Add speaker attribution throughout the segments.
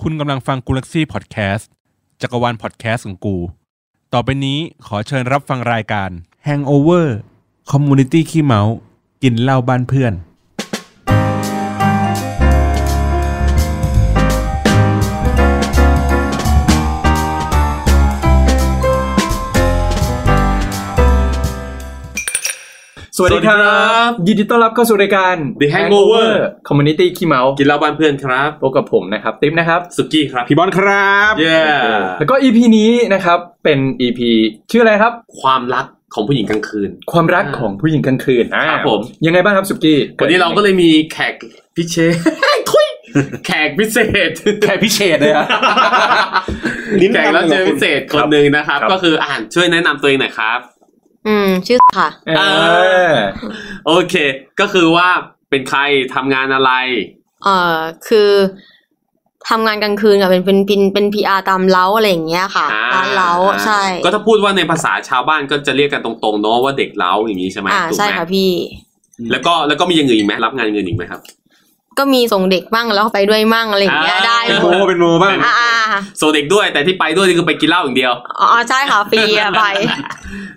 Speaker 1: คุณกำลังฟังกูลักซี่พอดแคสต์จักรวาลพอดแคสต์ของกู ต่อไปนี้ขอเชิญรับฟังรายการ Hangover Community ขี้เมา กินเหล้าบ้านเพื่อน
Speaker 2: สวัสดี
Speaker 3: ส
Speaker 2: ค
Speaker 3: วัสดี
Speaker 2: รั
Speaker 3: ครับ บ
Speaker 2: ยินดีต้อนรับเข้าสู่รายการ
Speaker 3: The Hangover
Speaker 2: Community ขี้เมา
Speaker 3: กินเหล้าบ้านเพื่อนครับ
Speaker 2: พบกับผมนะครับ ติ๊มนะครับ
Speaker 3: สุกี้ครับ
Speaker 1: พี่บอลครับ
Speaker 3: เย้
Speaker 2: แล้วก็ EP นี้นะครับ เป็น EP ชื่ออะไรครับ
Speaker 3: ความรักของผู้หญิงกลางคืน
Speaker 2: ความรักของผู้หญิงกลางคืนอ่า
Speaker 3: ครับผม
Speaker 2: ยังไงบ้างครับสุกี้
Speaker 3: วันนี้เราก็เลยมีแขกพิเศษ ทุยแขกพิเศษ
Speaker 1: แค่พิเชษเลยอะ ลิ้น
Speaker 3: แขกรับเชิญพิเศษ
Speaker 1: ค
Speaker 3: ครับ นหนึ่งนะครับ ก็คืออ่านช่วยแนะนำตัวเองหน่อยครับ
Speaker 4: อืม ชื่อค่ะ
Speaker 2: เอ่อ
Speaker 3: โอเค ก็คือว่าเป็นใครทำงานอะไร
Speaker 4: เอ่อ คือทำงานกลางคืนกับเป็นเป็นเป็นเป็นพีอาตามเล้าอะไรอย่างเงี้ยค่ะ
Speaker 3: อ่
Speaker 4: ร้านเล้าใช่
Speaker 3: ก็ถ้าพูดว่าในภาษาชาวบ้านก็จะเรียกกันตรงๆเนาะว่าเด็กเล้าอย่างนี้ใช่ไหม
Speaker 4: อ่า
Speaker 3: ถูก
Speaker 4: ใช่
Speaker 3: ไหม
Speaker 4: ค่ะพี่
Speaker 3: แล้วก็แล้วก็มีอย่างอื่นอีกไหมรับงานเงินอีกไหมครับ
Speaker 4: ก็มีส่งเด็กมั่งแล้วไปด้วยมั่งอะไรอย่างเงี้ย
Speaker 3: อ่า
Speaker 4: ได้
Speaker 1: เป็น
Speaker 4: ห
Speaker 1: โม
Speaker 4: มด
Speaker 1: เป็นโมบ้าง
Speaker 4: อ่าอ่าอ่า
Speaker 3: โซเด็กด้วยแต่ที่ไปด้วยนี่คือไปกินเหล้าอย่างเดียว
Speaker 4: อ๋อใช่ค่ะฟรีอะไป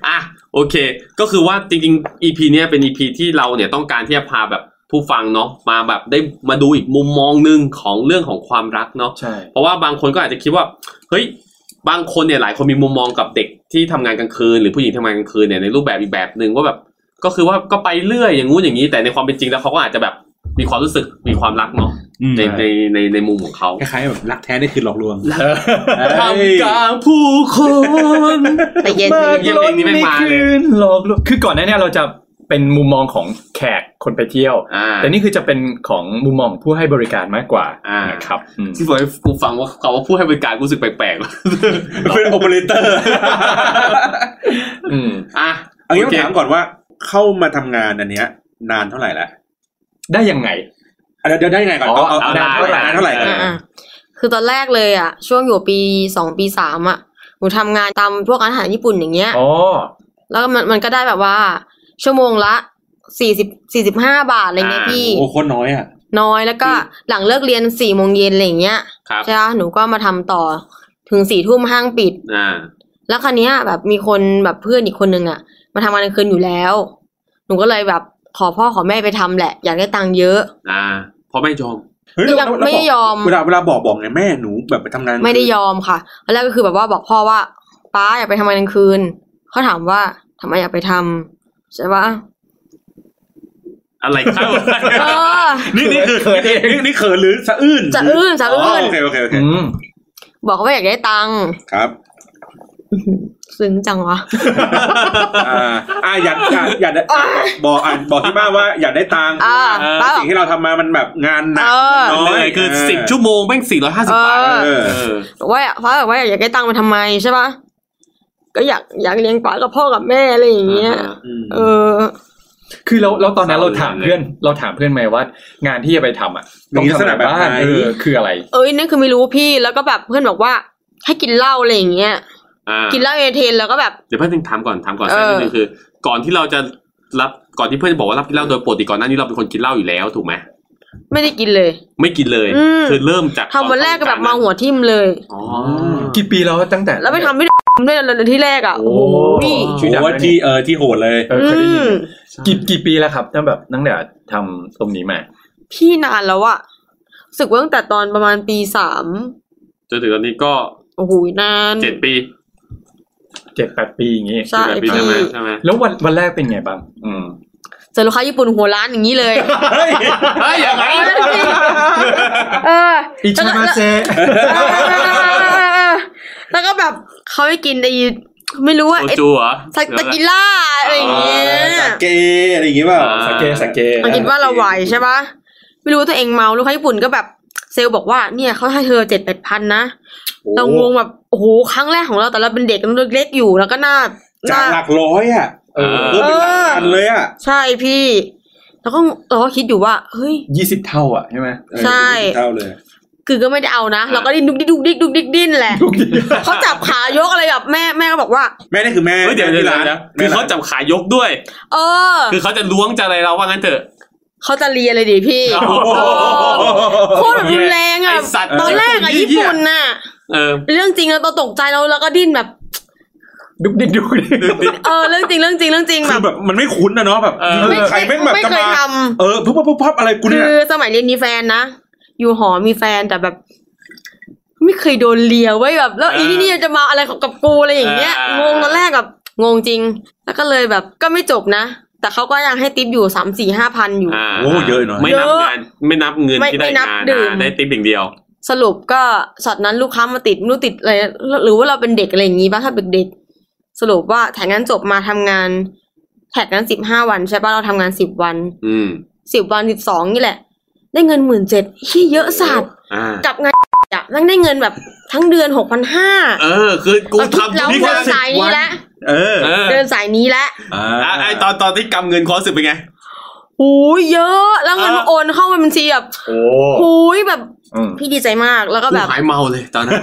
Speaker 3: อ่ะโอเค ก็คือว่าจริงๆ EP เนี้ยเป็น EP ที่เราเนี่ยต้องการที่จะพาแบบผู้ฟังเนาะมาแบบได้มาดูอีกมุมมองหนึ่งของเรื่องของความรักเนาะ
Speaker 2: ใช่
Speaker 3: เพราะว่าบางคนก็อาจจะคิดว่าเฮ้ยบางคนเนี่ยหลายคนมีมุมมองกับเด็กที่ทำงานกลางคืน หรือผู้หญิงทำงานกลางคืนเนี่ยในรูปแบบอีกแบบหนึ่งว่าแบบก็คือว่าก็ไปเรื่อยอย่างงู้นอย่างนี้ แต่ในความเป็นจริงแล้วเขาก็อาจจะแบบมีความรู้สึกมีความรักเนาะในในในในมุมของเขา
Speaker 1: คล้ายๆแบบรักแท้นี่คือหลอกลวง
Speaker 3: ทำกลางผู้คน
Speaker 4: ไปเย็น
Speaker 2: มา
Speaker 3: เยี่ยม
Speaker 2: ล
Speaker 3: เพล
Speaker 2: ด
Speaker 3: งนี้ไม่มาเลย
Speaker 2: คืนหลอกลวงคือก่อนหน้าเนี้เราจะเป็นมุมมองของแขกคนไปเที่ยว
Speaker 3: อ่า
Speaker 2: แต่นี่คือจะเป็นของมุมมองผู้ให้บริการมากกว่า
Speaker 3: อ่าน
Speaker 2: นะครับอืม
Speaker 3: ที่ผมให้กูฟังว่าเขาว่าผู้ให้บริการกูรู้สึกแปลกๆ
Speaker 1: เป็นโอเปอเรเตอร์
Speaker 2: อืม
Speaker 3: อ่ะ
Speaker 5: เอางี้
Speaker 3: โอ
Speaker 5: ต้อ
Speaker 3: เค
Speaker 5: งถามก่อนว่าเข้ามาทำงานอันเนี้ย นานเท่าไหร่แล้ว
Speaker 2: ได้ยังไง
Speaker 5: อ่ะเดี๋ยวเดี๋ยวได้ยังไงก่อน
Speaker 2: อ๋อ
Speaker 5: เอาเอา
Speaker 3: เอา
Speaker 5: นาน
Speaker 3: าน
Speaker 5: เท่าไหร่นานเท่าไหร่
Speaker 3: เอ
Speaker 4: อ่า
Speaker 3: อ
Speaker 4: อ่าคือตอนแรกเลยอะช่วงอยู่ปีสองปีสามอะหนูทำงานตามพวกร้านอาหารญี่ปุ่นอย่างเงี้ย
Speaker 2: อ๋อ
Speaker 4: แล้วก็มันมันก็ได้แบบว่า ชั่วโมงละสี่สิบสี่สิบห้าบาทอะไรเงี้ยพี่
Speaker 5: โอ้โคตรน้อยอ่ะ
Speaker 4: น้อยแล้วก็หลังเลิกเรียนสี่โมงเย็นอะไรอย่างเงี้ย
Speaker 3: ครับ
Speaker 4: ใช่ปะหนูก็มาทำต่อถึงสี่ทุ่มห้างปิด
Speaker 3: อ่า
Speaker 4: แล้วคันนี้ยแบบมีคนแบบเพื่อนอีกคนนึงอะมาทำงานกลางคืนอยู่แล้ว หนูก็เลยแบบขอพ่อขอแม่ไปทำแหละ อยากได้ตังค์เยอะ
Speaker 3: อ่าเพราะไม่ยอม
Speaker 5: เฮ้ย
Speaker 4: ไม่ยอม
Speaker 5: แล้วแล้ว
Speaker 4: ไม่ยอม
Speaker 5: เวลาเวลาบอกบอกไงแม่หนูแบบไปทำงาน
Speaker 4: ไม่ได้ยอมค่ะแล้วแรกก็คือแบบว่าบอกพ่อว่าป้าอยากไปทำงานกลางคืนเขาถามว่าทำไมอยากไปทำใช่ปะ
Speaker 3: อะไรเข้า
Speaker 4: เออ
Speaker 5: นี่นี่คือเขินเองนี่นี่เขินหรือสะอื้น
Speaker 4: สะอื้นสะอื้น
Speaker 5: โอเคโอเคโอเค
Speaker 2: อืม
Speaker 4: บอกเขาว่าอยากได้ตังค์
Speaker 5: ครับ
Speaker 4: อื้อหือซึ้งจังวะ
Speaker 5: อ่าอ่าอยากอยากอยากได้บอกอ่ะบอกที่บ้านว่าอยากได้ตังค์
Speaker 4: อ่า
Speaker 3: เออ
Speaker 4: ป้าบอ
Speaker 5: สิ่
Speaker 4: ก
Speaker 5: งที่เราทำมามันแบบงานหนัก
Speaker 4: เออ
Speaker 5: มัน
Speaker 3: เห
Speaker 5: น้อ
Speaker 3: นื่
Speaker 5: ย
Speaker 3: อยคือ
Speaker 5: เ
Speaker 3: สิบชั่วโมงแม่งสี่ร้อยห้าสิบบาท
Speaker 4: เออ
Speaker 3: เออ
Speaker 4: บอกว่าฟ้าบอกว่าอยากได้ตังค์มาทำไมใช่ปะก็อยากอยากเลี้ยงป๋ากับพ่อกับแม่อะไรอย่างเงี้ย
Speaker 3: อ่า
Speaker 5: อืม
Speaker 4: เออ
Speaker 2: คือเราเราตอนนั้น
Speaker 3: เศร้า
Speaker 2: เราถาม
Speaker 3: เลย
Speaker 2: เพื่อนเราถามเพื่อนไหมว่างานที่จะไปทำอ่ะ
Speaker 5: มีลักษณะแบบ
Speaker 2: บ้า
Speaker 5: ไห
Speaker 2: น
Speaker 5: น
Speaker 2: เออคืออะไร
Speaker 4: เอ้ยนั่นคือไม่รู้พี่แล้วก็แบบเพื่อนบอกว่า ให้กินเหล้าอะไรอย่างเงี้ย
Speaker 3: อ่า
Speaker 4: กินเหล้าเอเทนแล้วก็แบบ
Speaker 3: เดี๋ยวเพื่อนถามก่อนถามก่อน
Speaker 4: เออ
Speaker 3: สักนิดนึงคือ ก่อนที่เราจะรับก่อนที่เพื่อนจะบอกว่ารับกินเหล้าโดยปกติก่อนหน้านี้เราเป็นคนกินเหล้าอยู่แล้วถูกไหม
Speaker 4: ไม่ได้กินเลย
Speaker 3: ไม่กินเลย
Speaker 4: อืม
Speaker 3: คือเริ่มจาก
Speaker 4: ทำวันแรกก็แบบเมาหัวทิ่มเลย
Speaker 3: อ๋อ
Speaker 2: กี่ปีแล้วตั้งแต่
Speaker 4: แล้วไปทำที่ด้วย เลยที่แรกอ่ะ
Speaker 2: โอ้โห
Speaker 4: พี่
Speaker 5: โอ้โหว่าที่เออที่โหดเลย
Speaker 2: เออ
Speaker 4: อื
Speaker 2: เคยได้ยิ
Speaker 4: ม
Speaker 2: นกี่กี่ปีแล้วครับตั้งแบบตั้งแต่ทำตรงนี้มา
Speaker 4: พี่นานแล้วอะรู้สึกว่าตั้งแต่ตอนประมาณปีสาม
Speaker 3: จนถึงตอนนี้ก็
Speaker 4: โอ้โหนาน
Speaker 3: เจ็ดปี
Speaker 2: เจ็ดแปดปีอย่างงี้
Speaker 4: ใช่
Speaker 3: เจ็ดปี
Speaker 4: พี่
Speaker 3: ใช่ไหมใช่ไหม
Speaker 2: แล้ววันวันแรกเป็นไงบ้าง อืม
Speaker 4: เจอลูกค้าญี่ปุ่นหัวร้านอย่างนี้เลย
Speaker 3: เฮ้ยอย่างไร
Speaker 4: เออ
Speaker 2: อิชิมาเซ
Speaker 4: แล้วก็แบบเขาให้กินไอ้ไม่รู้ว่า
Speaker 3: โซ
Speaker 4: ไอ้
Speaker 3: จูเหรอ
Speaker 4: สกตะกิล่าอะไรอย่างเงี้ย
Speaker 5: สาเกอะไรอย่างงี้เปล่า
Speaker 3: อ่า
Speaker 2: สาเกสาเก
Speaker 4: มันคิดว่าเราไหวใช่ปะไม่รู้ว่าตัวเองเมาลูกค้าญี่ปุ่นก็แบบเซลล์บอกว่าเนี่ยเขาให้เธอเจ็ดแปดพันนะเรางงแบบโอ้โหครั้งแรกของเราแต่เราเป็นเด็กเล็กๆอยู่แล้วก็หน้าห
Speaker 5: จาก
Speaker 4: น้า
Speaker 5: หลักร้อยอ่ะ
Speaker 3: เออ
Speaker 5: เพิ่มเป็นหลักพันเลยอ่ะ
Speaker 4: ใช่พี่ แล้วก็เราก็คิดอยู่ว่า เฮ้ย
Speaker 2: ยี่สิบเท่าอ่ะใช่ไหม
Speaker 5: เออ
Speaker 4: ใช่
Speaker 5: เท่าเลย
Speaker 4: คือก็ไม่ได้เอานะ
Speaker 3: อ่า
Speaker 4: เราก็ดิ้นดุกดิกดุกดิกดุกดิกดิ้นแหละ
Speaker 2: ทุกที
Speaker 4: เขาจับขายกอะไรแบบแม่แม่ก็บอกว่า
Speaker 5: แม่นี่คือแม่
Speaker 3: เฮ้ยเดี๋ยวเดี๋ยว
Speaker 5: ที่
Speaker 3: เดี๋ยว
Speaker 5: ร้าน
Speaker 3: นะคือเขาจับขายกด้วย
Speaker 4: เออ
Speaker 3: คือเขาจะล้วงจะอะไรเราว่างั้นเถอะ
Speaker 4: เขาจะเรียนเลยดิพี่
Speaker 3: โอ้โห
Speaker 4: โคตรแบบรุนแรงอ่ะ
Speaker 3: ไอ้สัตว์
Speaker 4: ตอนแรกอ่ะญี่ปุ่นน่ะ
Speaker 3: เออ
Speaker 4: เรื่องจริงเราตกใจเราแล้วก็ดิ้นแบบ
Speaker 2: ดุกดิกดุกดิก
Speaker 4: เออเรื่องจริงเรื่องจริงเรื่องจริงแบ
Speaker 5: คื
Speaker 4: บ
Speaker 5: อแบบมันไม่คุ้นนะเนาะแบบ
Speaker 3: เออ
Speaker 5: ใครแม่งแบบ
Speaker 4: ไม่
Speaker 5: จะ
Speaker 4: เคย
Speaker 5: มา
Speaker 4: ท
Speaker 5: เออปุ๊บปุ๊บปุ๊บปุ๊บอะไรกู
Speaker 4: ำ
Speaker 5: เนี่ย
Speaker 4: คือสมัยเรียนมีแฟนนะ อยู่หอมีแฟนแต่แบบ ไม่เคยโดนเลียไว้ยแบบ แล้ว
Speaker 3: เออ
Speaker 4: อี
Speaker 3: อี
Speaker 4: นี่เนี่ยจะมาอะไรกับกูอะไรอย่างเงี้ย
Speaker 3: เออ
Speaker 4: งงตอนแรกแบบงงจริง แล้วก็เลยแบบก็ไม่จบนะ แต่เขาก็ยังให้ติปอยู่สามสี่ห้าพันอยู่
Speaker 3: อ่า
Speaker 5: โอ้เยอะเนอะ
Speaker 3: ไม่นับงานไม่นับเงิน
Speaker 4: ไม่
Speaker 3: ที่ได้
Speaker 4: ไม่นับ
Speaker 3: งาน
Speaker 4: ดื่ม
Speaker 3: นะได้ติ๊บอย่างเดียว
Speaker 4: สรุปก็ช็อตนั้นลูกค้ามาติดไม่รู้ติดอะไรหรือว่าเราเป็นเด็กอะไรอย่างงี้ป่ะถ้าเป็นเด็กสรุปว่าแท็กนั้นจบมาทำงาน แท็กนั้นสิบห้าวันใช่ป่ะเราทำงานสิบวัน
Speaker 3: อืม
Speaker 4: สิบวันสิบสองนี่แหละ ได้เงินหมื่นเจ็ดที่เยอะสัตว์
Speaker 3: อ่า
Speaker 4: กับงานอะแม่งได้เงินแบบทั้งเดือนหกพันห้า
Speaker 3: เออ คือกู
Speaker 4: เราคิด
Speaker 3: ทำ
Speaker 4: เรา
Speaker 3: นี่
Speaker 4: เดิ
Speaker 3: แค่
Speaker 4: น
Speaker 3: สิบ
Speaker 4: สายนี้
Speaker 3: วัน
Speaker 4: แล้ว
Speaker 5: เออ
Speaker 3: เออ
Speaker 4: เดินสายนี้แล้ว
Speaker 5: อ่า
Speaker 3: อ่ะไอตอนตอนที่กำเงินคอร์สสึกเป็นไง
Speaker 4: โอ้ยเยอะ แล้วเงินมาโอนเข้าบัญชีแบบ
Speaker 2: โอ้
Speaker 4: โอ้ยแบบ
Speaker 2: อืม
Speaker 4: พี่ดีใจมากแล้วก็
Speaker 3: กู
Speaker 4: แบบ
Speaker 3: หายเมาเลยตอนนั้น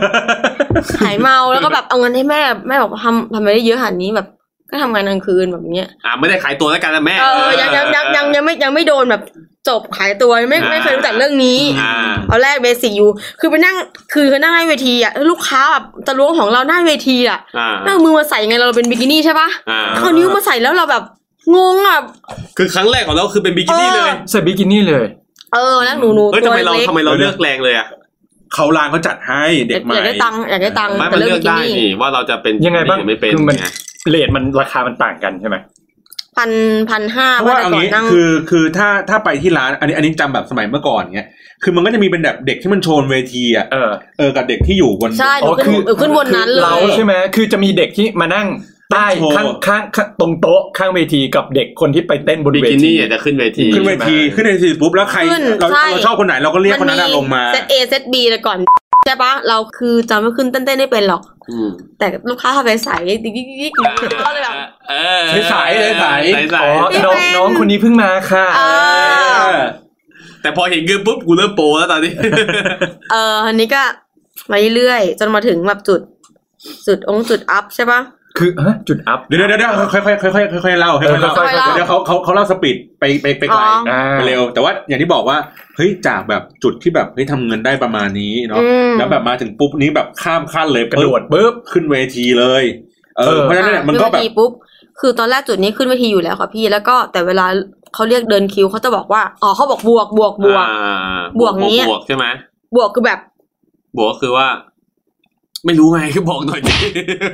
Speaker 4: ขายเมาแล้วก็แบบเอาเงินให้แม่แม่บอกว่าทำทำไมได้เยอะขนาดนี้แบบก็ทำงานกลางคืนแบบเนี้ย
Speaker 3: อ่าไม่ได้ขายตัวแล้วกันนะแม่
Speaker 4: เออยังยังยังยังยังไม่ยังไม่โดนแบบจบขายตัวยังไม่ไม่เคยรู้จักเรื่องนี้
Speaker 3: อ่า
Speaker 4: เอาแรกเบสิกอยู่ คือไปนั่งคือนั่งหน้าเวทีอ่ะแล้วลูกค้าแบบจะล้วงของเราหน้าเวทีอ่ะ
Speaker 3: อ่า
Speaker 4: นั่งเอามือมาใส่ไงเราเป็นบิกินี่ใช่ปะ
Speaker 3: อ่า
Speaker 4: เอานิ้วมาใส่แล้วเราแบบงงอ่ะ
Speaker 3: คือครั้งแรกของเราคือเป็นบิกินี่เลย
Speaker 4: เออ
Speaker 2: ใส่บิกินี่เลย
Speaker 4: เออนั่งหนูหนู
Speaker 3: เฮ้ย
Speaker 4: ตั
Speaker 3: ทำ
Speaker 4: ว
Speaker 3: ไมเรา
Speaker 4: เล็ก
Speaker 3: ทำไมเราเลือกแรงเลยอ่ะ
Speaker 5: เขาลางเขาจัดให้เด็กให
Speaker 4: อ
Speaker 5: ม่
Speaker 4: ยากได้ตังค์อยากได้ตังค์
Speaker 3: ไม่
Speaker 4: แต่
Speaker 3: มัน
Speaker 4: เลือก
Speaker 3: เลือก
Speaker 4: บิกิ
Speaker 3: ได้
Speaker 4: นี่
Speaker 3: นี่ว่าเราจะเป็น
Speaker 2: ยังไงบ้าง
Speaker 3: หรือไม่เป็น
Speaker 2: คือมัน
Speaker 3: ไง
Speaker 2: เลทมันราคามันต่างกันใช่ไหม
Speaker 4: พันพันห้า
Speaker 5: เพราะ
Speaker 4: ว่า
Speaker 5: ว่า
Speaker 4: แต่
Speaker 5: เอา
Speaker 4: ก่อน
Speaker 5: งี้
Speaker 4: นั่ง
Speaker 5: คือคือถ้าถ้าไปที่ร้านอันนี้อันนี้จำแบบสมัยเมื่อก่อนเงี้ยคือมันก็จะมีเป็นแบบเด็กที่มันโชว์บนเวทีอ่ะ
Speaker 2: เออ
Speaker 5: เออกับเด็กที่อยู่บน
Speaker 4: ใช่ห
Speaker 2: อ๋
Speaker 4: นู
Speaker 2: อ
Speaker 4: ขึ้น
Speaker 2: คือ
Speaker 4: หนูขึ้นบนนั้นเล
Speaker 2: เรา
Speaker 4: ย
Speaker 2: ใช่ไหมคือจะมีเด็กที่มานั่งใต้
Speaker 5: โชว์
Speaker 2: ข้างข้างข้างตรงโต๊ะข้างเวทีกับเด็กคนที่ไปเต้นบน
Speaker 3: บิ
Speaker 2: เว
Speaker 3: กิ
Speaker 2: ที
Speaker 3: นี่อ่ะจะขึ้นเวที
Speaker 5: ขึ้นเวทีขึ้นเวทีปุ๊บแล้วใคร
Speaker 4: ขึ้น
Speaker 5: เรา
Speaker 4: ใช่
Speaker 5: เราชอบคนไหนเราก็เรียกคนนั้นนะลงมา
Speaker 4: เซตเอเซตบีแต่ก่อนใช่ปะเราคือจำไม่ขึ้นเต้นเต้นได้เป็นหรอก
Speaker 3: อืม
Speaker 4: แต่ลูกค้าทำไปใส่ดิ๊กดิ๊กดิ๊กก็เลยแบบ
Speaker 3: เออ
Speaker 5: ใสๆเลยใส
Speaker 3: ใส
Speaker 2: อ๋อ
Speaker 4: ไม่
Speaker 2: น้อง
Speaker 4: เป็น
Speaker 2: น้องคนนี้เพิ่งมาค่ะ
Speaker 4: เอ
Speaker 5: เอ
Speaker 4: อ
Speaker 5: อ
Speaker 3: ๆแต่พอเห็นเงินปุ๊บกูเริ่มโปรแล้วตอนนี้
Speaker 4: เอออันนี้ก็มาเรื่อยๆจนมาถึงแบบจุด จุดองค์จุดอัพใช่ปะ
Speaker 2: คือฮะจุดอัพ
Speaker 5: เดี๋ยวเดี๋ยวเดี๋ยวค่อยค่อยค่อยค่อยค่อยๆเล่าค่อยๆเล่า
Speaker 2: เออค่อย
Speaker 4: ๆเล่า
Speaker 5: เดี๋ยวเขาเขาเขาเล่าสปีดไปไปไปไกล
Speaker 4: อ๋อ
Speaker 5: ไปเร็ว แต่ว่าอย่างที่บอกว่าเฮ้ยจากแบบจุดที่แบบเฮ้ยทำเงินได้ประมาณนี้เนาะ
Speaker 4: อืม
Speaker 5: แล้วแบบมาถึงปุ๊บนี้แบบข้ามขั้นเลย
Speaker 2: กระโดดปุ๊บ
Speaker 5: ขึ้นเวทีเลยเอ
Speaker 2: เอ
Speaker 5: อ
Speaker 2: อ
Speaker 5: เพราะฉะนั้นเนี่ยมันก็
Speaker 4: ขึ้
Speaker 5: แบ
Speaker 4: เว
Speaker 5: บ
Speaker 4: ทีปุ๊บ คือตอนแรกจุดนี้ขึ้นเวทีอยู่แล้วค่ะพี่ แล้วก็แต่เวลาเขาเรียกเดินคิวเขาจะบอกว่า อ๋อเขาบอกบวกบวกบวก
Speaker 3: อ่า
Speaker 4: บวกอย่างเงี้ย
Speaker 3: บวกใช่ไหม
Speaker 4: บวกคือแบบ
Speaker 3: บวกก็คือว่า ไม่รู้ไง คือบอกหน่อยดิ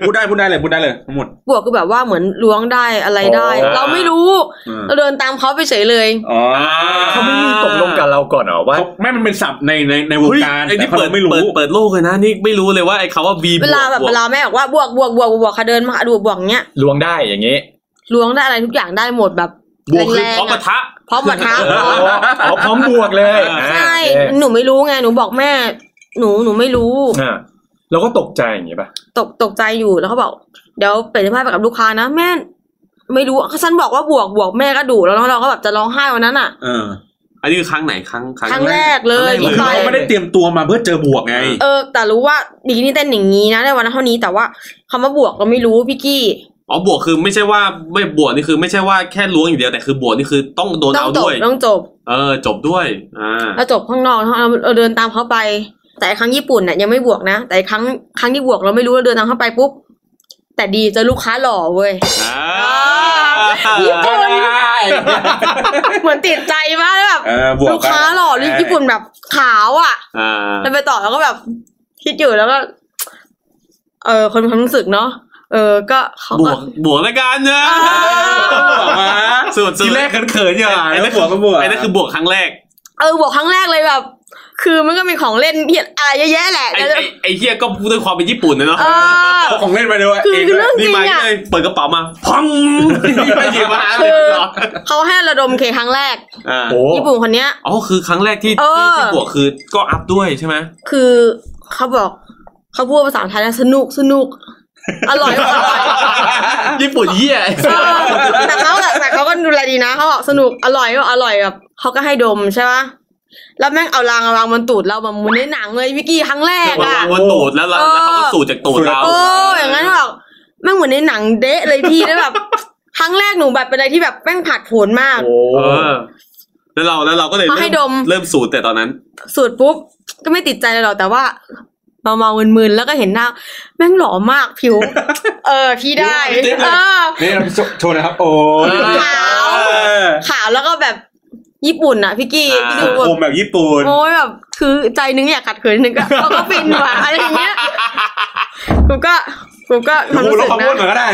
Speaker 5: พูดได้พูดได้เลยพูดได้เลยทั้งหมด
Speaker 4: บวกคือแบบว่าเหมือนล้วงได้อะไรได้
Speaker 2: อ๋อ
Speaker 4: เราไม่รู้
Speaker 5: อืม
Speaker 4: เราเดินตามเขาไปเฉยเลย
Speaker 5: อ๋อ
Speaker 2: เขาไม่มีตกลงกับเราก่อนเหรอว่า
Speaker 5: เขาไม่มันเป็นศัพท์ในในในวงการ
Speaker 3: เฮ้ยไอ้นี่
Speaker 5: แต่
Speaker 3: เปิด
Speaker 5: ขาไม่รู้
Speaker 3: เปิดเปิดโลกเลยนะนี่ไม่รู้เลยว่าไอ้คำว่า B
Speaker 4: เวลาแบบ
Speaker 3: บวก
Speaker 4: เวลาแม่บอกว่าบวกบวกบวกบวกค่ะเดินมาดูบวกเนี้ย
Speaker 2: ลวงได้อย่างนี้
Speaker 4: ล้วงได้อะไรทุกอย่างได้หมดแบบ
Speaker 3: บวกคือ
Speaker 4: แรง
Speaker 3: พร้อม
Speaker 4: ๆ
Speaker 3: ปะ
Speaker 4: อะ
Speaker 3: ทะ
Speaker 4: พร้อมปะทะ
Speaker 2: อ๋ออ๋อพร้อมบวกเลย
Speaker 3: เออ
Speaker 2: อ่า
Speaker 4: ใช่
Speaker 2: โอเค
Speaker 4: หนูไม่รู้ไงหนูบอกแม่ หนูหนูไม่รู้
Speaker 2: อ่าเราก็ตกใจอย่างนี้ป่ะ
Speaker 4: ตกตกใจอยู่แล้วเขาบอกเดี๋ยวเปลี่ยนเสื้อผ้าไปกับลูกค้านะแม่ ไม่รู้ฉันบอกว่าบวกบวกแม่ก็ดุแล้วเราก็แบบจะร้องไห้วันนั้นอ่ะ
Speaker 5: เออ
Speaker 3: อันนี้คือครั้งไหนครั้ง
Speaker 4: ครั้งแรกเลย
Speaker 3: ครั้ง
Speaker 4: ที่
Speaker 5: คือ
Speaker 3: แรก
Speaker 4: ป
Speaker 5: เขา
Speaker 3: เล
Speaker 5: ไม่
Speaker 3: ย
Speaker 5: ได้เตรียมตัวมาเพื่อเจอบวกไง
Speaker 4: เออ แต่รู้ว่าบิกินี่เต้นอย่างนี้นะในวันนนเท่านี้แต่ว่าคำว่าบวกเราไม่รู้พี่กี้
Speaker 3: อ๋อบวกคือไม่ใช่ว่าไม่บวกนี่คือ ไม่ใช่ว่าแค่ล้วงอย่างเดียวแต่คือบวกนี่คือต้องโดน
Speaker 4: ต้อง
Speaker 3: เอา
Speaker 4: จ
Speaker 3: ด้
Speaker 4: บ
Speaker 3: วย
Speaker 4: ต้องจบ
Speaker 3: เออ จบด้วย อ่า
Speaker 4: เราจบข้างนอกเราเราเดินตามเขาไป แต่ไอ้ครั้งญี่ปุ่นน่ะยังไม่บวกนะ แต่ไอ้ครั้งครั้งที่บวกเราไม่รู้เราเดินตามเขาไปปุ๊บแต่ดีเจอลูกค้าหล่อเว้ย
Speaker 3: อ่า
Speaker 4: ญี่ปุ่น เหมือนติดใจมากแล้วแบบ
Speaker 5: เออบวก
Speaker 4: ลูกค้าหล่อหรือญี่ปุ่นแบบขาวอ่ะ
Speaker 3: อ่า
Speaker 4: แล้วไปต่อแล้วก็แบบ คิดอยู่แล้วก็ เออคนมีความรู้สึกเนาะเออก็เขา
Speaker 3: บ
Speaker 4: ก็
Speaker 3: วกบวกแล้วกันนะ
Speaker 4: อ่า
Speaker 5: บวกมา
Speaker 3: สุดสุด
Speaker 5: ทีแรกเขินๆอย่า
Speaker 3: ไอ้
Speaker 5: แล้
Speaker 3: นั่
Speaker 5: วน บว
Speaker 3: คือก
Speaker 5: ก็บวก
Speaker 3: ไอ้นั่นคือบวกครั้งแรก
Speaker 4: เออบวกครั้งแรกเลยแบบ คือมันก็เป็นของเล่นเหียอะไรเยอะแยะแหละ
Speaker 3: ไอ้
Speaker 4: แล้ว
Speaker 3: ไอ้ไอ้เฮียก็พูดด้วยความเป็นญี่ปุ่นนะเนาะ
Speaker 4: เออ
Speaker 5: เอาของเล่นไปด้วย
Speaker 4: คือ
Speaker 5: เอง
Speaker 4: คื
Speaker 5: ด้
Speaker 4: อ
Speaker 5: ว
Speaker 4: เรื่
Speaker 5: ย
Speaker 4: องจ
Speaker 3: นี่
Speaker 4: ริง
Speaker 3: มา
Speaker 4: อ่ะ
Speaker 3: เลยเปิดกระเป๋ามาพังไปหยิบมา
Speaker 4: คือ
Speaker 3: เหรอ
Speaker 4: เขาให้ระดมเคครั้งแรก
Speaker 3: อ่า
Speaker 2: โอ้
Speaker 4: ญี่ปุ่นคนเนี้ย
Speaker 3: อ๋อคือครั้งแรกที่
Speaker 4: เออ
Speaker 3: ที่ที่บวกคือก็อัพด้วยใช่ไหม
Speaker 4: คือเขาบอกเขาพูดภาษาไทยนะสนุกสนุก อร่อยอร่อย
Speaker 3: ญี่ปุ่นเยี่ย
Speaker 4: เออแต่เขาแต่แต่เขาก็ดูแลดีนะเขาบอกสนุกอร่อยก็อร่อยแบบเขาก็ให้ดมใช่ปะแล้วแม่งเอารางมาวางบนตูดเราแบบเหมุนในหนังเลยพี่กี้ครั้งแรก
Speaker 3: วา
Speaker 4: อ่ะ
Speaker 3: งบนตูดแล้วแล้ว
Speaker 4: เออ
Speaker 3: แล้วเขาก็สูดจากตูดเรา
Speaker 4: โอ้อย่างนั้นแบบแม่งเหมือนในหนังเด ะเลยพี่แล้วแบบ ครั้งแรกหนูแบบเป็นอะไรที่แบบแม่งผัดผลมาก
Speaker 2: โอ้
Speaker 3: เออ แล้วเราแล้วเราก็เลย
Speaker 4: เขาให้
Speaker 3: เริ่
Speaker 4: ดม
Speaker 3: เริ่มสูดแต่ตอนนั้น
Speaker 4: สูตรปุ๊บ ก็ไม่ติดใจเลยหรอกแต่ว่าเราเมาๆมึนๆแล้วก็เห็นหน้า แม่งหล่อมากผิว เออพี่ได้
Speaker 5: ผิว
Speaker 4: เอ
Speaker 5: อ่ะ
Speaker 4: อ
Speaker 5: นี่เราโชว์นะครับ โอ้ย
Speaker 4: ขาวขาวแล้วก็แบบญี่ปุ่นอ่ะพี่กี้
Speaker 3: อ่า
Speaker 4: พี่ดูแบบ
Speaker 5: โอมแบบญี่ปุ่น
Speaker 4: โอ้ยแบบคือใจนึงอยากขัดขืนนิดนึงก็ เขาก็ฟินว่ะ อะไรอย่างเงี้ยกูก็กูก็ความ
Speaker 5: กู
Speaker 4: รู้
Speaker 5: ลด
Speaker 4: สึก
Speaker 5: ความอ้วนหน่อ
Speaker 4: นะ
Speaker 5: ยก็ได้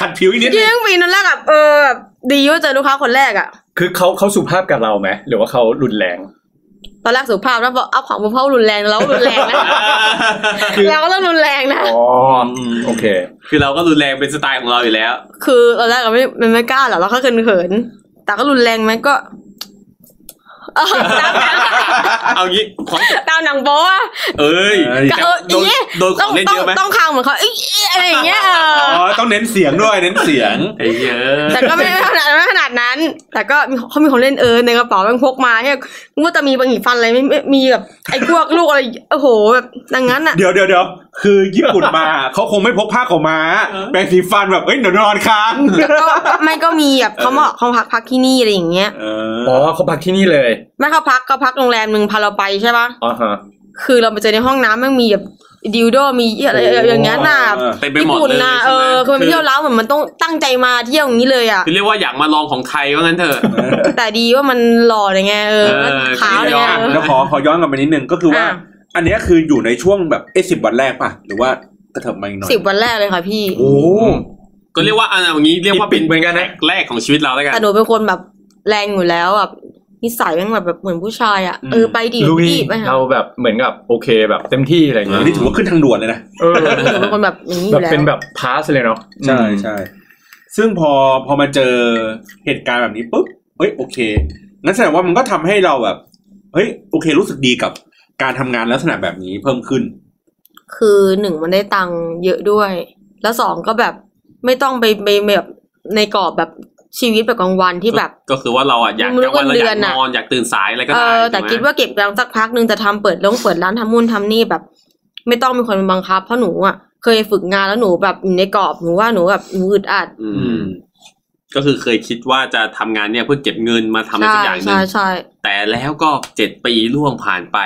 Speaker 5: ขัดผิวอีกนิดนึง
Speaker 4: ยิ่งฟินนั่นแรกแบบเออแบบดีว่าเจอลูกค้าคนแรกอ่ะ
Speaker 2: คือเขาเขาสุภาพกับเราไหมหรือว่าเขารุนแรง
Speaker 4: ตอนแรกสุภาพแล้วบอกเอาของมาเพ่ารุนแรงแล้วรุนแรงนะแล้วก็เริ่มรุนแรงนะ
Speaker 2: อ๋อโอเค
Speaker 3: คือเราก็รุนแรงเป็นสไตล์ของเราอยู่ แล้ว
Speaker 4: คือตอนแรกเราไม่มันไม่กล้าหรอกเราก็เขินเขินๆแต่ก็รุนแรงไหมก็ เออตามหนัง
Speaker 3: เอางี้ของ
Speaker 4: ตามหนังโป๊อะ
Speaker 3: เอ้ย
Speaker 5: เอ้ย
Speaker 4: ก็เออ
Speaker 3: โดน
Speaker 4: เอ๊ะ
Speaker 3: โดนข
Speaker 4: ต้
Speaker 3: อ
Speaker 4: อง ง
Speaker 3: เล่น
Speaker 4: ต้อ
Speaker 3: เยอะ
Speaker 4: ง
Speaker 3: ไหม
Speaker 4: ต้องคางเหมือนเขาเอ้ยเอ๊ะอะไรอย่างเงี้ยเออ
Speaker 5: อ๋อ ต้องเน้นเสียงด้วยเน้นเสียง
Speaker 3: ไอ้เหี้ย
Speaker 4: แต่ก็ไม่ไม่ขนาดไม่ขนาดนั้น แต่ก็มีเขามีของเล่นเออในกระเป๋าแม่งพกมาเนี่ยกูว่าจะมีบางหีฟันอะไรไม่ไม่มีแบบไอ้พวกลูกอะไรโอ้โหแบบดังนั้นอ่ะ
Speaker 5: เดี๋ยวเดี๋ยวเดี๋ยวคือญี่ปุ่นมา เขาคงไม่พกผ้าขาวม้า แปรงสีฟันแบบ เอ้ยเดี๋ยวนอนค้าง
Speaker 4: แล้วก็ไม่ก็มีแบบเขามาเขาพักพักที่นี่อะไรอย่างเงี้ย
Speaker 5: เอ
Speaker 2: อ๋อ
Speaker 5: อ
Speaker 2: เขาพักที่นี่เลย
Speaker 4: ไม่เขาพักก็พักโรงแรมหนึ่งพาเราไปใช่ปะ
Speaker 2: อ๋อฮะ
Speaker 4: คือเราไปเจอในห้องน้ำแมันมีแบบดิวโดมีอะไร
Speaker 2: โอ้
Speaker 4: อย่างเงี้ยน่ะ
Speaker 5: เออ
Speaker 3: เต็มไป
Speaker 4: ญี่
Speaker 3: หมด
Speaker 4: ปุ่น
Speaker 3: เลย
Speaker 4: น่ะ
Speaker 3: ใช่
Speaker 4: เอ
Speaker 3: ไหม
Speaker 4: อคือมันไปเที่ยวแล้วเหมือนมันต้องตั้งใจมาเที่ยวอย่างนี้เลยอ่ะ
Speaker 3: คือเรียกว่าอยากมาลองของไทยว่างั้นเถอะ
Speaker 4: แต่ดีว่ามันหล่ออะไรเงี้ยเออ
Speaker 3: เออ
Speaker 4: ขาวอะไรเงี้ย
Speaker 5: อ่ะ
Speaker 4: เออ
Speaker 5: แล้วขอขอย้อนกลับไปนิดนึงก็คือว่า
Speaker 4: อ่ะ
Speaker 5: อันเนี้ยคืออยู่ในช่วงแบบเอ้สิบวันแรกป่ะ หรือว่ากระเถิบมาอีกหน่อย
Speaker 4: สิบวันแรกเลยค่ะพี่
Speaker 5: โอ้
Speaker 3: ก็เรียกว่าอันอย่างนี้เรียกว่า
Speaker 2: ปิดเหมือนกันนะ
Speaker 3: แรกของชีวิตเราแล้วกัน
Speaker 4: แต่หนูเป็นคนแบบแรงอยู่แล้วแบบนิสัยแม่งแบบแบบเหมือนผู้ชายอ่ะเออไปดิ
Speaker 2: ลุย
Speaker 4: พี่ไปหา
Speaker 2: เราแบบเหมือนกับโอเคแบบเต็มที่อะไรอย่าง
Speaker 5: อัน
Speaker 2: เงี้ย
Speaker 5: นี้ถือว่าขึ้นทางด่วนเลยนะ
Speaker 2: เออ
Speaker 4: หนูเป็นคนแบบอย่างนี้อ
Speaker 2: แบบ
Speaker 4: ยู่แล้ว
Speaker 2: เป็นแบบพาสเลยเนาะ
Speaker 5: ใช่ใช่ซึ่งพอพอมาเจอเหตุการณ์แบบนี้ปุ๊บเฮ้ยโอเคงั้นแสดงว่ามันก็ทำให้เราแบบเฮ้ยโอเค รู้สึกดีกับการทำงานลักษณะแบบนี้เพิ่มขึ้น
Speaker 4: คือหนึ่งมันได้ตังค์เยอะด้วย แล้วสองก็แบบไม่ต้องไปไปแบบในกรอบแบบชีวิตแบบกลางวันที่แบบ
Speaker 3: ก็คือว่าเราอ่ะอยาก
Speaker 4: มึงรู้
Speaker 3: กลางวันเราอยาก
Speaker 4: เงินเดือน
Speaker 3: น
Speaker 4: อะ
Speaker 3: อนอยากตื่นสายอะไรก็
Speaker 4: เอ
Speaker 3: ได้
Speaker 4: อ
Speaker 3: ถูกไหม
Speaker 4: แต่คิดว่าเก็บตังค์สักพักหนึ่งจะทำเปิดลงเปิดร้านทำนู่นทำนี่แบบ ไม่ต้องมีคนมาบังคับ เพราะหนูอ่ะเคยฝึกงานแล้วหนูแบบอยู่ในกรอบหนูว่าหนูแบบหนูอึดอัด
Speaker 3: อืม ก็คือเคยคิดว่าจะทำงานเนี่ยเพื่อเก็บเงินมาทำอะไร
Speaker 4: ใช่
Speaker 3: สักอย่างหนึ่
Speaker 4: ใช่
Speaker 3: ง
Speaker 4: ใช่
Speaker 3: แต่แล้วก็เจ็ดปีล่วงผ่านไป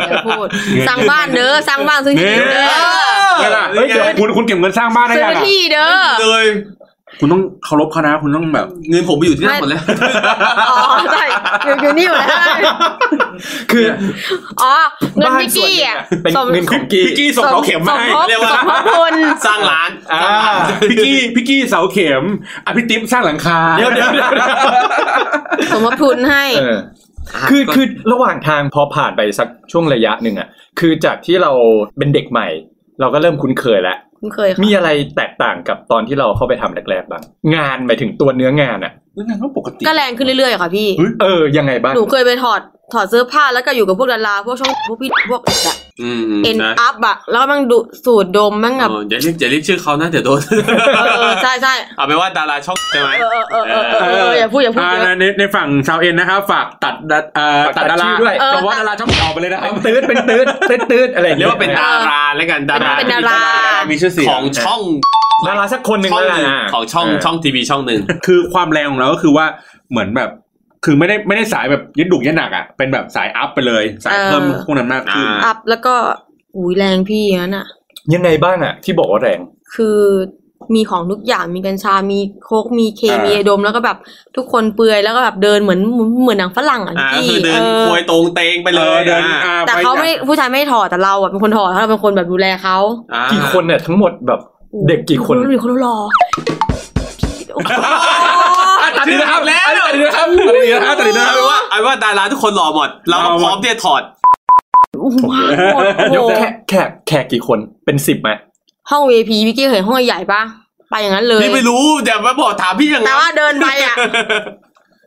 Speaker 4: อย่าพูดสร้างบ้านเด้อสร้างบ้านซื้อที่
Speaker 5: เนี่ย
Speaker 4: เด้อ
Speaker 5: เวลาเฮ้ยเดี๋ยวคุณคุณเก็บเงินสร้างบ้านได้
Speaker 4: ซื้
Speaker 5: ยัง
Speaker 4: อ
Speaker 5: อะ
Speaker 4: ที่เด้อ
Speaker 3: เลย
Speaker 5: คุณต้องเคารพเขานะคุณต้องแบบ
Speaker 3: เงินผมไปอยู่ที่นั่นหมดแล้ว
Speaker 4: อ๋อใช่อยู่อยู่นี่อยู่แล้ว
Speaker 2: คือ
Speaker 4: อ๋อเงิน
Speaker 2: บ้าน
Speaker 4: พี่
Speaker 2: ส่วน
Speaker 4: กี้
Speaker 2: หนึ่งอะเป็นเงิน
Speaker 4: อ่ะ
Speaker 2: ของกี้
Speaker 5: พี่กี้ส่งเสาเข็มมาให้
Speaker 4: ส
Speaker 3: เรียก
Speaker 4: ส
Speaker 3: ว่า
Speaker 4: มทบทุน
Speaker 3: สร้างร้าน
Speaker 2: อ่า
Speaker 5: พี่กี้พี่กี้เสาเข็มอ่ะพี่ติ๊บสร้างหลังคา
Speaker 2: เดี๋ยวเดี๋ยวเดี๋ยว
Speaker 4: สมทบทุนให้
Speaker 2: เออ คือคือระหว่างทางพอผ่านไปสักช่วงระยะหนึ่งอ่ะ คือจากที่เราเป็นเด็กใหม่ เราก็เริ่มคุ้นเคยแล้ว
Speaker 4: คุณเคยค่ะ
Speaker 2: มีอะไรแตกต่างกับตอนที่เราเข้าไปทำแรกๆบ้าง งานหมายถึงตัวเนื้องานอ่ะ
Speaker 5: แล้วงานก็ปกติ
Speaker 4: ก็แรงขึ้นเรื่อยๆค่ะพี่
Speaker 2: เออ ยังไงบ้าง
Speaker 4: หนูเคยไปถอดถอดเสื้อผ้าแล้วก็อยู่กับพวกดาราพวกช่องพวกพี่พวกเอ็ดอะ
Speaker 3: อืม
Speaker 4: เอ็น
Speaker 3: นะ
Speaker 4: อัพอะแล้วมันดูสูดดมมั่งแบบ
Speaker 3: เอออย่าเรียกอย่าเรียกชื่อเขานะเดี๋ยวโดน
Speaker 4: เออใช่ใช่
Speaker 3: เอาไปนว่าดาราช่องใช่ไหม
Speaker 4: เออเออเออเออเอออย่าพูดอย่าพูด
Speaker 5: อ่า
Speaker 4: เย
Speaker 5: ใน
Speaker 4: อะ
Speaker 5: ในในฝั่งชาวเอ็นนะครับฝากตัดดัดเอ่อ
Speaker 2: ตั
Speaker 5: ตัด
Speaker 2: ด
Speaker 5: ดารา
Speaker 2: ชื่อด้วย
Speaker 4: เออ
Speaker 5: แต่ว่าดาราช่องเก่าไปเลยนะครับ
Speaker 2: ตืดเป็นตืดตืดตืดอะไรอง
Speaker 3: เรีย
Speaker 2: งี้
Speaker 3: กว่าเป็นดาราแล้วกันดารา
Speaker 4: เป็นดารา
Speaker 5: มีชื่อเสีย
Speaker 3: ข
Speaker 5: ง
Speaker 3: องช่อง
Speaker 2: ดาราสักคนหนึ่ง
Speaker 3: ช่อง
Speaker 2: แล้ว
Speaker 3: หนึ่ง
Speaker 2: กันะ
Speaker 3: ของช่อง
Speaker 2: เ
Speaker 3: ช่องทีวีช่องหนึ่ง
Speaker 5: คือความแรงของเราก็คือว่าเหมือนแบบคือไม่ได้ไม่ได้สายแบบยึดดุกยึดหนักอ่ะเป็นแบบสายอัพไปเลย สายเพิ่ม
Speaker 4: เออ
Speaker 5: พวกนั้นมากขึ้น
Speaker 3: อ่า
Speaker 4: อัพแล้วก็อุ้ยแรงพี่อย่างนั้นอะ
Speaker 2: ยังไงบ้างอ่ะ ที่บอกว่าแรง
Speaker 4: คือมีของทุกอย่างมีกัญชา มีโคกมีเค
Speaker 5: อ่ามี
Speaker 4: มีไอดมแล้วก็แบบทุกคนเปลือยแล้วก็แบบเดินเหมือนเหมือนหนังฝรั่งอะ
Speaker 3: อ่าก็
Speaker 4: พี่
Speaker 3: คือเดิน
Speaker 4: เออ
Speaker 3: ควยตรงเตงไปเล
Speaker 5: เอยอเดิน
Speaker 3: อ่า
Speaker 5: อ่า
Speaker 4: แต่
Speaker 5: ไป
Speaker 4: เขาไม่ผู้ชายไม่ถอดแต่เราอะเป็นคนถอดเพราะเราเป็นคนแบบดูแลเขา
Speaker 3: อ่า
Speaker 2: กี่คนเนี่ยทั้งหมดแบบเด็กกี่คน
Speaker 4: หรือเขารอพี่โอ้โห
Speaker 5: อ่ะตัดดีนะครับแล้วตัดดีนะครับตัดดีนะครับตัดดีนะค
Speaker 3: เอา
Speaker 5: รับ
Speaker 3: เป็นว่าเอาเป็นว่าดาราทุกคนหล่อหมด เรา
Speaker 5: ห
Speaker 3: ก็
Speaker 5: ล่อหมด
Speaker 3: พร้อมที่จะถอด
Speaker 4: โอ้โห
Speaker 2: เดี๋ยวแขกแขกแขกกี่คนเป็นสิบไหม
Speaker 4: ห้อง VIP พี่กี้เห็นห้องใหญ่ปะไปอย่างนั้นเลย
Speaker 3: นี่ไม่รู้อย่ามาบอกถามพี่อย่าง
Speaker 4: แต่
Speaker 3: นั้น
Speaker 4: ว่าเดินไปอ่ะ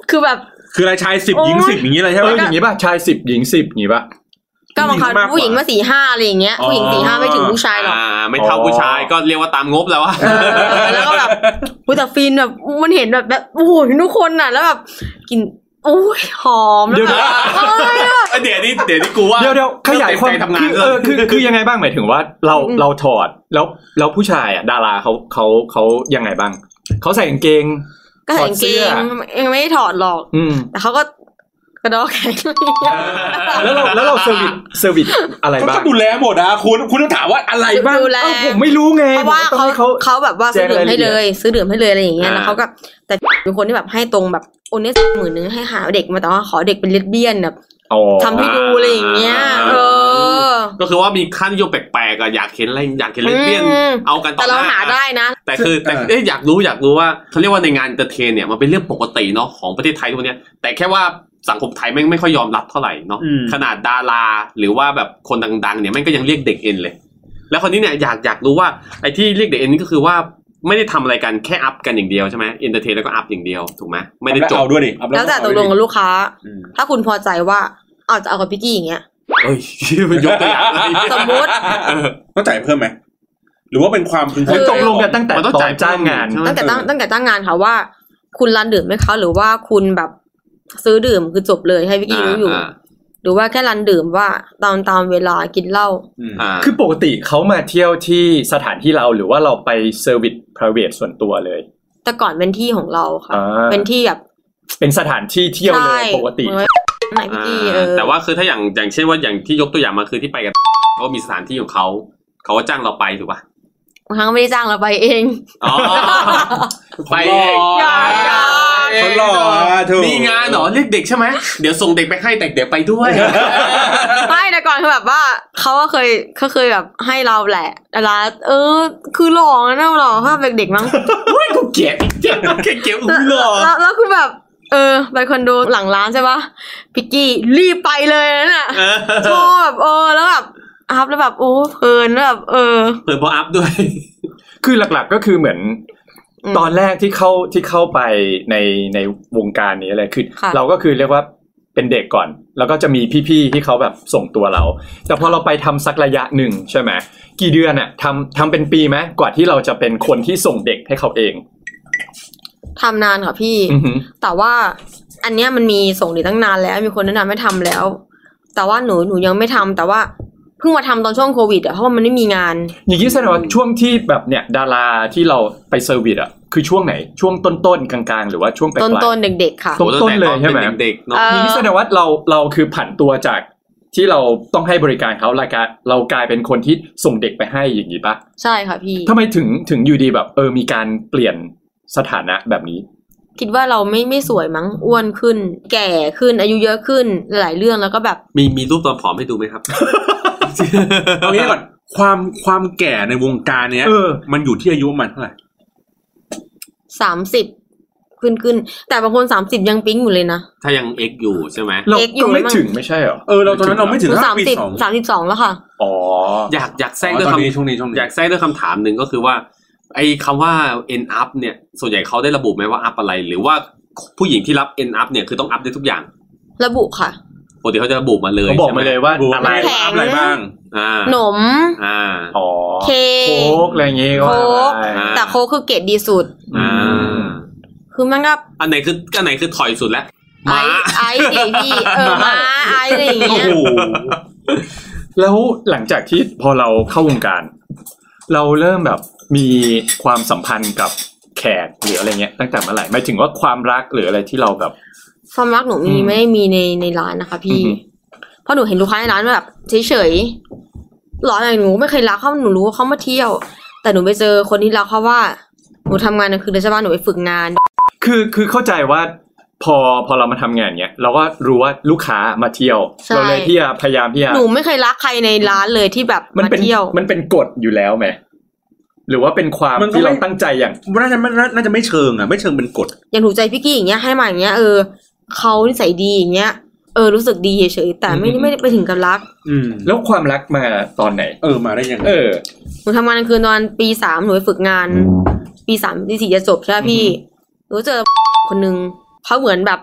Speaker 4: คือแบบ
Speaker 5: คืออะไรชายสิบหญิง
Speaker 4: โอ้ย
Speaker 5: สิบอย่างนี้เลยใช่
Speaker 2: เอ
Speaker 5: ไหม
Speaker 2: ออย่างงี้ป่ะชายสิบหญิงสิบอย่างงี้ป่ะ
Speaker 4: ก็บางครั้ง
Speaker 5: ผู้หญิงมากกว่า
Speaker 4: ผู้หญิงมาสี่ห้าอะไรอย่างเงี้ย
Speaker 5: อ๋อ
Speaker 4: ผู้หญิงสี่ห้าไม่ถึงผู้ชายหรอก
Speaker 3: อ่า ไม่เท่าผู้ชายก็เรียกว่าตามงบแล้วว่า
Speaker 4: เออแล้วก็แบบอุ้ยแต่ฟินแบบมันเห็นแบบแบบโอ้โหทุกคนน่ะ แล้วแบบกลินโอ้ยหอมแล้ว
Speaker 2: เดี๋ยว
Speaker 4: แบ
Speaker 2: นะ
Speaker 4: บเอ้ยอะ
Speaker 3: เดี๋ยวนี้เดี๋ยวนี้กูว่า
Speaker 2: เดี๋ยวเดี๋ยวขยายความ
Speaker 3: เริ่มเต็ใจทำงาน
Speaker 2: คือ
Speaker 3: เล
Speaker 2: เออย คือคือยังไงบ้างหมายถึงว่าเราเราถอดแล้วแล้วผู้ชายอ่ะดาราเขาเขาเขายังไงบ้างเขาใส่กางเกง
Speaker 4: ก็ใส่กางเกงยังไม่ได้ถอดหรอก
Speaker 2: อืม
Speaker 4: แต่เขาก็กระดอกแข็ง
Speaker 2: แล้วเราแล้วเราเซอร์วิสเซอร์วิสอะไร
Speaker 5: เขา
Speaker 2: บ้า
Speaker 5: ก็
Speaker 2: ง
Speaker 5: ดูแลหมดนะคุณคุณต้องถามว่าอะไรบ้าง
Speaker 4: ดูแล
Speaker 2: เอ้าผมไม่รู้ไง
Speaker 4: เพราะว่า
Speaker 2: ผม
Speaker 4: เขา
Speaker 2: ก็ต้องให้
Speaker 4: เขาแบบว่าซื้อดื่มให้เลย ซื้อดื่มให้เลยอะไรอย่างเงี้ย
Speaker 3: อ่า
Speaker 4: แล้วเขาก็แต่เป็นคนที่แบบให้ตรงแบบโอนเนสหมื่นนึงให้หาเด็กมาแต่ว่าขอเด็กเป็นเลสเบี้ยนแบบ
Speaker 2: อ๋อ
Speaker 4: ทำให้ดูอะไรอย่างเงี้ยเออ
Speaker 3: ก็คือว่ามีค่านิยมแปลกๆอะอยากเห็นอะไรอยากเห็นเลสเบี้ยน
Speaker 4: อืม
Speaker 3: เอากันต่
Speaker 4: แต่
Speaker 3: อ
Speaker 4: เราหาได้นะ
Speaker 3: แต่คือแต่
Speaker 5: เออ
Speaker 3: เอ๊ะอยากรู้อยากรู้ว่าเขาเรียกว่าในงานเตอร์เทนเนี่ยมันเป็นเรื่องปกติเนาะของประเทศไทยทุกวันเนี้ยแต่แค่ว่าสังคมไทยแม่งไม่ค่อยยอมรับเท่าไหร่เนาะ
Speaker 5: อืม
Speaker 3: ขนาดดาราหรือว่าแบบคนดังๆเนี่ยแม่งก็ยังเรียกเด็กเอ็นเลย แล้วคนนี้เนี่ยอยากอยากรู้ว่าไอ้ที่เรียกเด็กเอ็นนี่ก็คือว่าไม่ได้ทำอะไรกันแค่อัพกันอย่างเดียวใช่ไหมเอนเตอร์เทนแล้วก็อัพอย่างเดียวถูกไหมไม่ได้จ
Speaker 5: เอา
Speaker 3: บ
Speaker 5: ด้วยดิ
Speaker 4: แล้วแต่ตกลงกับลูกค้า ถ้าคุณพอใจว่าเอาจะเอากับพี่กี้อย่างเงี้ย
Speaker 3: เอ้ย มันยกตัวอย่างเลย
Speaker 4: สมมุติ
Speaker 5: ต้องจ่ายเพิ่มไหมหรือว่าเป็นความพึงพ
Speaker 2: คื
Speaker 5: อ
Speaker 2: อ
Speaker 5: ใจ
Speaker 2: ตกลงกันตั้งแต่
Speaker 3: มันต้อง
Speaker 2: ตอ
Speaker 3: จ่าน ย
Speaker 2: จ้างงาน
Speaker 3: เพิ่ม
Speaker 4: ตั้งแต่ตั้งตั้งแต่ตั้งงานค่ะว่า คุณร้านดื่มไหมคะหรือว่าคุณแบบซื้อดื่มคือจบเลยให้พี่กี้รู้อยู่
Speaker 3: อ่า
Speaker 4: หรือว่าแค่ร้านดื่มว่าตามตามเวลากินเหล้า
Speaker 5: อืม
Speaker 3: อ่า
Speaker 2: คือปกติเขามาเที่ยวที่สถานที่เราหรือว่าเราไปเซอร์วิส private ส่วนตัวเลย
Speaker 4: แต่ก่อนเป็นที่ของเราค่ะ
Speaker 2: อ่า
Speaker 4: เป็นที่แบบ
Speaker 2: เป็นสถานที่เที่ยวเลยปกติ
Speaker 4: เหมือนว่าไหนพี่กี้เออ
Speaker 3: แต่ว่าคือถ้าอย่างอย่างเช่นว่าอย่างที่ยกตัวอย่างมาคือที่ไปกันเขามีสถานที่ของเขาเขาก็จ้างเราไปถูกป่ะ
Speaker 4: บางครั้งก็ไม่ได้จ้างเราไปเอง
Speaker 3: อ๋อไป
Speaker 5: หลอ
Speaker 4: อย่าอย่า
Speaker 5: คนหล่อถูก
Speaker 3: มีงานเหรอเรียกเด็กใช่ไหมเดี๋ยวส่งเด็กไปให้แต่เดี๋ยวไป ด้วย
Speaker 4: ไม่แต่ก่อนคือแบบว่าเขาก็เคยเขาเคยแบบให้เราแหละแต่ละเออ คือหล่อนะหล่อภาพเด็กๆมั้ง
Speaker 3: กูเกลียดเกลียดเกลียดอุ้ยหรอ
Speaker 4: แล้วแล้วคือแบบ เออไปคอนโดหลังร้านใช่ปะพิกกี้รีบไปเลยนั่นน่ะ
Speaker 3: เออ
Speaker 4: โชว์แบบเออแล้วแบบอัพแล้วแบบโอ้เพลินแล้วแบบเออ
Speaker 3: เปิดพออัพด้วย
Speaker 2: คือหลักๆก็คือเหมือน
Speaker 4: อืม
Speaker 2: ตอนแรกที่เข้าที่เข้าไปในในวงการนี้อะไรคือ
Speaker 4: ค่ะ
Speaker 2: เราก็คือเรียกว่าเป็นเด็กก่อน แล้วก็จะมีพี่ๆที่เขาแบบส่งตัวเรา แต่พอเราไปทำสักระยะหนึ่งใช่ไหมกี่เดือนอะทำทำเป็นปีไหมกว่าที่เราจะเป็นคนที่ส่งเด็กให้เขาเอง
Speaker 4: ทำนานค่ะพี่
Speaker 2: อือหือ
Speaker 4: แต่ว่าอันเนี้ยมันมีส่งดีตั้งนานแล้ว มีคนแนะนำให้ทำแล้ว แต่ว่าหนูหนูยังไม่ทำแต่ว่าเพิ่งมาทำตอนช่วงโควิดอะเพราะว่ามันไม่มีงาน
Speaker 2: อย่างนี้แสดงว่าช่วงที่แบบเนี่ยดาราที่เราไปเซอร์วิสอะคือช่วงไหนช่วงต้นๆกลางๆ หรือว่าช่วงปลาย
Speaker 4: ต้น
Speaker 2: ๆ
Speaker 4: ต้นๆเด็กๆค่ะ
Speaker 2: ต้นๆ
Speaker 3: โอ้แต่
Speaker 2: เลยใช่ไหม
Speaker 3: ป็นเด็กๆเนาะ
Speaker 4: เอ
Speaker 2: อย่างนี้แสดงว่าเราเราคือผันตัวจากที่เราต้องให้บริการเขารายการเรากลายเป็นคนที่ส่งเด็กไปให้อย่างนี้ปะ
Speaker 4: ใช่ค่ะพี่
Speaker 2: ทำไมถึงถึงอยู่ดีแบบเออมีการเปลี่ยนสถานะแบบนี้
Speaker 4: คิดว่าเราไม่ไม่สวยมั้งอ้วนขึ้น แก่ขึ้นอายุเยอะขึ้นหลายเรื่องแล้วก็แบบ
Speaker 3: มีมีรูปตอนผอมให้ดูไหมครับ
Speaker 5: เอางี้ก่อนความความแก่ในวงการเนี้ย
Speaker 2: เออ
Speaker 5: มันอยู่ที่อายุมันเท่าไหร่
Speaker 4: สามสิบขึ้นขึ้นแต่บางคนสามสิบยังปิ๊งอยู่เลยนะ
Speaker 3: ถ้ายังเอ็กอยู่ใช่ไหม
Speaker 2: เรา
Speaker 4: เด็กอยู่
Speaker 2: ก็ไม่
Speaker 4: มั้ง
Speaker 2: ถึงไม่ใช่เหรอ
Speaker 5: เออเราตอนนั้นเราไม่ถึง
Speaker 4: สาม
Speaker 5: ปี
Speaker 4: สิบ
Speaker 5: สอง
Speaker 4: สามสิบสองแล้วค่ะ
Speaker 2: อ๋อ
Speaker 3: อยากอยากแซง
Speaker 5: อ๋
Speaker 3: ด้
Speaker 5: อ
Speaker 3: วย
Speaker 5: ตอน
Speaker 3: คำ
Speaker 5: นี้ช่วงนี้ช่วง
Speaker 3: อ
Speaker 5: นี้
Speaker 3: ยากแทรกด้วยคำถามหนึ่งก็คือว่า ไอ้คำว่า end up เนี่ย ส่วนใหญ่เขาได้ระบุไหมว่า up อะไร หรือว่าผู้หญิงที่รับ end up เนี่ยคือต้อง up ได้ทุกอย่าง
Speaker 4: ระบุค่ะ
Speaker 3: ปกติเขาจะระบุมาเลย
Speaker 2: เขาบอก
Speaker 3: ใช่ไห
Speaker 2: มาเลยว่า
Speaker 5: บัว
Speaker 2: อะไร
Speaker 5: บ้าง
Speaker 4: แข็ง
Speaker 5: อะไรบ้าง
Speaker 3: อ่า
Speaker 4: หนม
Speaker 3: อ่า
Speaker 2: อ๋อ
Speaker 4: เค้ก
Speaker 2: โค้กอะไรอย่างงี้ก็ว่าไป
Speaker 3: โค้ก
Speaker 4: แต่โคกคือเกรดดีสุด
Speaker 2: อื
Speaker 3: อ่าม
Speaker 4: คือมันก็
Speaker 3: อันไหนคืออันไหนคือถอยสุดแล้ว
Speaker 4: ไอ
Speaker 3: ม้า
Speaker 4: ซ์ไอซ์สิพี่ เออม้าไอซ์อะไรอย่าง
Speaker 5: โอ้
Speaker 4: เงี้ย
Speaker 5: โห
Speaker 2: แล้วหลังจากที่พอเราเข้าวงการ เราเริ่มแบบมีความสัมพันธ์กับแขกหรืออะไรเงี้ยตั้งแต่เมื่อไหร่หมายถึงว่าความรักหรืออะไรที่เราแบบ
Speaker 4: ความรักหนูมี
Speaker 2: อืม
Speaker 4: ไม่ได้มีในในร้านนะคะพี่
Speaker 2: อือหือ
Speaker 4: เพราะหนูเห็นลูกค้าในร้านแบบเฉยๆหรออย่างหนูไม่เคยรักเขาหนูรู้ว่าเขามาเที่ยว แต่หนูไปเจอคนที่รักเขาว่า หนูทำงานกลางคืนเลยใช่ป่ะหนูไปฝึกงาน
Speaker 2: คือคือเข้าใจว่าพอพอเรามาทำงานเนี้ยเราก็รู้ว่าลูกค้ามาเที่ยว
Speaker 4: ใช่
Speaker 2: เราเลยที่จะพยายามที่จะ
Speaker 4: หนูไม่เคยรักใครในร้านเลยที่แบบ
Speaker 2: มัน
Speaker 4: มา
Speaker 2: เป็น
Speaker 4: เที่ยว
Speaker 2: มันเป็นกฎอยู่แล้วไหมหรือว่าเป็นความ
Speaker 5: มันก็
Speaker 2: ที่เรา
Speaker 5: ไม่
Speaker 2: ตั้งใจอย่าง
Speaker 5: น่าจะไม่น่าจะไม่เชิงอ่ะไม่เชิงเป็นกฎ
Speaker 4: อย่างถูกใจพี่กี้อย่างเงี้ยให้มาอย่างเงี้ยเออเขานิสัยดีอย่างเงี้ยเออรู้สึกดีเฉยๆแต่ไม่
Speaker 2: อืม
Speaker 4: ไม่ได้ไปถึงกับรัก
Speaker 5: อืมแล้ว
Speaker 2: แล้วความรักมาตอนไหน
Speaker 5: เออมาได้ยังไง
Speaker 2: เออ
Speaker 4: หนูทำงานกลางคืนตอนปีสามหนูไปฝึกงาน ปีสามปีสี่จะจบใช่ไหมพี่หนูเจอคนนึงเขาเหมือนแบบ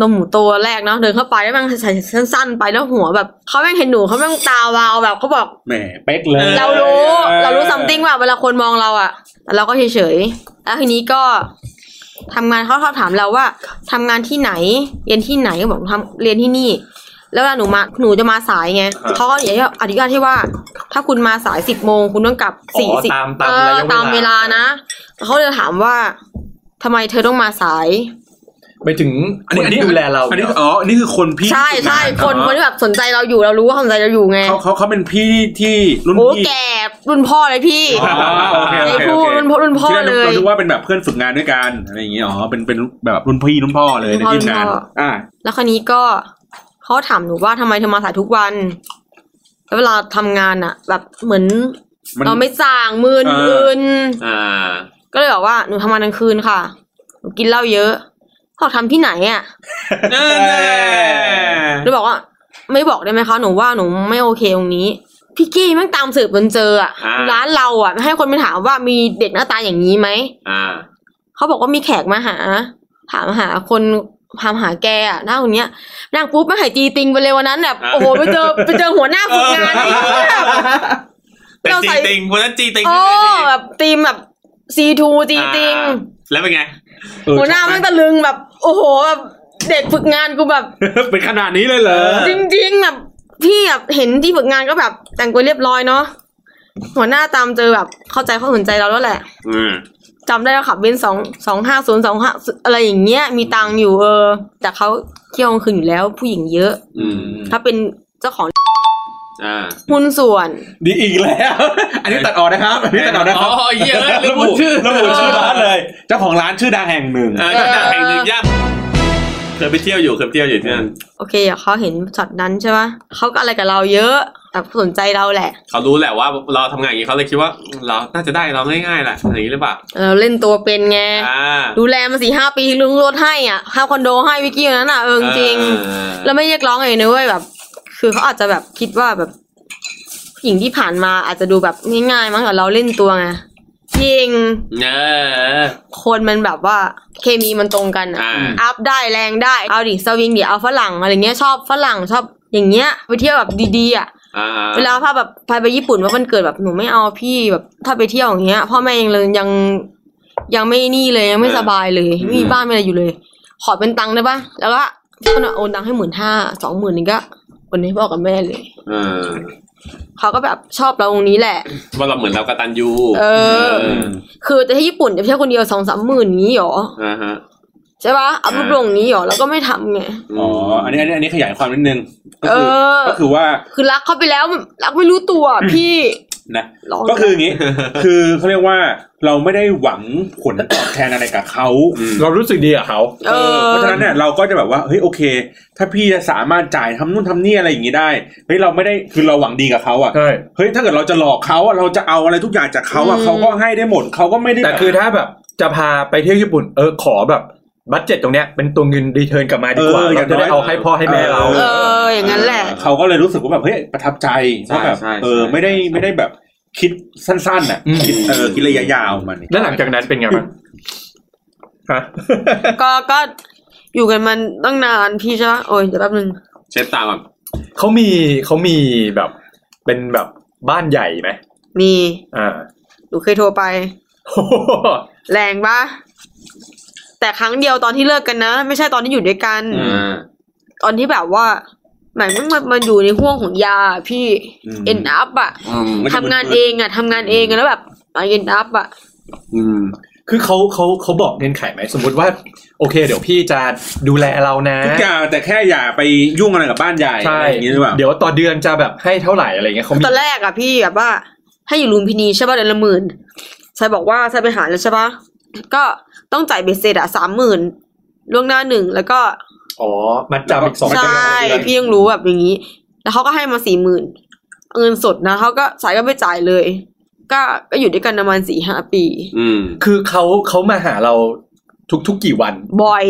Speaker 4: นมหมูตัวแรกเนาะเดินเข้าไปแล้วแม่งใส่สั้นๆ ไปแล้วหัวแบบเขาแม่งเห็นหนูเขาแม่งตาวาวแบบเขาบอก
Speaker 5: แหมเป๊กเลย
Speaker 4: เรารู้เรารู้ซัมติงว่าเวลาคนมองเราอะแต่เราก็เฉยๆแล้วทีนี้ก็ทำงานเขาชอบถามเราว่าทำงานที่ไหน เรียนที่ไหนก็บอกทำเรียนที่นี่ แล้วเวลาหนูมาหนูจะมาสายไง
Speaker 2: ครับ
Speaker 4: เขาก็อย่างที่อธิบายที่ว่า ถ้าคุณมาสายสิบโมงคุณต้องกลับ
Speaker 2: อ๋
Speaker 4: สี่
Speaker 2: อ
Speaker 4: สิบ
Speaker 2: ตามตาม
Speaker 4: เออย
Speaker 2: ระะ
Speaker 4: ตามเวลานะ เขาเลยถามว่า ทำไมเธอต้องมาสาย
Speaker 2: ไปถึงคนที่ดูแลเรา
Speaker 5: อันนี้
Speaker 2: เหรอ
Speaker 5: อ๋อนี่คือคนพี่
Speaker 4: ใช่ใช่
Speaker 5: ที่
Speaker 4: คนคนที่แบบสนใจเราอยู่เรารู้ว่าสนใจเราอยู่ไง
Speaker 5: เขาเขาเขาเป็นพี่ที่รุ่น
Speaker 4: โอ้
Speaker 5: พี่
Speaker 4: แก่รุ่นพ่อเลยพี่
Speaker 5: อ๋อโอเคโอ
Speaker 4: ไอ้
Speaker 5: เค
Speaker 4: พู
Speaker 5: โอ
Speaker 4: ด
Speaker 5: เค
Speaker 4: รุ่นพ่อรุ่นพ่อเล
Speaker 5: ที่
Speaker 4: ย
Speaker 5: เราคิดว่าเป็นแบบเพื่อนฝึกงานด้วยกันอะไรอย่างเงี้ยอ๋อเป็นเป็นแบบรุ่นพี่รุ่นพ่อเลยในทีมงาน
Speaker 4: รุ่นพ่อรุ่นพ่ออ่
Speaker 5: อ่า
Speaker 4: แล้วคราวนี้ก็เขาถามหนูว่าทำไมเธอมาสายทุกวันแล้วเวลาทำงานอะแบบเหมือน
Speaker 5: มัน
Speaker 4: เราไม่สั่างมืน
Speaker 5: เออ
Speaker 4: มืน
Speaker 3: อ่า
Speaker 4: ก็เลยบอกว่าหนูทำงานกลางคืนค่ะ หนูกินเหล้าเยอะบอกทำที่ไหนอ่ะ
Speaker 3: นั่นแหละ
Speaker 4: หนูบอกว่า ไม่บอกได้ไหมคะหนูว่าหนูไม่โอเคตรงนี้ พี่กี้แม่งตามสืบจนเจออ่ะ
Speaker 3: อ่า
Speaker 4: ร้านเราอ่ะให้คนไปถามว่ามีเด็กหน้าตาอย่างนี้ไหม
Speaker 3: อ่า
Speaker 4: เขาบอกว่ามีแขกมาหา ถามหาคนถามหาแกอ่ะหน้าคนเนี้ยนั่งปุ๊บไม่งหายจีติงไปเลยวันนั้นแบบ
Speaker 3: อ่า
Speaker 4: โอ้โหไปเจอไปเจอหัวหน้าฝึก งานไอ้เหี้ยแบบ
Speaker 3: แต่
Speaker 4: เรา
Speaker 3: จี
Speaker 4: ใส่
Speaker 3: ติงคนนั้นจีติง
Speaker 4: โอ้แบบตีมแบบซีทูจีติง
Speaker 3: อ่าแล้วเป็นไง
Speaker 5: เออ
Speaker 4: หัวหน้าแม่งตะลึงแบบโอ้โหแบบเด็กฝึกงานกูแบบ
Speaker 5: เป็นขนาดนี้เลยเหรอ
Speaker 4: จริงๆแบบพี่แบบเห็นที่ฝึกงานก็แบบแต่งตัวเรียบร้อยเนาะหัวหน้าตามเจอแบบเข้าใจเขาสนใจเราแล้วแหละ
Speaker 3: อืม
Speaker 4: จำได้ว่าขับเบนซ์สองสองห้าศูนย์สองห้าอะไรอย่างเงี้ยมีตังค์อยู่เออแต่เขาเที่ยวกลางคืนอยู่แล้วผู้หญิงเยอะ
Speaker 3: อืม
Speaker 4: ถ้าเป็นเจ้าของ
Speaker 3: อ่า
Speaker 4: หุ้นส่วน
Speaker 5: ดีอีกแล้ว อันนี้ตัดออกนะครับอันนี้ตัดออกนะค
Speaker 3: อ๋
Speaker 5: รับ
Speaker 3: อเหี้ยอะลื
Speaker 5: ระ
Speaker 3: มพู
Speaker 5: บุ
Speaker 3: ดชื่อ
Speaker 5: ระบุชื่อร้าน เลย เจ้าของร้านชื่อดังแห่งหนึ่ง
Speaker 3: เออจากแห่งหนึ่งย่านเคยไปเที่ยวอยู่เคยไปเที่ยวอยู่ที่นั่น
Speaker 4: โอเคเดี๋ยวเขาเห็นช็อตนั้นใช่ปะเขาก็อะไรกับเราเยอะแบบสนใจเราแหละ
Speaker 3: เขารู้แหละว่าเราทำงานอย่างนี้เขาเลยคิดว่าเราน่าจะได้เราง่ายๆแหละอย่างนี้หรือเปล่า
Speaker 4: เราเล่นตัวเป็นไง
Speaker 3: อ่า
Speaker 4: ดูแลมาสี่ห้าปีลุงรถให้อ่ะค่าคอนโดให้วิกกี้วันนั้นอ่ะเออจริงๆ
Speaker 3: เออ
Speaker 4: แล้วไม่เรียกร้องอะไรนะเว้ยแบบ คือเขาอาจจะแบบคิดว่าแบบผู้หญิงที่ผ่านมาอาจจะดูแบบง่ายๆมั้งแต่เราเล่นตัวไงจริง
Speaker 3: เออ
Speaker 4: คนมันแบบว่าเคมีมันตรงกันอะ
Speaker 3: อ่า
Speaker 4: อัพได้แรงได้เอาดิสวิงดิเอาฝรั่งอะไรเงี้ยชอบฝรั่งชอบอย่างเงี้ยไปเที่ยวแบบดีๆอ่ะ
Speaker 3: อ่า
Speaker 4: เวลาพาแบบพาไปญี่ปุ่นว่ามันเกิดแบบหนูไม่เอาพี่แบบถ้าไปเที่ยวอย่างเงี้ยพ่อแม่ยังเลยยังยังไม่นี่เลยยังไม่สบายเลยไม่มีบ้านไม่อะไรอยู่เลย ขอเป็นตังค์ได้ปะแล้วก็พี่คนนะโอนตังค์ให้หมื่นห้าสองหมื่นนี่ก็วันนี้บอกกับแม่เลย
Speaker 3: เออ
Speaker 4: เขาก็แบบชอบเราตรงนี้แหละ
Speaker 3: ว่าเราเหมือนเรากระตันยู
Speaker 4: เออ คือจะที่ญี่ปุ่นจะไปเที่ยวคนเดียวสองสามหมื่นนี้หรอ
Speaker 3: อ่าฮะ
Speaker 4: ใช่ปะอัพรูปลงนี้หรอ แล้วก็ไม่ทำไง
Speaker 5: อ๋อ อันนี้อันนี้อันนี้ขยายความนิดนึง ก็
Speaker 4: เอ
Speaker 5: คือ
Speaker 4: อ
Speaker 5: ก็คือว่า
Speaker 4: คือรักเขาไปแล้วมันรักไม่รู้ตัวอะพี่
Speaker 5: นะ
Speaker 4: ร้อง
Speaker 5: ก็คืออย่างนี้ คือเขาเรียกว่าเราไม่ได้หวังผลตอบแทนอะไรกับเขา
Speaker 2: เรารู้สึกดีกับเขา
Speaker 4: เออ
Speaker 5: เพราะฉะนั้นเนี่ยเราก็จะแบบว่าเฮ้ยโอเค ถ้าพี่จะสามารถจ่ายทำนู่นทำนี่อะไรอย่างนี้ได้เฮ้ยเราไม่ได้คือเราหวังดีกับเขาอ่ะ
Speaker 2: ใช่
Speaker 5: เฮ้ยถ้าเกิดเราจะหลอกเขาอะเราจะเอาอะไรทุกอย่างจากเขาอ่ะ
Speaker 4: อืม
Speaker 5: เขาก็ให้ได้หมดเขาก็ไม่ได้
Speaker 2: แต่คือถ้าแบบจะพาไปเที่ยวญี่ปุ่น เออขอแบบบัตเจ็ตตรงเนี้ยเป็นตัวเงินรีเทิร์นกลับมาดีกว่าเราจะได้เอาให้พ่อให้แม่เรา
Speaker 4: เออ อย่างนั้นแหละ
Speaker 5: เขาก็เลยรู้สึกว่าแบบเฮ้ยประทับใจเพราะแบบ
Speaker 3: ใช่ใช่
Speaker 5: เออ
Speaker 3: ใช่
Speaker 5: ไม่ได้ไม่ได้แบบคิดสั้นๆอ่ะ
Speaker 2: อืม
Speaker 5: คิดเออคิดระยะยาวมันนี่
Speaker 2: แล้วหลังจากนั้นเป็นไงบ้าง ฮะ
Speaker 4: ก็ก็อยู่กันมันตั้งนานพี่ใช่ปะโอ้ยเดี๋ยวแป๊บนึง
Speaker 3: เช็ดตาก่อน
Speaker 2: เขามีเขามีแบบเป็นแบบบ้านใหญ่ไหม
Speaker 4: มี
Speaker 2: อ่า
Speaker 4: หนูเคยโทรไป แรงปะแต่ครั้งเดียวตอนที่เลิกกันนะ ไม่ใช่ตอนที่อยู่ด้วยกัน
Speaker 3: อ่า
Speaker 4: ตอนที่แบบว่าหมายมันมันอยู่ในห่วงของยาอะพี่เอ็นอัพอะ
Speaker 3: อืม
Speaker 4: ทำงานเองอะทำงานเองอะแล้วแบบเอ็นอัพอะ
Speaker 3: อืม
Speaker 2: คือเขาเขาเขาบอกเงื่อนไขไหมสมมุติว่า โอเค เดี๋ยวพี่จะดูแลเรานะ
Speaker 5: ทุกอย่างแต่แค่อย่าไปยุ่งอะไรกับบ้านใหญ่
Speaker 2: ใช่
Speaker 5: อะไรอย่างนี้หรือเปล่า
Speaker 2: เดี๋ยวต่อเดือนจะแบบให้เท่าไหร่อะไรเงี้ยเขามี
Speaker 4: ตอนแรกอะพี่แบบว่า ให้อยู่ลุมพินีใช่ป่ะเดือนละหมื่นชายบอกว่าชายไปหาแล้วใช่ป่ะก็ต้องจ่ายเบสเซตอะสามหมื่นล่วงหน้าหนึ่งแล้วก็
Speaker 2: อ๋อมันจำอีกสอง
Speaker 5: มันจะเป็น
Speaker 2: เดือน
Speaker 4: ใช่
Speaker 5: เดือน
Speaker 4: พี่ยังรู้แบบอย่างนี้ แล้วเขาก็ให้มาสี่หมื่นเงินสดนะเขาก็สายก็ไม่จ่ายเลย ก็ก็อยู่ด้วยกันประมาณสี่ห้าปี
Speaker 3: อืม
Speaker 2: คือเขาเขามาหาเราทุกทุกๆกี่วัน
Speaker 4: บ่อย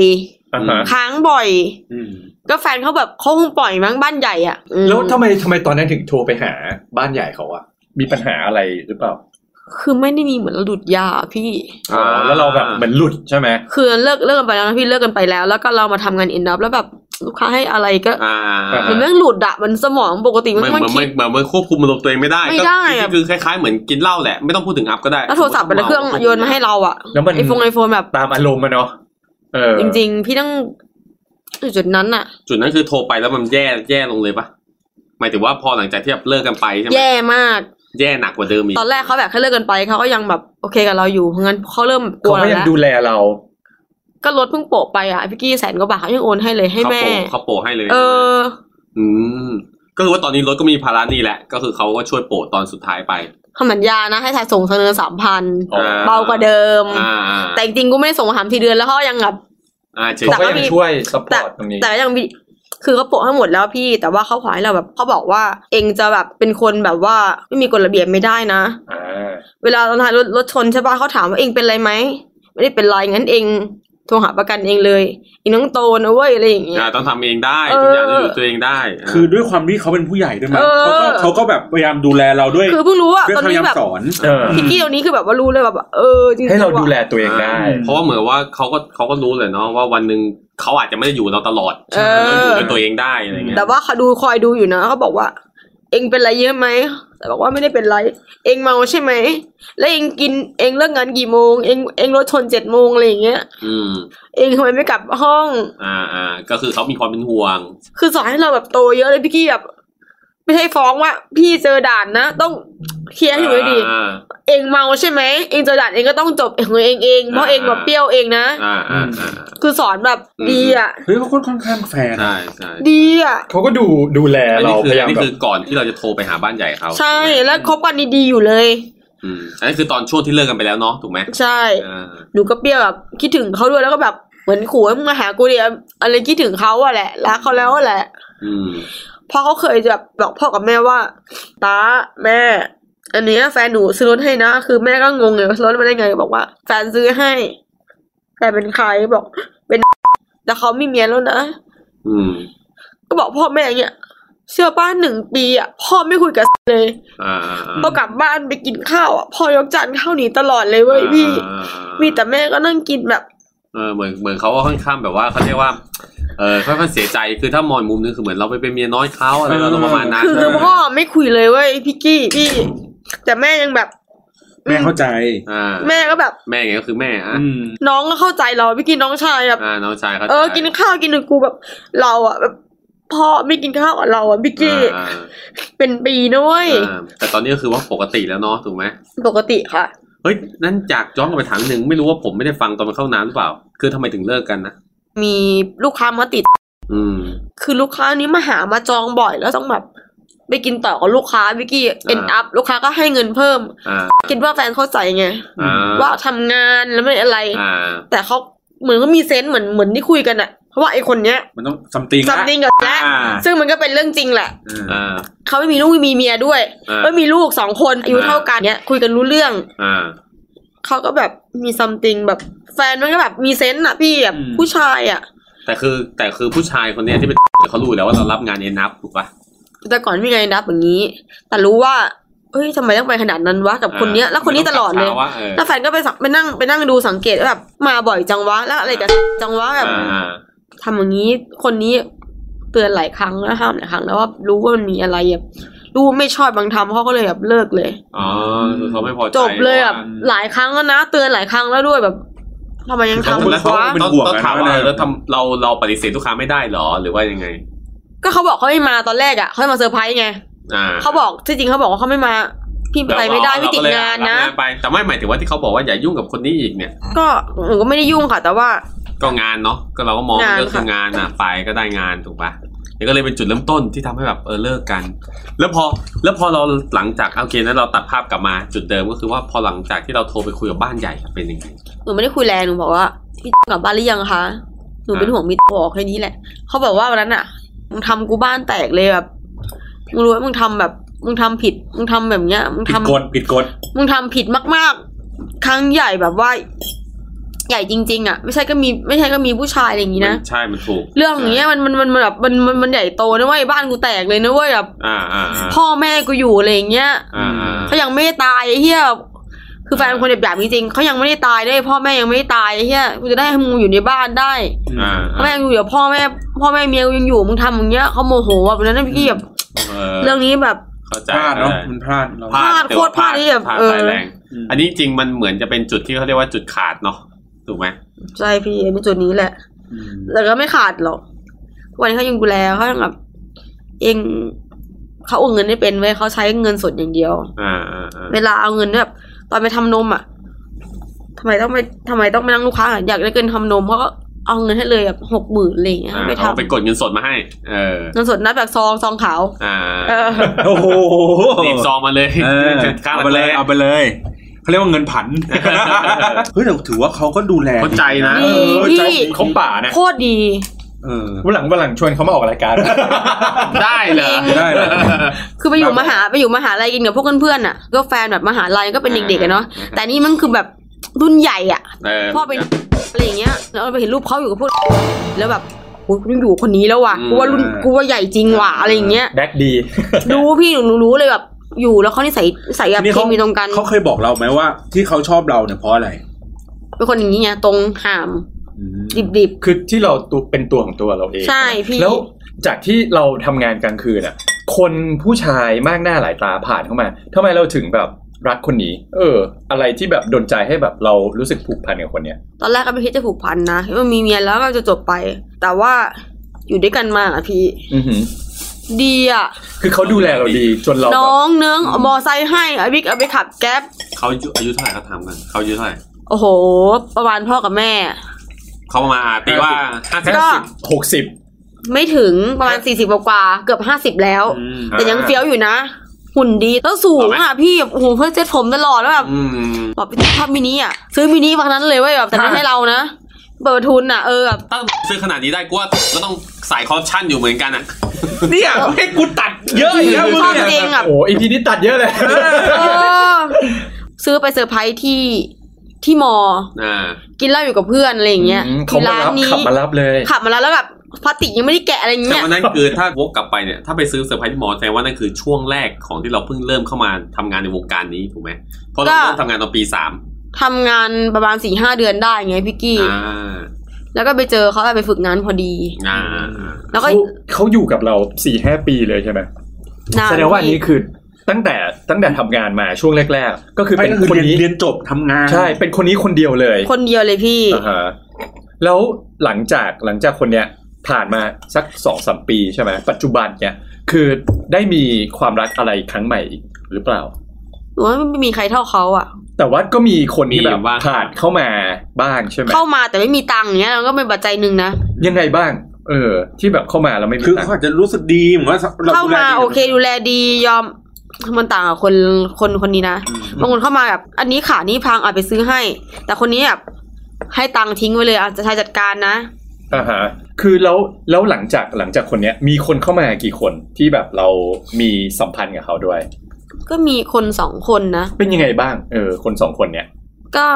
Speaker 2: อ่าฮะ
Speaker 4: ค้างบ่อย
Speaker 5: อืม
Speaker 4: ก็แฟนเขาแบบเขาคงปล่อยมั้งบ้านใหญ่อะอืม
Speaker 2: แล้วทำไมทำไมตอนนั้นถึงโทรไปหาบ้านใหญ่เขาอะมีปัญหาอะไรหรือเปล่า
Speaker 4: คือไม่ได้มีเหมือนเราดูดยาอะพี่
Speaker 2: อ๋อแล้วเราแบบเหมือนหลุดใช่ไหม
Speaker 4: คือเลิกเลิกกันไปแล้วนะพี่เลิกกันไปแล้ว แล้วก็เรามาทำงานเอ็นดับแล้วแบบลูกค้าให้อะไรก็
Speaker 3: อ่า
Speaker 2: เห
Speaker 4: มันแม่งหลุดอะมันสมองปกติมัน
Speaker 3: ไม่
Speaker 4: มัน
Speaker 3: ไม่
Speaker 4: คิ
Speaker 3: ไม่
Speaker 4: ด
Speaker 3: แบบไม่ควบคุมอารมณ์ตัวเองไม่ได้
Speaker 4: ไม่ได้
Speaker 3: ก็
Speaker 4: อะ
Speaker 3: คือคล้ายๆเหมือนกินเหล้าแหละไม่ต้องพูดถึงอัพก็ได้
Speaker 4: แล้วโทรศัพท์มันเครื่องโยนมาให้เราอะ
Speaker 2: แล้วมัน
Speaker 4: ไอโฟนไอโฟนแบบ
Speaker 2: ตามอารมณ์มันเนาะเออ
Speaker 4: จริง ๆ พี่ต้องอยู่จุดนั้นอะ
Speaker 3: จุดนั้นคือโทรไปแล้วมันแย่แย่ลงเลยปะหมายถึงว่าพอหลังจากที่แบบเลิกกันไปใช่ไหม
Speaker 4: แย่มาก
Speaker 3: แย่หนักกว่าเดิมอีก
Speaker 4: ตอนแรกเขาแบบแค่เลิกกันไปเขาก็ยังแบบโอเคกับเราอยู่เพราะงั้นเขาเริ่มกลั
Speaker 2: เขา
Speaker 4: วเรา
Speaker 2: ก็ยัง
Speaker 4: แล้ว
Speaker 2: ดูแลเรา
Speaker 4: ก็รถเพิ่งโปะไปอ่ะพี่กี้แสนกว่าบาทเขายังโอนให้เลยให้
Speaker 3: เขา
Speaker 4: แม่
Speaker 3: โปะเขาโปะให้เลย
Speaker 4: เออ
Speaker 3: อืมก็คือว่าตอนนี้รถก็มีภาระหนี่แหละ ก็คือเขาก็ช่วยโปะตอนสุดท้ายไป
Speaker 4: คำสัญญานะ ให้ทายส่งเสนอสามพัน
Speaker 2: อ๋อ
Speaker 4: เบากว่าเดิม
Speaker 3: อ่าอ่า
Speaker 4: แต่จริงๆกูไม่ได้ส่งมาถามทีเดือนแล้วเขายังแบบ
Speaker 3: อ่าเฉย
Speaker 4: แต่
Speaker 2: เขาก็
Speaker 4: ก็
Speaker 2: ยัง
Speaker 4: มี
Speaker 2: ช่วยซัพพอร์ตตรงนี้
Speaker 4: แต่ก็ยังมีคือเขาโปะให้หมดแล้วพี่ แต่ว่าเขาขอให้เราแบบเขาบอกว่า เองจะแบบเป็นคนแบบว่าไม่มีกฎระเบียบไม่ได้นะ
Speaker 2: อ่า
Speaker 4: เวลาตอนท้ายรถรถชนใช่ป่ะเขาถามว่าเองเป็นไรไหมไม่ได้เป็นไรงั้นเองโทรหาประกันเองเลยอีน้องโตนะเว้ยอะไรอย่างเงี้
Speaker 3: ๆ
Speaker 4: ย
Speaker 3: อ่าต้องทำเองได้
Speaker 4: เออ
Speaker 3: ทุกอย่างต้องอยู่ตัวเองได้า
Speaker 5: คือด้วยความที่เขาเป็นผู้ใหญ่ด้วยมั้ง
Speaker 4: เออ
Speaker 5: เขาก็เขาก็แบบพยายามดูแลเราด้วย
Speaker 4: คือเพิ่งรู้ว่า
Speaker 5: ด้วย
Speaker 4: ตอน
Speaker 5: พยา
Speaker 4: นี้
Speaker 5: ยาม
Speaker 4: แบบ
Speaker 5: สอน
Speaker 2: เออ
Speaker 4: พี่กี้ตอนนี้คือแบบว่ารู้เลยแบบเออจริงๆ
Speaker 2: ให้เราดูแล
Speaker 4: ว่ะ
Speaker 2: ตัวเองได้
Speaker 3: เพราะว่าเหมือนว่าเขาก็เขาก็รู้เลยเนาะว่าวันหนึ่งเขาอาจจะไม่ได้อยู่เราตลอด
Speaker 4: เอ
Speaker 3: อยู่
Speaker 4: อ
Speaker 3: ด้วยตัวเองได้อะไรเงี้ย
Speaker 4: แต่ว่าเขาดูคอยดูอยู่นะเขาบอกว่า เองเป็นไรเยอะไหมแต่บอกว่าไม่ได้เป็นไร เองเมาใช่ไหมแล้วเองกินเองเลิกงานกี่โมง เองเองรถชนเจ็ดโมงอะไรอย่างเงี้ย
Speaker 3: อืม
Speaker 4: เองทำไมไม่กลับห้อง
Speaker 3: อ่าอ่าก็คือเขามีความเป็นห่วง
Speaker 4: คือสอนให้เราแบบโตเยอะเลยพี่กี้แบบไม่ใช่ฟ้องว่า พี่เจอด่านนะ ต้องเคลียร์ให้อยู่ดี
Speaker 3: อ่า
Speaker 4: ๆเองเมาใช่ไหมเองเจอด่านเองก็ต้องจบเองของเองเองเพราะ
Speaker 3: อ่า
Speaker 4: เองแบบเปรี้ยวเองนะ
Speaker 3: อ่าอ่าอ่า
Speaker 4: คือสอนแบบ
Speaker 3: อืม
Speaker 4: ดีอ่ะ
Speaker 5: เฮ้ยเขาค่อนข้างแฟร์นะ
Speaker 3: ใช่ใช่
Speaker 4: ดีอ่ะ
Speaker 2: เขาก็ดูดูแล
Speaker 3: อัน
Speaker 2: เรา
Speaker 3: นี้คือย
Speaker 2: พายา
Speaker 3: อั
Speaker 2: ม
Speaker 3: นนี้
Speaker 2: แบ
Speaker 3: คื
Speaker 2: บ
Speaker 3: อก่อนที่เราจะโทรไปหาบ้านใหญ่เขา
Speaker 4: ใช่
Speaker 3: ถูกไหม
Speaker 4: แล้วคบกันดีๆอยู่เลย
Speaker 3: อืมอันนี้คือตอนช่วงที่เลิกกันไปแล้วเนาะถูกไหม
Speaker 4: ใช่
Speaker 3: อ่า
Speaker 4: หนูก็เปรี้ยวแบบคิดถึงเขาด้วยแล้วก็แบบเหมือนขู่ให้มึงมาหากูเดียอะไรคิดถึงเขาอะแหละรักเขาแล้วอะแหละ
Speaker 3: อืม
Speaker 4: เพราะเขาเคยแบบบอกพ่อกับแม่ว่าตาแม่ อันเนี้ยแฟนหนูซื้อรถให้นะ คือแม่ก็งงเลยว่าซื้อรถมาได้ไงบอกว่า แฟนซื้อให้แฟนเป็นใครบอก เป็น แต่เขามีเมียแล้วนะ
Speaker 3: อืม
Speaker 4: ก็บอกพ่อแม่อย่างเงี้ยเชื่อป้าหนึ่งปีอ่ะพ่อไม่คุยกับ เลย
Speaker 3: อ่าอ่า
Speaker 4: พอกลับบ้านไปกินข้าวอ่ะพ่อยกจานข้าวหนีตลอดเลยเว้ยพี่
Speaker 3: อ่าอ่า
Speaker 4: มีแต่แม่ก็นั่งกินแบบ
Speaker 3: เออเหมือนเหมือนเขาก็ค่อนข้างแบบว่าเขาเรียกว่าเออค่อนข้างเสียใจคือถ้ามองอีกมุมนึงคือเหมือนเราไปเป็นเมียน้อยเขาอะไรเราประมาณนั้น
Speaker 4: คือคือพ่อไม่คุยเลยเว้ยพี่กี้พี่ แต่แม่ยังแบบ
Speaker 5: แม่เข้าใจ
Speaker 3: อ่า
Speaker 4: แม่ก็แบบ
Speaker 3: แม่ไงก็คือแม่อ่ะ
Speaker 5: อืม
Speaker 4: น้องก็เข้าใจเราพี่กี้น้องชายแบบ
Speaker 3: อ่าน้องชายเขา
Speaker 4: เออกินข้าวกินหนึ่งกูแบบ เราอ่ะแบบพ่อไม่กินข้าวกับเราอ่ะพี่กี้
Speaker 3: อ่าอ่า
Speaker 4: เป็นปีนะเว้ย
Speaker 3: อ่าแต่ตอนนี้ก็คือว่าปกติแล้วเนาะถูกไหม
Speaker 4: ปกติค่ะ
Speaker 3: เฮ้ยนั่นจากย้อนกลับไปถามหนึ่งไม่รู้ว่าผมไม่ได้ฟังตอนมันเข้าน้ำหรือเปล่า คือทำไมถึงเลิกกันนะ
Speaker 4: มีลูกค้ามาติด
Speaker 3: อืม
Speaker 4: คือลูกค้านี้มาหามาจองบ่อยแล้วต้องแบบ ไปกินต่อกับลูกค้าพี่กี้เอ็นอัพลูกค้าก็ให้เงินเพิ่ม
Speaker 3: อ่า
Speaker 4: คิดว่าแฟนเข้าใจไง
Speaker 3: อ่า
Speaker 4: ว่าทำงานแล้วไม่อะไร
Speaker 3: อ่า
Speaker 4: แต่เขาเหมือนก็มีเซนส์เหมือนเหมือนที่คุยกันอะเพราะว่าไอคนเนี้ย
Speaker 5: มันต้องซัมติง
Speaker 4: ซัมติงกับแจ๊
Speaker 5: อ่า
Speaker 4: ซึ่งมันก็เป็นเรื่องจริงแหละ
Speaker 5: อ่า
Speaker 3: อ่า
Speaker 4: เขาไม่มีลูกไม่มีเมียด้วย
Speaker 3: อ่า
Speaker 4: ไม่มีลูกสองคนอายุเท่ากันเนี้ยคุยกันรู้เรื่อง
Speaker 3: อ่า
Speaker 4: เขาก็แบบมีซัมติงแบบแฟนมันก็แบบมีเซนส์อะพี่แบบผู้ชายอะ
Speaker 3: แต่คือแต่คือผู้ชายคนเนี้ยที่เป็นเขารู้อยู่แล้วว่าเรารับงานเอ็นนับถูกปะ
Speaker 4: แต่ก่อนไม่มีไงนับอย่างนี้ แต่รู้ว่าเฮ้ยทำไมต้องไปขนาดนั้นวะกับคนเนี้ย
Speaker 3: อ่า
Speaker 4: แล้วคนนี้ตลอดเลย
Speaker 3: มันต้องกลับเช้าอะเออ
Speaker 4: แล้วแฟนก็ไปสังไปนั่งไปนั่งดูสังเกตว่าแบบมาบ่อยจังวะแล้วอะไรกับจังวะแบบ
Speaker 3: อ่า
Speaker 4: ทำอย่างนี้คนนี้เตือนหลายครั้งแล้วห้ามหลายครั้งแล้วว่ารู้ว่ามันมีอะไรแบบรู้ว่าไม่ชอบบางทำเขาก็เลยแบบเลิกเลย
Speaker 3: อ๋อคือเขาไม่พอใจ
Speaker 4: จบเลยแบบหลายครั้งแล้วนะ เตือนหลายครั้งแล้วด้วยแบบทำไมยัง
Speaker 3: เพราะ
Speaker 4: ทำ
Speaker 3: ว่า
Speaker 4: อี
Speaker 3: แล้ว
Speaker 4: ก
Speaker 3: เขา
Speaker 4: วะ
Speaker 3: เป็นห่วงนะถามว่าเออแล้วทำเราเราปฏิเสธลูกค้าไม่ได้เหรอหรือว่ายังไง
Speaker 4: ก็เขาบอกเขาไม่มาตอนแรกอ่ะเขาให้มาเซอร์ไพรส์ไง
Speaker 3: อ่า
Speaker 4: เขาบอกที่จริงเขาบอกว่าเขาไม่มาพี่ไปไม่ได้พี่ติดงานนะ
Speaker 3: เรก็เลยรับงานไปแต่ไม่หมายถึงว่าที่เขาบอกว่าอย่ายุ่งกับคนนี้อีกเนี่ย
Speaker 4: ก็หนูก็ไม่ได้ยุ่งค่ะ แต่ว่า
Speaker 3: ก็งานเนาะก็เราก็มอง
Speaker 4: งาน
Speaker 3: เรื่องคื
Speaker 4: ค่ะ
Speaker 3: องานอ่ะไปก็ได้งานถูกปะนี่ก็เลยเป็นจุดเริ่มต้นที่ทำให้แบบเออเลิกกัน แล้วพอแล้วพอเราหลังจากโอเคนั้นเราตัดภาพกลับมาจุดเดิมก็คือว่าพอหลังจากที่เราโทรไปคุยกับบ้านใหญ่อะเป็นยังไง
Speaker 4: หนูไม่ได้คุยแรงหนูบอกว่าพี่กลับบ้านหรือยังคะหนูเป็น
Speaker 3: อ่า
Speaker 4: ห่วงมิตรบอกแค่นี้แหละเขาบอกว่าวันนั้นอ่ะมึงทำกูบ้านแตกเลยแบบมึงรู้ไหมมึงทำแบบมึงทำผิดมึงทำแบบเนี้ยมึง
Speaker 5: ผิด
Speaker 4: ทำ
Speaker 5: กฎผิดกฎ
Speaker 4: มึงทำผิดมาก ๆ ครั้งใหญ่แบบว่า ใหญ่จริง ๆ อ่ะ ไม่ใช่ก็มีไม่ใช่ก็มีผู้ชายอะไรอย่างงี้นะ
Speaker 3: มัใช่มันถูก
Speaker 4: เรื่องอย่างเงี้ยมันมันมันมันแบบมันมันมันใหญ่โตนะเว้ยบ้านกูแตกเลยนะเว้ยแบบ
Speaker 3: อ่าอ่าอ่า
Speaker 4: พ่อแม่กูอยู่อะไรอย่างเงี้ย
Speaker 3: อ่าอ่า
Speaker 4: เขายังไม่ได้ตายไอ้เฮียคือแฟนคนแบบจริงๆเขายังไม่ได้ตายด้วยพ่อแม่ยังไม่ได้ตายไอ้เฮียกูจะได้ให้มึงอยู่ในบ้านได้
Speaker 3: อ่า
Speaker 4: พ่อแม่กูอยู่กับพ่อแม่พ่อแม่เมียกูยังอยู่มึงทำอย่างเงี้ยเขาโมโหแบบนั้นนะพี่แบบเรื่องนี้แบบ
Speaker 3: เข้าใจ
Speaker 5: พลาดเนาะ
Speaker 3: ข้ใจ
Speaker 5: มันพลาดเรา
Speaker 4: พลาดโคตรพลาดที่แบบ
Speaker 3: พลาด
Speaker 4: เออ
Speaker 3: สายแรง
Speaker 5: อืม
Speaker 3: อันนี้จริงมันเหมือนจะเป็นจุดที่เขาเรียกว่าจุดขาดเนาะถูกไหม
Speaker 4: ใช่พี่เป็นจุดนี้แหละ
Speaker 5: อืม
Speaker 4: แต่ก็ไม่ขาดหรอกทุกวันนี้เขายังดูแลเขายังแบบเองเขาโอนเงินไม่เป็นเว้ยเขาใช้เงินสดอย่างเดียว
Speaker 3: อ่าอ่าอ่า
Speaker 4: เวลาเอาเงินแบบตอนไปทำนมอ่ะ ทำไมต้องไปทำไมต้องไปนั่งลูกค้าอยากได้เงินทำนมเขาก็เอาเงินให้เลยแบบหกหมื่นอะไรอย่างเงี้ย
Speaker 3: อ่า
Speaker 4: ไป
Speaker 3: เขาไป
Speaker 4: ทำ
Speaker 3: กดเงินสดมาให้ เออ
Speaker 4: เงินสดนับแบบซองซองขาว
Speaker 3: อ่า
Speaker 4: เออ
Speaker 5: โอ้โห
Speaker 3: หนีบซองมาเลย
Speaker 5: เออ
Speaker 3: ค่า
Speaker 5: เอา
Speaker 3: ห
Speaker 5: ไปเล
Speaker 3: ลักแร
Speaker 5: ย
Speaker 3: ก
Speaker 5: เอาไปเลย เขาเรียกว่าเงินผัน เฮ้ยแต่ถือว่าเขาก็ดูแล
Speaker 3: เข้าใจนะ
Speaker 5: เออ
Speaker 4: พี่
Speaker 5: เข้าใจ
Speaker 2: เขาป่านะ
Speaker 4: โคตรดี
Speaker 5: เออ
Speaker 2: วันหลังวันหลังชวนเขามาออกรายการ
Speaker 3: ได้เหรอ
Speaker 5: ได้เหรอ
Speaker 4: คือไปอยู่มหาไปอยู่มหาลัยกินกับพวกเพื่อนๆอ่ะ ก็แฟนแบบมหาลัยก็เป็นเด็กๆอะเนาะแต่นี่มันคือแบบรุ่นใหญ่อ่ะ
Speaker 3: เออ
Speaker 4: พ่อเป็นอะไรอย่างเงี้ย แล้วเราไปเห็นรูปเขาอยู่กับพวกแล้วแบบโอ้ยกูยังอยู่กับคนนี้แล้วว่ะ
Speaker 3: อืม
Speaker 4: กูว่ารุ่นกูว่าใหญ่จริงว่ะอะไรอย่างเงี้ย
Speaker 2: แบ็กดี
Speaker 4: รู้พี่หนูหนูรู้เลยแบบอยู่แล้วเขานิสัยนิสัยแบบ
Speaker 5: นี่
Speaker 4: เคมีตรงกัน
Speaker 5: เขาเคยบอกเราไหมว่า ที่เขาชอบเราเนี่ยเพราะอะไร
Speaker 4: เป็นคนอย่างนี้ไงตรงห่ามดิบ
Speaker 2: คือที่เราตัวเป็นตัวของตัวเราเอง
Speaker 4: ใช่พี่
Speaker 2: แล้วจากที่เราทำงานกลางคืนอ่ะ คนผู้ชายมากหน้าหลายตาผ่านเข้ามาทำไมเราถึงแบบรักคนนี้ เออ อะไรที่แบบดนใจให้แบบเรารู้สึกผูกพันกับคนเนี้ย
Speaker 4: ๆตอนแรกก็ไม่คิดจะผูกพันนะคิดว่ามีเมียแล้วก็จะจบไป แต่ว่าอยู่ด้วยกันมาอะพี่
Speaker 2: อือหือ
Speaker 4: ดีอะ
Speaker 2: คือเขาดูแลเราดีจนเราแบบ
Speaker 4: น้องเนื้องเอามอไซค์ให้ไอ้บิ๊กเอาไปขับแก๊ป
Speaker 3: เขาอายุอายุเท่าไหร่เขาถามกันเขาอายุเท่าไหร่
Speaker 4: โอ้โห ประมาณพ่อกับแม่
Speaker 3: เขาประมาณตีว่าห้าสิบ
Speaker 4: ก็
Speaker 2: หกสิบ
Speaker 4: ไม่ถึงประมาณสี่สิบกว่าๆเกือบห้าสิบแล้ว
Speaker 3: อืม
Speaker 4: แต่ยังเฟี้ยวอยู่นะ หุ่นดีแล้วสูงอ่ะพี่แบบโอ้โหเพื่อนเซ็ตผมตลอดแล้วแบบ
Speaker 3: อืม
Speaker 4: บอกพี่ชอบมินิอ่ะ ซื้อมินิวันนั้นเลยเว้ยแบบแต่ไม่
Speaker 2: ฮะ
Speaker 4: ให้เรานะเปิดทุนอ่ะเออแบบ
Speaker 3: ถ้าซื้อขนาดนี้ได้กูว่าก็ต้องสายคอร์รัปชันอยู่เหมือนกันอ่ะ
Speaker 5: เนี่ยให้กูตัดเยอะอีกแล้วมึง
Speaker 4: ชอบ
Speaker 5: เนี่ย
Speaker 4: จริงอ่ะ
Speaker 2: โอ้อีพีนี้ตัดเยอะเลย
Speaker 4: เออซื้อไปเซอร์ไพรส์ที่ที่มอ
Speaker 3: อ่า
Speaker 4: กินเหล้าอยู่กับเพื่อนอะไรอย่างเงี้ย
Speaker 2: อืมเขามา
Speaker 4: ร้าน
Speaker 2: รับ
Speaker 4: นี้
Speaker 2: ขับมารับเลย
Speaker 4: ขับมาแล้วแล้วแบบพลาสติกยังไม่ได้แกะอะไรอย่าง
Speaker 3: แต่
Speaker 4: เงี้ย
Speaker 3: วันนั้นคือถ้าวกกลับไปเนี่ย ถ้าไปซื้อเซอร์ไพรส์ที่หมอแสดงว่านั่นคือช่วงแรกของที่เราเพิ่งเริ่มเข้ามาทำงานในวงการนี้ถูกไหมเพราะเราเริ่มทำงานตอนปีสาม
Speaker 4: ทำงานประมาณสี่ห้าเดือนได้ไงพี่กี้
Speaker 3: อ่า
Speaker 4: แล้วก็ไปเจอเขาไปฝึกงานพอดี
Speaker 3: อ่า
Speaker 4: แล้วก็
Speaker 2: เขาเขาอยู่กับเราสี่ห้าปีเลยใช่ไหม
Speaker 4: นาน
Speaker 2: แสดงว่าอัน
Speaker 4: พี่
Speaker 2: นี้คือตั้งแต่ตั้งแต่ทำงานมาช่วงแรก ๆ ก็คือ
Speaker 5: เป็
Speaker 2: เป็น น
Speaker 5: ค
Speaker 2: คน น
Speaker 5: นี้
Speaker 2: นี้
Speaker 5: เรียนจบทำงาน
Speaker 2: ใช่เป็นคนนี้คนเดียวเลย
Speaker 4: คนเดียวเลยพี่
Speaker 2: อ่าฮะแล้วหลังจากหลังจากคนเนี้ยผ่านมาสักสองสามปีใช่ไหมปัจจุบันเนี่ยคือได้มีความรักอะไรครั้งใหม่อีกหรือเปล่า
Speaker 4: หนูว่าไม่มีใครเท่าเขาอะ
Speaker 2: แต่ว่าก็มีคนที่แบบ
Speaker 3: มีบ้าง
Speaker 2: ผ่านเข้ามาบ้างใช่ไหม
Speaker 4: เข้ามาแต่ไม่มีตังค์เนี้ยมันก็เป็นปัจจัยหนึ่งนะ
Speaker 2: ยังไงบ้าง เออ ที่แบบเข้ามาแล้วไม่มี
Speaker 5: คือ
Speaker 2: ตัง
Speaker 5: เขา
Speaker 2: ค์
Speaker 5: อาจจะรู้สึกดีเหมือนว่าเรา
Speaker 4: เข้า
Speaker 5: ดูแล
Speaker 4: มา
Speaker 5: ดี
Speaker 4: โอเคดูแลดียอมมันต่างกับคนคนคนนี้นะบางคนเข้ามาแบบอันนี้ขานี่พังอาจไปซื้อให้ แต่คนนี้แบบให้ตังค์ทิ้งไว้เลยอาจจะใช้จัดการนะ
Speaker 2: อ่าฮะคือแล้วแล้วหลังจากหลังจากคนเนี้ย มีคนเข้ามากี่คนที่แบบเรามีสัมพันธ์กับเขาด้วย
Speaker 4: ก็มีคนสองคนนะ
Speaker 2: เป็นยังไงบ้าง เออ คนสองคนเนี่ย
Speaker 4: ก็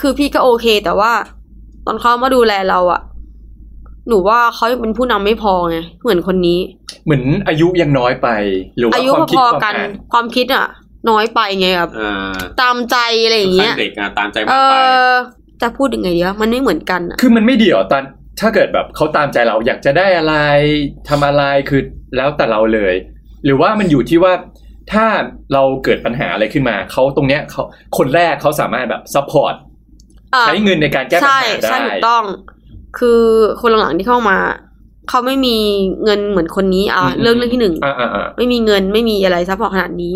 Speaker 4: คือพี่ก็โอเค แต่ว่า ตอนเขามาดูแลเราอะหนูว่าเขายังเป็นผู้นำไม่พอไงเหมือนคนนี้
Speaker 2: เหมือนอายุยังน้อยไป หรือว่า
Speaker 4: อายุ
Speaker 2: ความคิด
Speaker 4: พอ
Speaker 2: ความ
Speaker 4: ๆกัน
Speaker 2: อ่าน
Speaker 4: ความคิดอะน้อยไปไงแบบ
Speaker 3: อ่า
Speaker 4: ตามใจอะไรอย่างเงี้ย
Speaker 3: เด็กอ่ะตามใจ
Speaker 4: เอ
Speaker 3: มากไป
Speaker 4: อจะพูดยังไงดีวะมันไม่เหมือนกันอะ
Speaker 2: คือมันไม่เดี่ยวตอนถ้าเกิดแบบเขาตามใจเราอยากจะได้อะไรทำอะไรคือแล้วแต่เราเลย หรือว่ามันอยู่ที่ว่าถ้าเราเกิดปัญหาอะไรขึ้นมาเขาตรงเนี้ยเขาคนแรกเขาสามารถแบบซัพพอร์ต
Speaker 4: อ่ะ
Speaker 2: ใช้เงินในการแก้ปัญ
Speaker 4: ใช่
Speaker 2: หาได้
Speaker 4: ใช่ถูกต้อง คือคนหลังๆที่เข้ามา เขาไม่มีเงินเหมือนคนนี้อ่ะเรื่องเรื่องที่หนึ่ง
Speaker 2: อ่าอ่าอ่า
Speaker 4: ไม่มีเงินไม่มีอะไรซัพพอร์ตขนาดนี้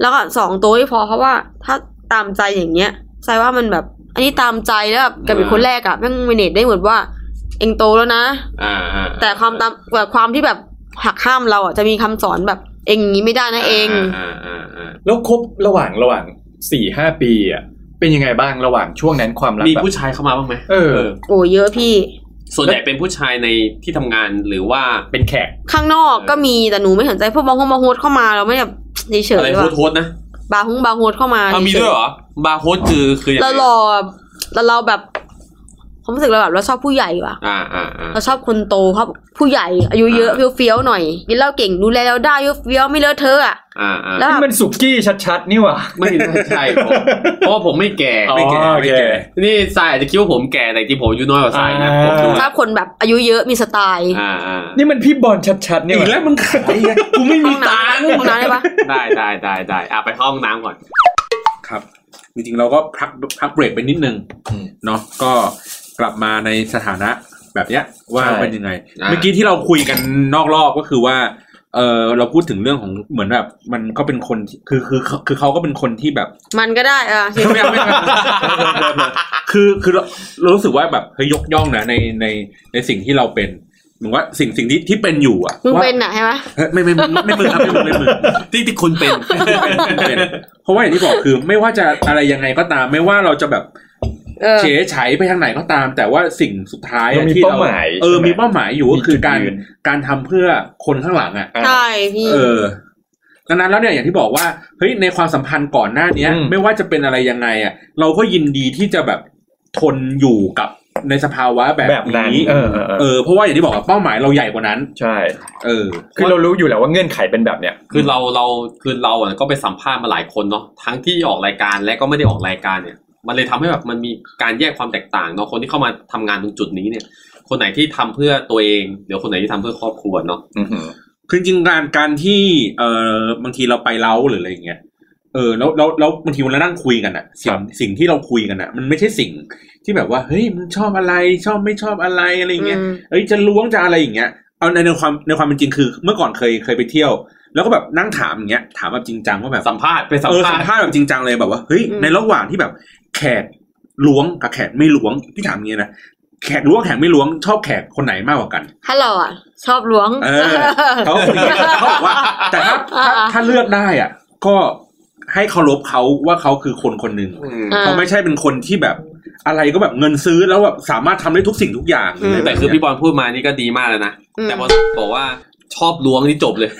Speaker 4: แล้วก็สองตัวไม่พอเพราะว่าถ้าตามใจอย่างเงี้ยใช่ว่ามันแบบ อันนี้ตามใจแล้วแบบกับเป็นคนแรกอะแม่งเมเนจได้เหมือนว่า เองโตแล้วนะ
Speaker 3: อ่าอ่
Speaker 4: แต่ความตามแบบความที่แบบหักห้ามเราอะจะมีคำสอนแบบเองอย่างนี้ไม่ได้นะเอง
Speaker 3: อ่าอ่าอ่า
Speaker 2: แล้วคบระหว่างระหว่างสี่ห้าปีอ่ะเป็นยังไงบ้างระหว่างช่วงนั้นความรัก
Speaker 3: มี
Speaker 2: แบบ
Speaker 3: ผู้ชายเข้ามาบ้างไหม
Speaker 2: เออ
Speaker 4: โอ้เยอะพี่
Speaker 3: ส่วนใหญ่เป็นผู้ชายในที่ทำงานหรือว่า
Speaker 2: เป็นแขก
Speaker 4: ข้างนอกก็มีแต่หนูไม่สนใจพวกบางคนมาโฮสเข้ามาเราไม่แบบเฉ
Speaker 3: อะไร
Speaker 4: ยๆ
Speaker 3: โฮ
Speaker 4: ว่า
Speaker 3: สโฮสนะ
Speaker 4: บาร์ฮงบาร์โฮสเข้ามา
Speaker 3: เอามีด้วยเหรอ บาร์โฮสคือคือยัง
Speaker 4: เรา
Speaker 3: ไง
Speaker 4: หล่อแล้วเราแบบผมรู้สึกเราแบบเราชอบผู้ใหญ่ว่ะ
Speaker 3: อ่าอ่าอ่า
Speaker 4: เราชอบคนโตชอบผู้ใหญ่อายุเยอะ
Speaker 3: อ่า
Speaker 4: เฟี้ยวๆหน่อยกินเหล้าเก่งดูแลเราได้เฟี้ยวๆไม่เลอะเทอะอะ
Speaker 3: อ่าอ่า
Speaker 4: แล้ว
Speaker 2: นี่
Speaker 4: แบบ
Speaker 2: มันสุกี้ชัดๆ นี่หว่า
Speaker 3: ไม่ไม่ใช่ผมเพราะว่าผมไม่แก่
Speaker 2: อ๋อ
Speaker 5: ไม่แก่ไม่แก่
Speaker 3: นี่ทรายอาจจะคิดว่าผมแก่แต่จริงๆผมอายุน้อยกว่าทรายนะผ
Speaker 2: อ่า
Speaker 3: มดู
Speaker 4: ชอบคนแบบอายุเยอะมีสไตล์
Speaker 3: อ่าอ่า
Speaker 2: นี่มันพี่บอลชัดๆ นี่ห
Speaker 5: อีก
Speaker 2: ว่า
Speaker 5: แล้วมึงขายไงกูไม่
Speaker 4: ห้
Speaker 5: มี
Speaker 4: องน้
Speaker 5: ตังค์
Speaker 4: ำห้องน้ำได้ปะ
Speaker 3: ได้ได้ได้ได้อ่ะไปเข้าห้องน้ำก่อน
Speaker 5: ครับ จริงๆเราก็พักพักเบรกไปนิดนึงเนาะก็กลับมาในสถานะแบบเนี้ยว่าเป็นยังไง
Speaker 3: อ่า
Speaker 5: เมื่อกี้ที่เราคุยกันนอกรอบก็คือว่า เออเราพูดถึงเรื่องของเหมือนแบบ มันก็เป็นคนที่คือคือคือคือเขาก็เป็นคนที่แบบ
Speaker 4: มันก็ได้อ่ะ
Speaker 5: ไม่ไม่ไม่คือคือเราเรารู้สึกว่าแบบเฮ้ยยกย่องนะในในในสิ่งที่เราเป็นเหมือนว่าสิ่งสิ่งที่ที่เป็นอยู่อ่ะ
Speaker 4: มึง
Speaker 5: ว่า
Speaker 4: เป็นอ่ะใช่ไหม
Speaker 5: เฮ้ยไม่ไม่ไม่ไม่มือครับไม่มือไม่มือ
Speaker 3: ที่ที่คุณเป็น
Speaker 5: เป็นเพราะว่าอย่างที่บอกคือไม่ว่าจะอะไรยังไงก็ตาม ไม่ว่าเราจะแบบ
Speaker 4: เออ
Speaker 5: เฉยไฉไปทางไหนก็ตาม แต่ว่าสิ่งสุดท้ายอะ
Speaker 2: เรามี
Speaker 5: ที่
Speaker 2: เป้าหมาย
Speaker 5: เออ
Speaker 2: ใช่ไหม
Speaker 5: มีเป้าหมายอยู่ก็คือการ
Speaker 2: มีจุดยืน
Speaker 5: การทำเพื่อคนข้างหลังอ่ะ
Speaker 4: ใช่พี่
Speaker 5: เออดังนั้นแล้วเนี่ยอย่างที่บอกว่าเฮ้ยในความสัมพันธ์ก่อนหน้าเนี้ย
Speaker 2: อืม
Speaker 5: ไม่ว่าจะเป็นอะไรยังไงอ่ะ เราก็ยินดีที่จะแบบทนอยู่กับในสภาวะแบบ
Speaker 2: แบบนั้น
Speaker 5: นี้
Speaker 2: เออเออเออ
Speaker 5: เออเพราะว่าอย่างที่บอกว่าเป้าหมายเราใหญ่กว่านั้น
Speaker 2: ใช่
Speaker 5: เออ
Speaker 2: คือเรารู้อยู่แล้วว่าเงื่อนไขเป็นแบบเนี้ย
Speaker 3: คือเราเราคือเราอ่ะก็ไปสัมภาษณ์มาหลายคนเนาะทั้งที่ออกรายการและก็ไม่ได้ออกรายการเนี่ย มันเลยทำให้แบบมันมีการแยกความแตกต่างเนาะคนที่เข้ามาทำงานตรงจุดนี้เนี่ย คนไหนที่ทำเพื่อตัวเองเดี๋ยวคนไหนที่ทำเพื่อครอบครัวเนาะ
Speaker 2: อือหือ
Speaker 5: คือจริงๆการการที่เออบางทีเราไปเล้าหรืออะไรอย่างเงี้ยเออแล้วแล้วแล้วบางทีเรานั่งคุยกันอะสิ่
Speaker 2: ครั
Speaker 5: ง
Speaker 2: บ
Speaker 5: สิ่งที่เราคุยกันอะมันไม่ใช่สิ่งที่แบบว่าเฮ้ยมันชอบอะไรชอบไม่ชอบอะไรอะไรอย่างเงี้ย เอ้ยจะล้วงจะอะไรอย่างเงี้ย เอาในในความในความเป็นจริงคือ เมื่อก่อนเคยเคยไปเที่ยว แล้วก็แบบนั่งถามอย่างเงี้ยถามแบบจริงจังว่าแบบ
Speaker 3: สัมภาษณ์เป็นสัม
Speaker 5: เออสั
Speaker 3: ภาม ษณ์
Speaker 5: ภาษณ์แบบจริงจังเลยแบบว่าเฮ้ย
Speaker 4: อืม
Speaker 5: ในระหว่างที่แบบ แขกล้วงกับแขกไม่ล้วงที่ถามอย่างเงี้ยนะแขกล้วงแขกไม่ล้วงชอบแขกคนไหนมากกว่ากัน
Speaker 4: ถ้าเราอ่ะ ชอบล้วง
Speaker 5: เออ เขาก็คุยกันเขาบอกว่า แต่ถ้าถ้า
Speaker 4: อ่า
Speaker 5: ถ้าเลือกได้อ่ะ ก็ให้เคารพเขาว่าเขาคือคนคนหนึ่ง
Speaker 3: อืม
Speaker 4: อ่า
Speaker 5: เขาไม่ใช่เป็นคนที่แบบอะไรก็แบบเงินซื้อแล้วแบบสามารถทำได้ทุกสิ่งทุกอย่าง
Speaker 4: อืม
Speaker 3: แต่คือพี่บอลพูดมานี่ก็ดีมากเลยนะ
Speaker 4: อืม
Speaker 3: แต่บอลบอกว่าชอบล้วงนี่จบเลย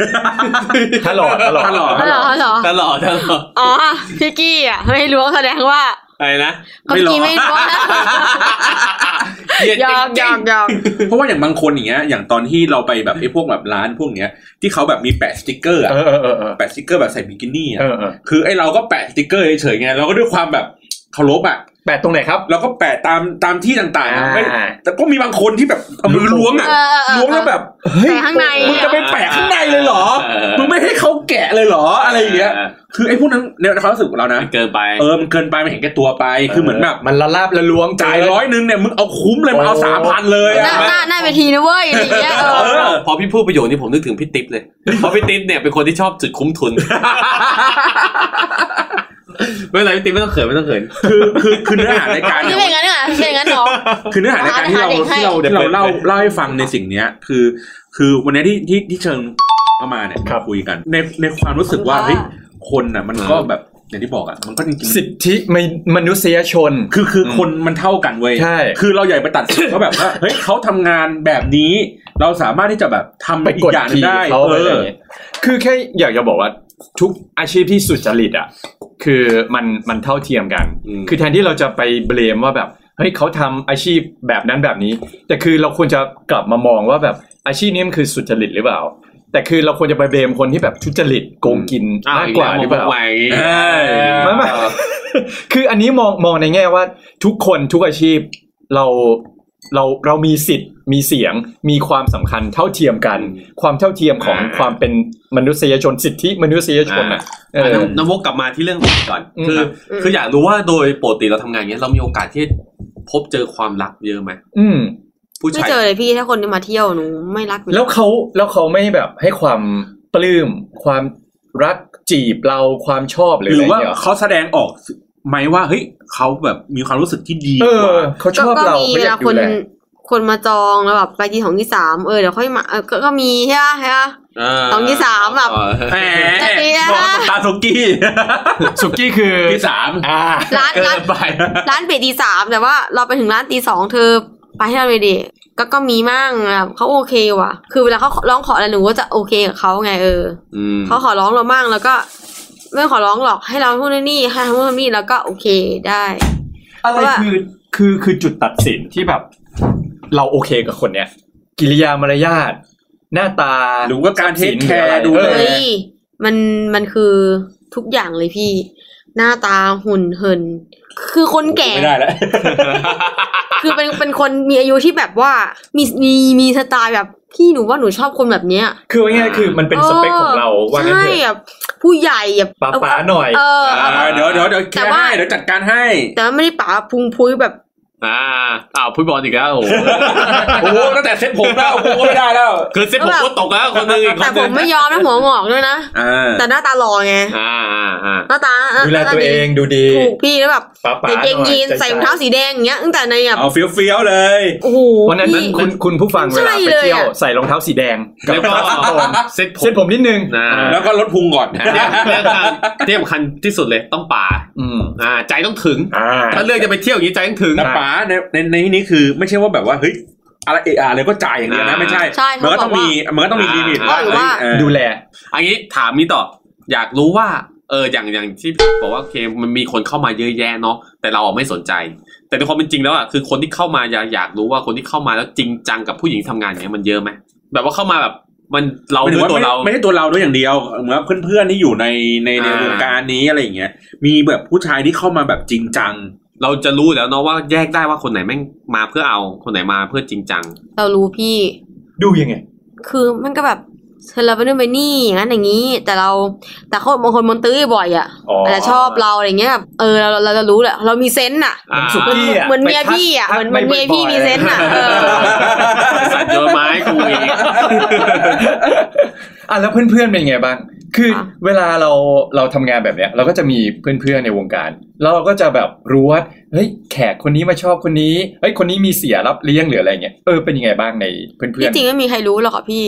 Speaker 2: ถ้าหลอดถ้าหลอด
Speaker 5: ถ้าหล่อ
Speaker 4: ฮัลโหลฮัล
Speaker 3: ต
Speaker 4: โหล
Speaker 3: ลอดตลอด
Speaker 4: อ๋อพี่กี้อ่ะไม่ล้วงแสดงว่า
Speaker 3: อะไรนะ
Speaker 4: เขากี้ไม่ล้วง
Speaker 3: เหี้ยจ
Speaker 4: ย
Speaker 3: ริ
Speaker 4: องมยอมยอม
Speaker 5: เพราะว่าอย่างบางคนอย่างเงี้ยอย่างตอนที่เราไปแบบไอ้พวกแบบร้านพวกเนี้ยที่เขาแบบมีแปะสติกเกอร์อะ
Speaker 2: เออเออเออเออ
Speaker 5: แปะสติกเกอร์แบบใส่บิกินี่อะ
Speaker 2: เออเออ
Speaker 5: คือไอ้เราก็แปะสติกเกอร์เฉยๆไงเราก็ด้วยความแบบเคารพอะ
Speaker 2: แปะตรงไหนครับ
Speaker 5: เราก็แปะตามตามที่ต่างๆอะไม่
Speaker 2: อ่า
Speaker 5: แต่ก็มีบางคนที่แบบเอามือล้วงอะ
Speaker 4: เออเออเออ
Speaker 5: ล้วงแล้วแบบเฮ้ย
Speaker 4: แปะข้างใน
Speaker 5: มึงจะไปแปะข้างในเลยเหรอมึงไม่ให้เขาแกะเลยเหรออะไรอย่างเงี้ยคือไอ้พวกนั้นในความรู้สึกของเรานะ
Speaker 3: มันเกินไป
Speaker 5: เออมันเกินไปมันเห็นแก่ตัวไปคือเหมือนแบบ
Speaker 2: มันละลาบละล้วง
Speaker 5: จ่ายร้อยหนึงเนี่ยมึงเอาคุ้มเลยมึงเอาสามพันเลย
Speaker 4: หน้า
Speaker 5: อะ
Speaker 4: หน้าหน้าเวทีนะเว้ยอะไรอย่างเงี้ยเอ
Speaker 3: พอ
Speaker 4: อ
Speaker 3: พอพี่พูดประโยคนี้ผมนึกถึงพี่ติ๊บเลย เพราะพี่ติ๊บเนี่ยเป็นคนที่ชอบจุดคุ้มทุน ไม่เป็นไรพี่ติ๊บไม่ต้องเขินไม่ต้องเขิน
Speaker 5: คือคือคือเนื้อหารายการ
Speaker 4: นี่
Speaker 5: เนี่ย
Speaker 4: เป็นงั้นเหรอเป็นงั้นเหรอ
Speaker 5: คือเนื้อหารายการที่เรา
Speaker 4: หา
Speaker 5: ที่
Speaker 4: เด็
Speaker 5: เราที่
Speaker 4: กให้
Speaker 5: เราเล่าเล่าให้ฟังในสิ่งเนี้ย คือ คือวันนี้ที่ที่ที่เชิญเข้ามาเนี่ย
Speaker 2: ครับ
Speaker 5: คุยกันในในความรู้สึกว่าเฮ้ยคนน่ะ มันก็แบบอย่างที่บอกอ่ะมันก็จริง
Speaker 2: สิทธิมนุษยชน
Speaker 5: ๆคือคือคนมันเท่ากันเว้ย
Speaker 2: ใช่
Speaker 5: คือเราใหญ่าไปตัดสินเขาแบบว่าเฮ้ยเขาทำงานแบบนี้ เราสามารถที่จะแบบทำ
Speaker 2: ไป
Speaker 5: อี
Speaker 2: ก
Speaker 5: ก
Speaker 2: ด
Speaker 5: อย่างหนึ่
Speaker 2: ขี่
Speaker 5: งได้
Speaker 2: เขา
Speaker 5: เอ
Speaker 2: ไปอะไรอ
Speaker 5: อย่าง
Speaker 2: งี้คือแค่อยากจะบอกว่าทุกอาชีพที่สุจริตอ่ะ คือมันมันเท่าเทียมกัน
Speaker 3: อืม
Speaker 2: คือแทนที่เราจะไปเบลมว่าแบบเฮ้ยเขาทำอาชีพแบบนั้นแบบนี้ แต่คือเราควรจะกลับมามองว่าแบบอาชีพนี้มันคือสุจริตหรือเปล่า แต่คือเราควรจะไปเบลมคนที่แบบทุจริตโกงกินมากกว่าหรือเปล่า
Speaker 3: ใหม่
Speaker 2: ไม่ไม่ คืออันนี้มองมองในแง่ว่าทุกคนทุกอาชีพเราเราเรามีสิทธิ์ มีเสียง มีความสำคัญเท่าเทียมกัน
Speaker 3: อืม
Speaker 2: ความเท่าเทียมของ
Speaker 3: อ่า
Speaker 2: ความเป็นมนุษยชนสิทธิมนุษยชนอ่ะเออ
Speaker 3: น้ำวกกลับมาที่เรื่องก่อน
Speaker 2: อืม
Speaker 3: คือ
Speaker 4: อืม
Speaker 3: คืออยากรู้ว่าโดยปกติเราทำงานอย่างเงี้ยเรามีโอกาสที่พบเจอความรักเยอะไหม
Speaker 2: อืม
Speaker 3: ผู้
Speaker 4: ไม่
Speaker 3: ชาย
Speaker 4: เจอเลยพี่ถ้าคนที่มาเที่ยวหนูไม่รักอยู่
Speaker 2: แล้วเขาแล้วเขาไม่แบบให้ความปลื้มความรักจีบเราความชอบหรื
Speaker 5: ห
Speaker 2: ออะ
Speaker 5: รื
Speaker 2: ไร
Speaker 5: อว่า
Speaker 2: เงี้ย
Speaker 5: เขาแสดงออกไหมว่าเฮ้ยเขาแบบมีความรู้สึกที่ดี
Speaker 2: เอก อ
Speaker 5: ว่า
Speaker 2: เขาช
Speaker 4: ก็
Speaker 2: อบ
Speaker 4: ก็
Speaker 2: เรา
Speaker 4: มี
Speaker 2: เขา
Speaker 4: เว
Speaker 2: อยา
Speaker 4: ลาก ค
Speaker 2: ดู
Speaker 4: น
Speaker 2: แล
Speaker 4: คนมาจองแล้วแบบไปที่ของที่สามเออเดี๋ยวค่อยมาเออก็ก็มีใช่ปะใช่ปะ สองที่สามแบบ
Speaker 3: เออ
Speaker 5: แหม
Speaker 4: จะดีอะ
Speaker 5: บอกสตาร์ทงกี้
Speaker 2: สุกี้คือ
Speaker 5: ที่ สาม
Speaker 2: อ่า
Speaker 4: ร้านร้านร้านเปิดตีสามแต่ว่าเราไปถึงร้านตีสองเธอไปให้เราเลยดิก็ก็มีมั่งแบบเขาโอเคว่ะ คือเวลาเขาร้องขออะไรหนูก็จะโอเคกับเขาไงเออ
Speaker 3: อืม
Speaker 4: เขาขอร้องเรามั่งแล้วก็ ไม่ขอร้องหรอกให้เราพูดนนี่ให้เราพูดนี่แล้วก็โอเคได้
Speaker 2: อะไร
Speaker 4: เพราะว่า
Speaker 2: คือคือคือจุดตัดสินที่แบบ เราโอเคกับคนเนี้ย กิริยามารยาทหน้าตา
Speaker 5: หรือว่าการเทคแค
Speaker 2: ห
Speaker 5: ร์
Speaker 2: รืออะไร
Speaker 5: ดู
Speaker 2: เอ
Speaker 5: แล
Speaker 2: อ
Speaker 4: เฮ้ยมันมันคือทุกอย่างเลยพี่ หน้าตาหุ่นเหินคือคนแก่
Speaker 5: ไม่ได้แล้ว
Speaker 4: คือเป็นเป็นคนมีอายุที่แบบว่ามีมีมีสไตล์แบบพี่หนูว่าหนูชอบคนแบบเนี้ย
Speaker 2: คือว่าง่ายๆคือมันเป็นสเปคของเราว่างั้น
Speaker 4: ใช่
Speaker 2: เถอะ
Speaker 4: แบบผู้ใหญ่แบบ
Speaker 2: ป๋าป๋าหน่อย
Speaker 4: เออ
Speaker 5: อ่าเดี๋ยวเดี๋ยวเดี๋ยวเคลีย
Speaker 4: แต่
Speaker 5: ร์
Speaker 4: ว่า
Speaker 5: ให้เดี๋ยวจัดการให้
Speaker 4: แต่ว่าไม่ได้ป๋าพุงพุ้ยแบบ
Speaker 3: อ่าอ้าวพูดบอลอีกแล้วโอ้โห
Speaker 5: โอ้โหตั้งแต่เซ็ตผมแล้วกูก็ไม่ได้แล้ว
Speaker 3: คือเซ็ตผมก็ตกแล้วคนหนึงอีกค
Speaker 4: แต่
Speaker 3: นห
Speaker 4: ผ
Speaker 3: นึ
Speaker 4: ม
Speaker 3: ง
Speaker 4: ไม่ยอมนะหัวงอกด้วยนะ
Speaker 5: อ่า
Speaker 4: แต่หน้าตาหล่อไง
Speaker 3: อ่าอ่าอ่า
Speaker 4: หน้าตาหน้า
Speaker 2: ดูแลตัวเองดูดี
Speaker 4: ถูกพี่แล้วแบบ
Speaker 2: ป๋าป๋า
Speaker 4: ใส่เกงยีน
Speaker 2: หน่อ
Speaker 4: ใส่รองเท้าสีแดงอย่างเงี้ยตั้งแต่ในแบบ
Speaker 5: เอาเฟี้ยวๆเลย
Speaker 4: โอ้โห
Speaker 2: เพราะฉะนั้น
Speaker 4: พี่
Speaker 2: คุณคุณผู้ฟังเวลาไป
Speaker 4: ใช่เลยอะ
Speaker 2: เที่ยวใส่รองเท้าสีแดงกับ
Speaker 3: แล้วก็
Speaker 2: รองเท้าสีโทน
Speaker 3: เซ็ตผม
Speaker 2: เส้นผมนิดนึง
Speaker 3: อ่า
Speaker 5: แล้วก็ลดพุงก่อน
Speaker 3: เรื่องเรื่องการที่สำคัญที่สุดเลยต้องป่า
Speaker 2: อืม
Speaker 3: อ่าใจต้องถึง
Speaker 2: อ่า
Speaker 3: ถ้าเลือกจะไปเที่ยวอย่างนี้ใจต้องถึง
Speaker 5: นะป๋าในในในที่นี้คือไม่ใช่ว่าแบบว่าเฮ้ยอะไรเออะไรก็จ่ายอย่างเดียวนะ
Speaker 3: อ่า
Speaker 5: ไม่ใช่
Speaker 4: ใช่
Speaker 5: มันก็ต้องมีมันก็ต้องมี
Speaker 3: อ่า
Speaker 5: ลิมิต
Speaker 4: ก็อยู่ว่า
Speaker 5: เออ
Speaker 2: ดูแล
Speaker 3: อันนี้ถามนี้ต่อ อยากรู้ว่า เอออย่างอย่างที่บอกว่าโอเคมันมีคนเข้ามาเยอะแยะเนาะแต่เราอะไม่สนใจ แต่ในความเป็นจริงแล้วอ่ะคือคนที่เข้ามาอยากอยากรู้ว่าคนที่เข้ามาแล้วจริงจังกับผู้หญิงที่ทำงานอย่างเนี้ยมันเยอะไหมแบบว่าเข้ามาแบบมันเรา
Speaker 5: หมายถึ
Speaker 3: ด้
Speaker 5: ง
Speaker 3: วย
Speaker 5: ว่า
Speaker 3: ตัว
Speaker 5: ไม่
Speaker 3: เรา
Speaker 5: ไม่ใช่ตัวเราด้วยอย่างเดียวเหมือนเพื่อนๆที่อยู่ในในใน
Speaker 3: อ่า
Speaker 5: วงการนี้อะไรอย่างเงี้ยมีแบบผู้ชายที่เข้ามาแบบจริงจัง
Speaker 3: เราจะรู้แล้วเนาะว่าแยกได้ว่าคนไหนแม่งมาเพื่อเอาคนไหนมาเพื่อจริงจัง
Speaker 4: เรารู้พี่
Speaker 2: ดูยังไง
Speaker 4: คือมันก็แบบเธอเราไปนู่นไปนี่อย่างนั้นอย่างนี้ แต่เราแต่เขาบางคนมันตื้อบ่อยอ่ะ
Speaker 2: อ๋ออ
Speaker 4: อาจจะชอบเราอะไรเงี้ยแบบเออเราเราจะรู้แหละเรามีเซนส์อ่ะ
Speaker 3: อ่า
Speaker 2: สุกี้
Speaker 4: เหมือนเมียพี่อ่ะเหมือนเหมือนเมียพี่มีเซนส์อ่ะเออ
Speaker 3: สัตว์เยอะไม้กูอีก
Speaker 2: อ่ะแล้วเพื่อนๆเป็นไงบ้าง คือ
Speaker 4: ค่ะ
Speaker 2: เวลาเราเราทำงานแบบเนี้ย เราก็จะมีเพื่อนๆในวงการ แล้วเราก็จะแบบรู้ว่าเฮ้ยแขกคนนี้มาชอบคนนี้เฮ้ยคนนี้มีเสียรับเลี้ยงหรืออะไรเงี้ยเออเป็นยังไงบ้างในเพื่อน
Speaker 4: ที่จริงไม่มีใครรู้หรอกค่ะพี่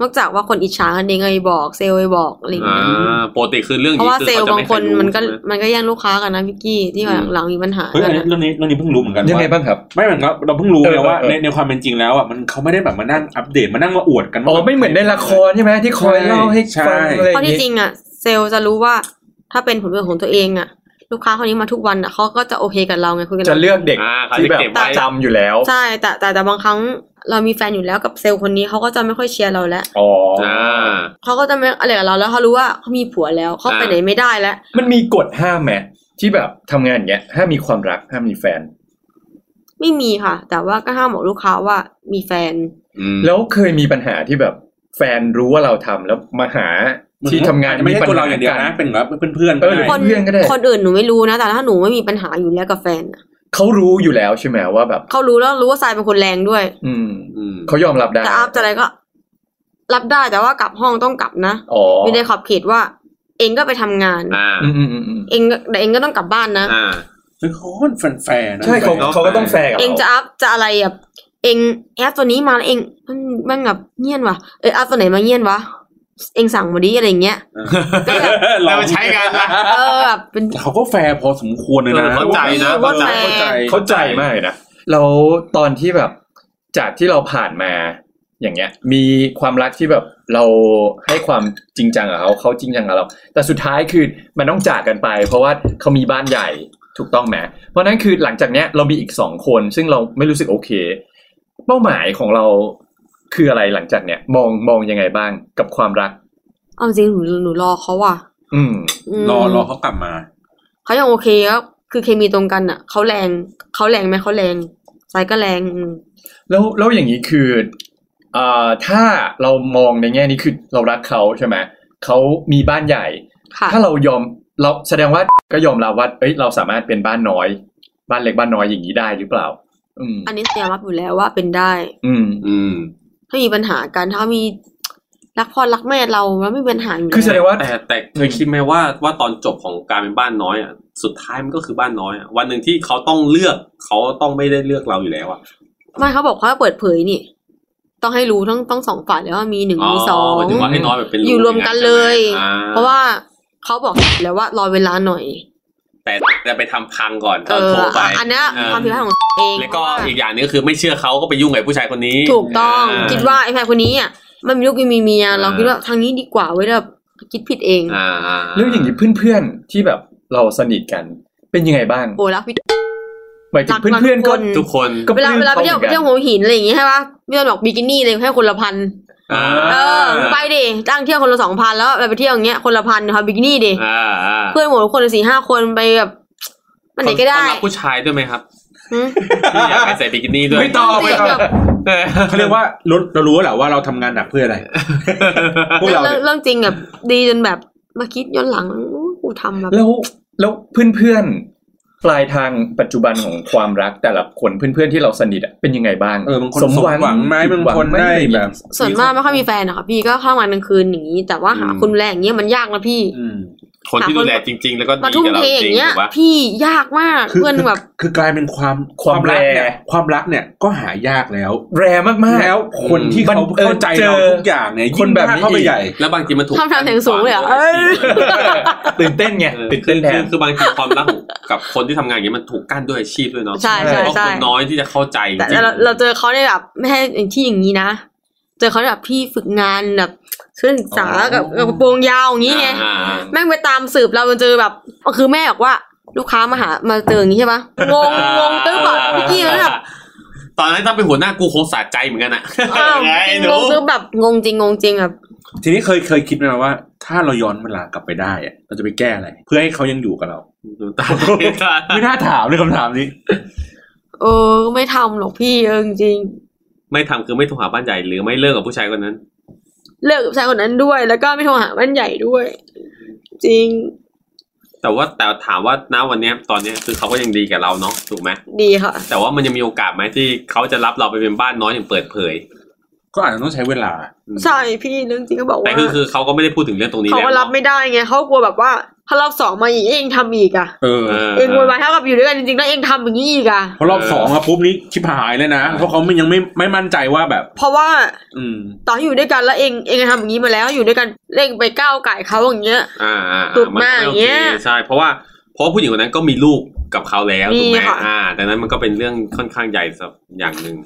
Speaker 4: นอกจากว่าคนอิจฉากันเองไอ้บอกเซลล์ไอ้บอกอะไรอย่าง
Speaker 3: อ่
Speaker 4: เงี้ย
Speaker 3: าปกติคือเรื่อง
Speaker 4: เพราะ
Speaker 3: นี้
Speaker 4: ว่า
Speaker 3: คือ
Speaker 4: เซลล์
Speaker 3: จะ
Speaker 4: บาง
Speaker 3: ไม่
Speaker 4: ค
Speaker 3: อย
Speaker 4: น
Speaker 3: รู้
Speaker 4: มันก็
Speaker 3: ใช่ไห
Speaker 4: มันก็แย่งลูกค้ากันนะพี่กี้ที่ว่า
Speaker 3: อืม
Speaker 4: หลังมีปัญหา
Speaker 5: เฮ้ย
Speaker 4: กั
Speaker 5: อัน
Speaker 4: น
Speaker 5: นี้
Speaker 4: อะ
Speaker 5: เรื่องนี้เรื่องนี้เพิ่งรู้เหมือนกัน
Speaker 2: ๆยังไง
Speaker 5: ว่า
Speaker 2: บ้างครับ
Speaker 5: ไม่เหมือนกับเราเพิ่งรู้
Speaker 2: เออ
Speaker 5: เลยว่า
Speaker 2: เออเออ
Speaker 5: ในในความเป็นจริงแล้วอ่ะมันเขาไม่ได้แบบมานั่งอัปเดตมานั่งมาอวดกันว่า
Speaker 2: อ๋อไม่เหมือนในละครใช่ไหมที่คอยเล่าให้
Speaker 5: ใช่
Speaker 2: ฟังอะไรอ
Speaker 4: เพราะ
Speaker 2: ย่าง
Speaker 4: ที่
Speaker 2: เงี้ย
Speaker 4: จริงอ่ะเซลล์จะรู้ว่า ถ้าเป็นผลประโยชน์ของตัวเองอ่ะ ลูกค้าคนนี้มาทุกวันอ่ะเขาก็จะโอเคกับเราไงคุยกัน
Speaker 2: จะเลือกเด็ก
Speaker 3: อ่าเขา
Speaker 2: ที่
Speaker 3: จะ
Speaker 2: แบบ
Speaker 3: เก็บไว้
Speaker 2: จำอยู่แล้ว
Speaker 4: ใช่แต่แต่แต่บางครั้งเรามีแฟนอยู่แล้วกับเซลล์คนนี้เขาก็จะไม่ค่อยเชียร์เราแล้ว
Speaker 2: อ๋อ
Speaker 3: อ่า
Speaker 4: เขาก็จะไม่อะไรกับเราแล้วเขารู้ว่าเขามีผัวแล้วเขาไป
Speaker 3: อ่า
Speaker 4: ไหนไม่ได้แล้ว
Speaker 2: มันมีกฎห้ามไหมที่แบบทำงานอย่างเงี้ยห้ามมีความรักห้ามมีแฟน
Speaker 4: ไม่มีค่ะ แต่ว่าก็ห้ามบอกลูกค้าว่ามีแฟน
Speaker 3: อืม
Speaker 2: แล้วเคยมีปัญหาที่แบบแฟนรู้ว่าเราทำแล้วมาหาที่ทำงาน
Speaker 5: ไม่ใช่
Speaker 2: ปัญ
Speaker 5: ตัว
Speaker 2: ห
Speaker 5: เราอย่างเดียวนะ
Speaker 2: กั
Speaker 5: เป็นแบบเพื่อนๆ
Speaker 2: เอ
Speaker 5: ก็
Speaker 2: อหรือ
Speaker 5: ได้
Speaker 4: คน
Speaker 2: เพื่นก็ได้
Speaker 4: คนอื่นหนูไม่รู้นะ แต่ถ้าหนูไม่มีปัญหาอยู่แล้วกับแฟนอะ
Speaker 2: เขารู้อยู่แล้วใช่ไหมว่าแบบ
Speaker 4: เขารู้แล้วรู้ว่าทรายเป็นคนแรงด้วย
Speaker 2: อืม
Speaker 3: อืม
Speaker 2: เขายอมรับได้
Speaker 4: แต่อัพจะอะไรก็ รับได้แต่ว่ากลับห้องต้องกลับนะ
Speaker 2: อ๋อ
Speaker 4: อยู่ในขอบเขตว่า เองก็ไปทำงาน
Speaker 3: อ่า
Speaker 2: อืมอืมอืมอืม
Speaker 4: เองก็แต่เองก็ต้องกลับบ้านนะ
Speaker 3: อ่า
Speaker 5: เฮ้ยเขาก็แฟนๆนะ
Speaker 2: ใช่เขาเขาก็ต้องแฟร์กับ
Speaker 4: เองจะ
Speaker 2: เรา
Speaker 4: อัพจะอะไรแบบเองแอปตัวนี้มาแล้วเองมันมันแบบเงียนวะเอออัพตัวไหนมาเงียนวะเองสั่งมาดิอะไรอย่างเงี้ย ก็แบบ
Speaker 3: แล้วมาใช้กันนะ
Speaker 4: เออแบบเป็น
Speaker 5: แต่เขาก็แฟร์พอสมควรเลยนะ
Speaker 3: เออเข้าใจนะ
Speaker 5: เข้าใจ
Speaker 4: เข้า
Speaker 5: เข้า
Speaker 4: ใจ
Speaker 5: ใจ
Speaker 2: เข้าใจมากเลยนะเราตอนที่แบบ จากที่เราผ่านมาอย่างเงี้ย มีความรักที่แบบเราให้ความจริงจังกับเขาเขาจริงจังกับเรา แต่สุดท้ายคือมันต้องจากกันไป เพราะว่าเขามีบ้านใหญ่ถูกต้องไหมเพราะนั้นคือหลังจากเนี้ยเรามีอีกสองคน ซึ่งเราไม่รู้สึกโอเค เป้าหมายของเราคืออะไรหลังจากเนี้ยมองมองยังไงบ้างกับความรัก
Speaker 4: เอาจริงหนูหนูรอเขาว่ะ
Speaker 2: อืม
Speaker 4: ม
Speaker 5: รอรอเขากลับมา
Speaker 4: เขายังโอเคแล้วคือเคมีตรงกันอ่ะเขาแรงเขาแรงไหมเขาแรงสายก็แรงอืม
Speaker 2: แล้วแล้วอย่างนี้คือเอ่อถ้าเรามองในแง่นี้คือเรารักเขาใช่ไหมเขามีบ้านใหญ่
Speaker 4: ค่ะ
Speaker 2: ถ้าเรายอมเราแสดงว่าก็ยอมรับว่าเอ้ยเราสามารถเป็นบ้านน้อย บ้านเล็กบ้านน้อยอย่างนี้ได้หรือเปล่า อืม
Speaker 4: อันนี้ยอมรับอยู่แล้วว่าเป็นได้
Speaker 2: อืม
Speaker 3: อืม
Speaker 4: ถ้ามีปัญหากันถ้ามีรักพ่อรักแม่เราแล้วไม่มีปัญหาอยู่
Speaker 2: คือแสด
Speaker 4: แล้ว
Speaker 2: งว่า
Speaker 3: แต่แต่เคยคิดไหมว่าว่าตอนจบของการเป็นบ้านน้อยอ่ะสุดท้ายมันก็คือบ้านน้อยอ่ะวันหนึ่งที่เขาต้องเลือกเขาต้องไม่ได้เลือกเราอยู่แล้วอ่ะ
Speaker 4: ไม่เขาบอกเขาเปิดเผยนี่ ต้องให้รู้ต้องต้องสองฝ่ายแล้วว่ามีหนึ่งมีสอง
Speaker 3: หมายถึงว่าให้น้อยแบบเป็น
Speaker 4: อยู่รวมกันเลย
Speaker 3: อ่
Speaker 4: เพราะว่าเขาบอกแล้วว่ารอเวลาหน่อย
Speaker 3: แต่จะไปทำพังก่อนต
Speaker 4: เอ
Speaker 3: อน
Speaker 4: อ
Speaker 3: โทรไป
Speaker 4: อ่ะอันเนี้ย
Speaker 3: เออ
Speaker 4: ความผิดพลาดของเอง
Speaker 3: แล้วก็
Speaker 4: เพราะว่า
Speaker 3: อีกอย่างหนึงคือไม่เชื่อเขาก็ไปยุ่งกับผู้ชายคนนี้
Speaker 4: ถูกต้อง
Speaker 3: อ่า
Speaker 4: คิดว่าไอ้แฟนคนนี้อ่ะมันมีลูกมีเมีย เรา
Speaker 3: อ่า
Speaker 4: คิดว่าทางนี้ดีกว่าไว้ยแบบคิดผิดเอง
Speaker 3: อ่าา
Speaker 2: เรื่องอย่างนี้เพื่อนๆที่แบบเราสนิทกัน เป็นยังไงบ้าง
Speaker 4: โอ้รักพี่
Speaker 2: หมายถึง
Speaker 4: รัก
Speaker 2: เพื่อนๆก็
Speaker 4: รักทุ
Speaker 3: ทุกคน
Speaker 2: ก็
Speaker 4: เวลาเวลาไปเที่ยว
Speaker 2: เหมือนกั
Speaker 4: ไป
Speaker 2: น
Speaker 4: เที่ยวหัวหินอะไรอย่างงี้ใช่ปะเพื่อนบอกบิกินี่เลยให้คนละพัน
Speaker 3: อ่า
Speaker 4: เออไปดิตั้งเที่ยวคนละสองพันแล้วเราไปเที่ยวอย่างเงี้ยคนละพันค่ะบิกินี่ดิ
Speaker 3: อ่าอ่า
Speaker 4: เพื่อนหมดคนละสี่ห้าคนไปแบบมันไหนก็ได้
Speaker 3: ต้อรับผู้ชายด้วยไหมครับ
Speaker 4: หืม
Speaker 3: ที่อยากไปใส่บิกินี่ด้วย
Speaker 5: ไม่ต้องไม่ต้อง
Speaker 3: เออ
Speaker 5: เขาเรียกว่าเราเรารู้แหละว่าเราทำงานหนักเพื่ออะไร พวกเรา
Speaker 4: เรื่อ
Speaker 5: เนี่
Speaker 4: ง
Speaker 5: ย
Speaker 4: เรื่องจริงแบบดีจนแบบมาคิดย้อนหลังอู้กูทำแบบ
Speaker 2: แล้วแล้วเพื่อน ปลายทางปัจจุบันของความรักแต่ละคนเพื่อนๆที่เราสนิทอะเป็นยังไงบ้าง
Speaker 5: เออบางคนสมหวังไหมบางคนได้แบบ
Speaker 4: ส่วนมากไม่ค่อยมีแฟนหรอกค่ะพี่ก็เข้างานกลางคืนอย่างนี้ แต่ว่าหา
Speaker 5: อืม
Speaker 4: คนแรงอย่างเงี้ยมันยากนะพี่
Speaker 5: อืม
Speaker 3: คนที่ดูแลจริง ๆ แล้วก็
Speaker 4: มา
Speaker 3: ดี
Speaker 4: ทุ่ม
Speaker 3: กับเรา
Speaker 4: เท
Speaker 3: จ
Speaker 4: อ
Speaker 3: ริ
Speaker 4: ย่าง งเงี้ย
Speaker 3: ถูกปะ
Speaker 4: พี่ยากมาก
Speaker 5: คือ
Speaker 4: เพื่อน
Speaker 5: คือ
Speaker 4: แบบ
Speaker 5: คือกลายเป็นความ
Speaker 2: ความ
Speaker 5: รั
Speaker 2: แร
Speaker 5: ก
Speaker 2: ง
Speaker 5: เนี่ยความรักเนี่ยก็หายากแล้ว
Speaker 2: แรมากๆ
Speaker 5: แล้วคนที่
Speaker 2: มัน
Speaker 5: เขา
Speaker 2: เออ
Speaker 5: เข้าใจเรา
Speaker 2: เจอ
Speaker 5: ทุกอย่างเนี่ย
Speaker 2: ค
Speaker 5: ยิ่
Speaker 2: น
Speaker 5: ง
Speaker 2: แบบ
Speaker 5: มาก
Speaker 2: นี้
Speaker 5: เข้าไป
Speaker 2: อีก
Speaker 5: ใหญ่
Speaker 3: แล้วบางทีมันถูก
Speaker 4: ทำทางเสียงสูงเลยเหรอ
Speaker 3: เอ
Speaker 4: เอ้ย
Speaker 3: อ
Speaker 2: ตื่นเต้นไงตื่น
Speaker 3: คื
Speaker 2: เต้น
Speaker 3: อ
Speaker 2: แท
Speaker 3: คือน คือบางทีความรักของกับคนที่ทำงานอย่างเงี้ยมันถูกกั้นด้วยอาชีพด้วยเนาะ
Speaker 4: ใช่ใช่
Speaker 3: เพราะ
Speaker 4: ใช่
Speaker 3: คนน้อยที่จะเข้าใจจ
Speaker 4: แต่
Speaker 3: ริง
Speaker 4: เรา
Speaker 3: ๆ
Speaker 4: เราเจอเขาในแบบไม่ให้อย่างที่อย่างนี้นะ เจอเขาในแบบพี่ฝึกงานแบบเพื่อนศึกษา
Speaker 5: อ๋อ
Speaker 4: กับกับกระโปรงยาวอย่างนี้ไง
Speaker 3: อ่า
Speaker 4: แม่งไปตามสืบเรามันเจอแบบคือแม่บอกว่า ลูกค้ามาหามาเจออย่างนี้ใช่ปะงงงงตึ้งแบบพี่กี้แล้วแบบ
Speaker 3: ตอนนั้นถ้าเป็นหัวหน้ากูคงสะใจเหมือนกันอะ
Speaker 4: อ้าว
Speaker 3: ไอ้ห
Speaker 4: ง
Speaker 3: นู
Speaker 4: งตึ้งแบบงงจริงงงจริงแบบ
Speaker 5: ทีนี้เคยเคยคิดไหมว่า ถ้าเราย้อนเวลากลับไปได้อะเราจะไปแก้อะไร เพื่อให้เขายังอยู่กับเรา
Speaker 3: ตา
Speaker 5: ไม่น่าถามเลยคำถามนี้
Speaker 4: เออไม่ทำหรอกพี่เออจริง
Speaker 3: ไม่ทำคือไม่โทรหาบ้านใหญ่หรือไม่เลิกกับผู้ชายคนนั้น
Speaker 4: ๆเลิกกับชายคนนั้นด้วย แล้วก็ไม่โทรหาบ้านใหญ่ด้วย จริง
Speaker 3: แต่ว่าแต่ถามว่าณวันเนี้ยตอนเนี้ยคือเขาก็ยังดีกับเราเนาะถูกไหม
Speaker 4: ดีค่ะ
Speaker 3: แต่ว่ามันยังมีโอกาสไหมที่เขาจะรับเราไปเป็นบ้านน้อยอย่างเปิดเผย
Speaker 5: ก็อาจจะต้องใช้เวลา
Speaker 4: ใช่พี่เรื่องจริงก็บอก
Speaker 3: แต่
Speaker 4: ว่า
Speaker 3: คือคือเขาก็ไม่ได้พูดถึงเรื่องตรงนี้
Speaker 4: เขา
Speaker 3: แล้ว
Speaker 4: ก็รับไม่ได้ไงเขากลัวแบบว่า ถ้ารอบสองมาอีกเองทำอีกอ่ะ
Speaker 5: เออ
Speaker 3: เออ
Speaker 4: เองโวยวายเท่ากับอยู่ด้วยกันจริงๆแล้วเองทำอย่างนี้อีกอ่ะ
Speaker 5: เพราะรอบสองอะปุ๊บนี้ชิบหายเลยนะ เพราะเขาไม่ยังไม่ไม่มั่นใจว่าแบบ
Speaker 4: เพราะว่า
Speaker 5: อืม
Speaker 4: ตอนอยู่ด้วยกันแล้วเองเองทำอย่างนี้มาแล้วอยู่ด้วยกันเล่งไปก้าวไก่เขาอย่างเงี้ย
Speaker 3: อ่าอ่า
Speaker 4: ตุดมาก
Speaker 3: นไโค
Speaker 4: อย่างเงี้ย
Speaker 3: ใช่เพราะว่าเพราะว่าผู้หญิงคนนั้นก็มีลูกกับเขาแล้ว
Speaker 4: มี
Speaker 3: ถูกไหม
Speaker 4: ค่ะ
Speaker 3: อ่าดังนั้นมันก็เป็นเรื่องค่อนข้างใหญ่สักอย่างหนึ่ง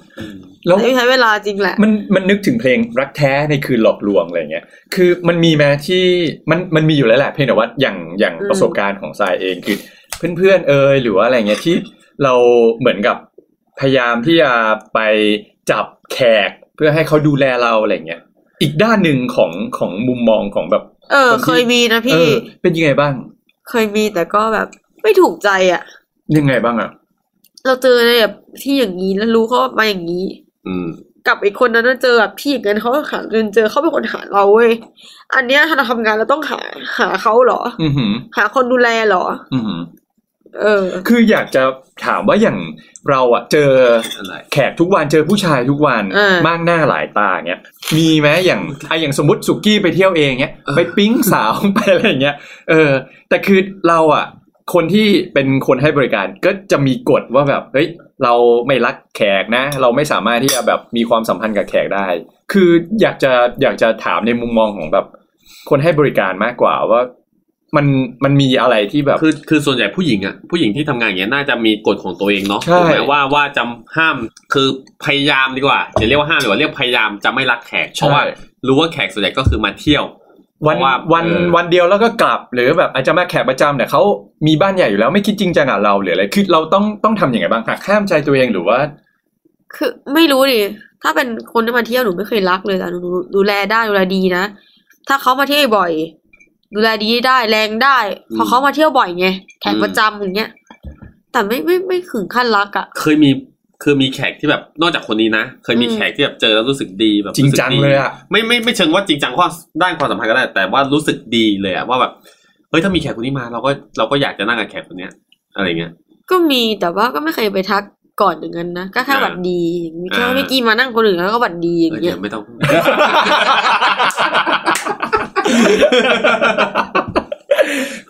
Speaker 2: แล้ว
Speaker 4: ไม่ใช้เวลาจริงแหละ
Speaker 2: มันมันนึกถึงเพลงรักแท้ในคืนหลอกลวงอะไรเงี้ย คือมันมีแม้ที่มันมันมีอยู่แล้วแหละเพียงแต่ว่าอย่างอย่าง
Speaker 4: อืม
Speaker 2: ประสบการณ์ของทรายเองคือเพื่อนๆเอยหรือว่าอะไรเงี้ยที่เราเหมือนกับพยายามที่จะไปจับแขกเพื่อให้เขาดูแลเราอะไรเงี้ย อีกด้านหนึ่งของของมุมมองของแบบ
Speaker 4: เออ เคยมีนะ
Speaker 2: เอ
Speaker 4: พี่
Speaker 2: อเป็นยังไงบ้าง
Speaker 4: เคยมีแต่ก็แบบไม่ถูกใจอ่ะ
Speaker 2: ยังไงบ้างอ่ะ
Speaker 4: เราเจอในแบบที่อย่างนี้แล้วรู้เขาว่ามาอย่างนี้
Speaker 3: อืม
Speaker 4: กับอีกคนนั้นน่ะเจอแบบพี่อีกนั้นเขาหาเงินเจอเขาเป็นคนหาเราเว้ยอันเนี้ยถ้าเราทำงานเราต้องหาหาเขาเหรอ
Speaker 2: อือหือ
Speaker 4: หาคนดูแลเหรอ
Speaker 2: อือหือ
Speaker 4: เออ
Speaker 2: คืออยากจะถามว่าอย่างเราอะเจอ
Speaker 3: อะไร
Speaker 2: แขกทุกวันเจอผู้ชายทุกวัน
Speaker 4: เออ
Speaker 2: มากหน้าหลายตาเงี้ยมีไหมอย่างไอะอย่างสมมติสุกี้ไปเที่ยวเองเงี้ยไปปิ๊งสาว ไปอะไรเงี้ยเออ แต่คือเราอะคนที่เป็นคนให้บริการก็จะมีกฎว่าแบบเฮ้ยเราไม่รักแขกนะ เราไม่สามารถที่จะแบบมีความสัมพันธ์กับแขกได้ คืออยากจะอยากจะถามในมุมมองของแบบ คนให้บริการมากกว่าว่า มันมันมีอะไรที่แบบ
Speaker 3: คือคือส่วนใหญ่ผู้หญิงอ่ะผู้หญิงที่ทำงานอย่างเงี้ยน่าจะมีกฎของตัวเองเนาะ
Speaker 2: ใช่
Speaker 3: ถูกไหมว่าว่าจำห้ามคือพยายามดีกว่าจะเรียกว่าห้ามดีกว่าเรียกพยายามจะไม่รักแขกเพราะว่ารู้ว่าแขกส่วนใหญ่ก็คือมาเที่ยว
Speaker 2: วัน
Speaker 3: เพราะว่า
Speaker 2: วัน
Speaker 3: เออ
Speaker 2: วันเดียวแล้วก็กลับหรือแบบอาจจะมาแขกประจำเนี่ยเขามีบ้านใหญ่อยู่แล้วไม่คิดจริงจังกับเราหรืออะไรคือเราต้องต้องทำอย่างไงบ้างหักห้ามใจตัวเองหรือว่า
Speaker 4: คือไม่รู้ดิ ถ้าเป็นคนที่มาเที่ยวหนูไม่เคยรักเลยแต่หนูดูดูแลได้ดูแลดีนะ ถ้าเขามาเที่ยวบ่อย ดูแลดีได้แรงได้ พอ
Speaker 3: อืม
Speaker 4: เขามาเที่ยวบ่อยไงแขก
Speaker 3: อืม
Speaker 4: ประจำอย่างเงี้ย แต่ไม่ไม่ไม่ถึงขั้นรักอะ
Speaker 3: เคยมีเคยมีแขกที่แบบนอกจากคนนี้นะ เคยมี
Speaker 4: อืม
Speaker 3: แขกที่แบบเจอแล้วรู้สึกดีแบบ
Speaker 2: จริงจัง
Speaker 3: สึกดี
Speaker 2: เลยอะ
Speaker 3: ไม่ไม่ไม่เชิงว่าจริงจังความด้านความสัมพันธ์ก็ได้ แต่ว่ารู้สึกดีเลยอะว่าแบบเฮ้ยถ้ามีแขกคนนี้มาเราก็เราก็อยากจะนั่งกับแขกคนเนี้ยอะไรเงี้ย
Speaker 4: ก็มีแต่ว่าก็ไม่เคยไปทักก่อนอย่างนั้นนะก็แค่
Speaker 3: อ่า
Speaker 4: หวัดดีอย่างงี้แค่ว่า
Speaker 3: อ่า
Speaker 4: ไม่กี่มานั่งคนอื่นแล้วก็หวัดดีอย่าง
Speaker 3: เดี๋
Speaker 4: เงี้
Speaker 3: ย
Speaker 4: ยว
Speaker 3: ไม่ต้อง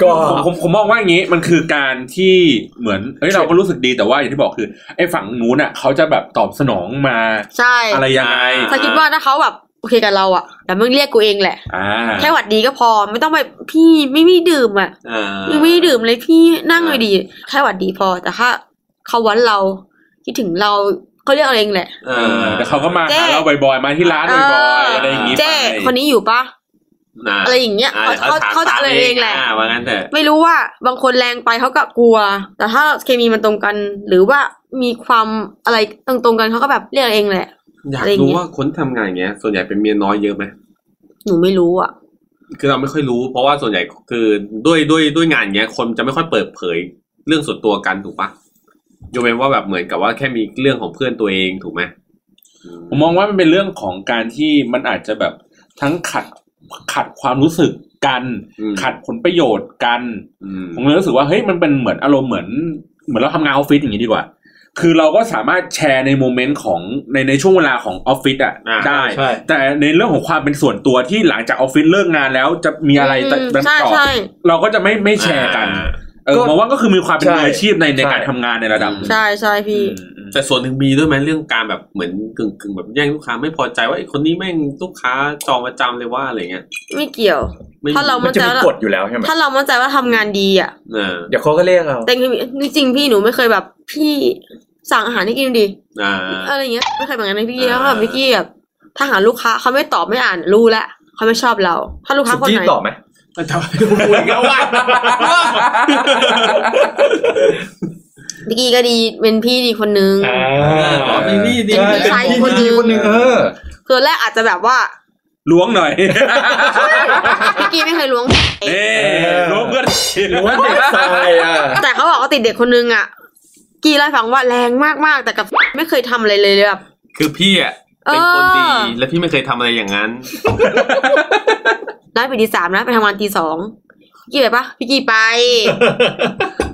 Speaker 2: ก็
Speaker 5: ผมผมผมมองว่าอย่างนี้มันคือการที่เหมือนเฮ้ยเราก็รู้สึกดีแต่ว่าอย่างที่บอกคือไอ้ฝั่งนู้นอ่ะเขาจะแบบตอบสนองมา
Speaker 4: ใช่
Speaker 5: อะไรยังไง
Speaker 3: อ่
Speaker 4: ถ้าคิดว่าถ้าเขาแบบโอเคกับเราอะแต่มึงเรียกกูเองแหละ
Speaker 5: อ่า
Speaker 4: แค่หวัดดีก็พอไม่ต้องไปพี่ไม่ไม่ดื่มอะ
Speaker 3: อ่า
Speaker 4: ยังไม่ได้ดื่มเลยพี่นั่งเลยดีแค่หวัดดีพอแต่ถ้าเขาวันเราคิดถึงเราเขาเรียกเอาเองแหละ
Speaker 5: เออแต่เขาก็มา
Speaker 4: เจ๊
Speaker 5: หาเราบ่อยๆมาที่ร้านบ่อยๆอะไรอย่างนี้
Speaker 4: เจ้
Speaker 5: ไป
Speaker 4: คนนี้อยู่ปะ
Speaker 3: น
Speaker 4: อะไรอย่างเงี้ย
Speaker 3: อ่
Speaker 4: เขา
Speaker 3: ถม
Speaker 4: เขาเขาจะ
Speaker 3: ตม
Speaker 4: เอาเองแหละ
Speaker 3: าว่างั้นเถอะ
Speaker 4: ไม่รู้ว่าบางคนแรงไปเขาก็กลัว แต่ถ้าเคมีมันตรงกัน หรือว่ามีความอะไรตรงตรงๆกันเขาก็แบบเรียกเอาเองแหละ
Speaker 3: อยาก
Speaker 4: อะไรอย่าง
Speaker 3: รู้
Speaker 4: เงี้ย
Speaker 3: ว่าคนทำงานอย่างเงี้ย ส่วนใหญ่เป็นเมียน้อยเยอะไหม
Speaker 4: หนูไม่รู้อ่ะ
Speaker 3: คือเราไม่ค่อยรู้เพราะว่าส่วนใหญ่คือด้วยด้วยด้วยงานอย่างเงี้ยคนจะไม่ค่อยเปิดเผยเรื่องส่วนตัวกันถูกปะยกเว้นว่าแบบเหมือนกับว่าแค่มีเรื่องของเพื่อนตัวเองถูกไหม
Speaker 5: ผมมองว่ามันเป็นเรื่องของการที่มันอาจจะแบบทั้งขัดขัดความรู้สึกกัน
Speaker 3: อืม
Speaker 5: ขัดผลประโยชน์กัน
Speaker 3: อืม
Speaker 5: ผมเลยรู้สึกว่าเฮ้ยมันเป็นเหมือนอารมณ์เหมือน เหมือนเราทำงานออฟฟิศอย่างนี้ดีกว่า คือเราก็สามารถแชร์ในโมเมนต์ของในในช่วงเวลาของออฟฟิศอ่ะ
Speaker 3: อ่า
Speaker 5: ได้
Speaker 2: ใช่
Speaker 5: แต่ในเรื่องของความเป็นส่วนตัวที่หลังจากออฟฟิศเลิกงานแล้วจะมีอะไรต่
Speaker 4: มใช่
Speaker 5: ต่อ
Speaker 4: ใช่
Speaker 5: เราก็จะไม่ไม่แชร์กัน เออ
Speaker 2: ก็
Speaker 5: มองว่าก็คือมีความเป็น
Speaker 2: ใช่
Speaker 5: มืออาชีพในใน
Speaker 2: ใช่
Speaker 5: การทำงานในระดับ
Speaker 4: ใช่ใช่พี่
Speaker 5: อืม
Speaker 3: แต่ส่วนหนึ่งมีด้วยไหมเรื่องการแบบเหมือนกึ่งกึ่งแบบแย่งลูกค้าไม่พอใจว่าไอ้คนนี้แม่งลูกค้าจองประจำเลยว่าอะไรเงี้ย
Speaker 4: ไม่เกี่ยว
Speaker 3: ไม่
Speaker 4: ถ้าเรา
Speaker 2: มัน
Speaker 4: น
Speaker 2: จะ
Speaker 4: ใจ
Speaker 2: มี
Speaker 4: ว่า
Speaker 2: กฎอยู่แล้วใช่ไหม
Speaker 4: ถ้าเรามั่นใจว่าทำงานดีอ่ะ
Speaker 3: เออ
Speaker 2: เดี๋ยวเขาก็เรียกเรา
Speaker 4: แต่จริงจริงๆพี่หนูไม่เคยแบบพี่สั่งอาหารให้กินดี
Speaker 3: อ่า
Speaker 4: อะไรอย่างเงี้ยไม่เคยแบบนั้นนะพี่
Speaker 3: อ่า
Speaker 4: แล้วแบบพี่กี้แบบถ้าหาลูกค้าเขาไม่ตอบไม่อ่านรู้แล้วเขาไม่ชอบเรา ถ้าลูกค้า
Speaker 2: สุ
Speaker 4: คน
Speaker 2: กี้
Speaker 4: ไหน
Speaker 2: ตอบไหม
Speaker 4: พี่กี้ก็ดีเป็นพี่ดีคนนึง
Speaker 3: อ๋อมีนี่ดี
Speaker 4: เป็นพี่ชายคนหนึ่ง
Speaker 2: เป็นพี่คนหนึ่งเออ
Speaker 4: คือแรกอาจจะแบบว่า
Speaker 5: ล้วงหน่อย
Speaker 4: พี่กี้ไม่เคยล้วง
Speaker 5: เอ้
Speaker 2: อ
Speaker 5: ล้วงเพื่อน
Speaker 2: หรือว่าเด็กทรายอ่ะ
Speaker 4: แต่เขาบอกว่าติดเด็กคนนึงอ่ะกี้เล่าให้ฟังว่าแรงมากๆ แต่กับไม่เคยทำอะไรเลยเลยแบบ
Speaker 3: คือพี่อ่ะเป็นคนดี
Speaker 4: เออ
Speaker 3: และพี่ไม่เคยทำอะไรอย่างนั้น
Speaker 4: น้าไปตีสามนะไปทำงานตีสองพี่กี้ไปปะพี่กี้ไป